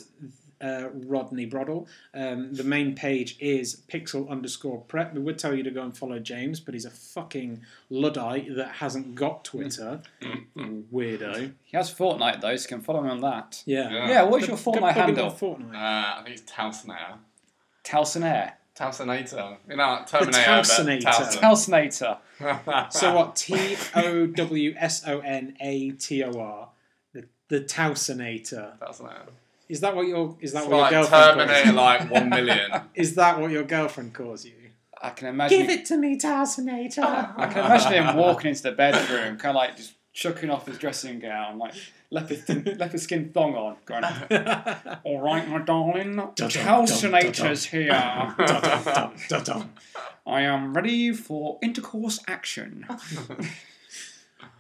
A: uh, Rodney Broddle. Um, the main page is pixel underscore prep. We would tell you to go and follow James, but he's a fucking Luddite that hasn't got
C: *laughs*
A: Twitter. Weirdo.
D: He has Fortnite though, so you can follow me on that.
A: Yeah.
C: Yeah.
D: Yeah, what's your
A: Go
D: Fortnite
A: plug in
D: handle?
A: on Fortnite.
C: Uh, I think it's Talsonator.
D: Talsonair.
C: Talsonator. You know, like Terminator.
A: Towsonator.
C: Talson.
D: Talsonator.
A: So
C: *laughs*
A: what? T O W S O N A T O R. The the Towsonator.
C: Talsonator.
A: Is that what your is that
C: It's
A: what your
C: like
A: girlfriend
C: Terminator,
A: calls you?
C: like
A: *laughs*
C: one million.
A: Is that what your girlfriend calls you?
D: I can imagine.
A: Give it to me, Towsonator.
C: *laughs*
A: *laughs*
D: I can imagine him walking into the bedroom, kind of like just chucking off his dressing gown, like leopard, thin, leopard skin thong on, going, "All right, my darling, Calcinator's here. I am ready for intercourse
A: *laughs*
D: action.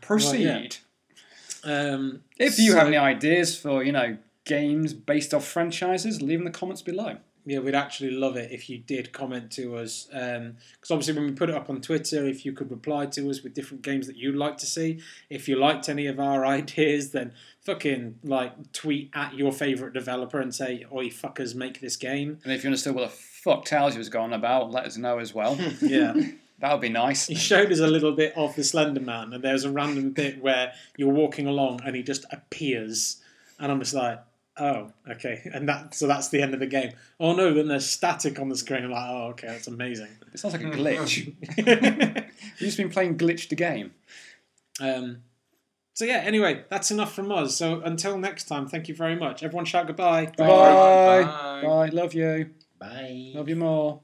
D: Proceed.
A: Right, *laughs* Um,
D: If you
A: so-
D: have any ideas for you know games based off franchises, leave them in the comments below.
A: Yeah, we'd actually love it if you did comment to us. Because obviously, when we put it up on Twitter, if you could reply to us with different games that you'd like to see. If you liked any of our *laughs* ideas, then fucking like tweet at your favourite developer and say, Oi, fuckers, make this game.
D: And if you understood what the fuck Towsy was going about, let us know
A: *laughs*
D: as well.
A: Yeah.
D: that would be
A: *laughs*
D: nice.
A: he showed us a little bit of the Slender Man, and there's a random bit where you're walking along and he just appears. And I'm just like, Oh, okay. And that so that's the end of the game. Oh no, then there's static on the screen. I'm like, oh, okay, that's amazing. *laughs*
D: It sounds like a glitch. We've just been playing glitch the game.
A: um, so yeah. Anyway, that's enough from us. So until next time, thank you very much. Everyone, shout goodbye.
D: Bye.
C: Bye.
D: Bye. Love you.
E: Bye.
D: Love you more.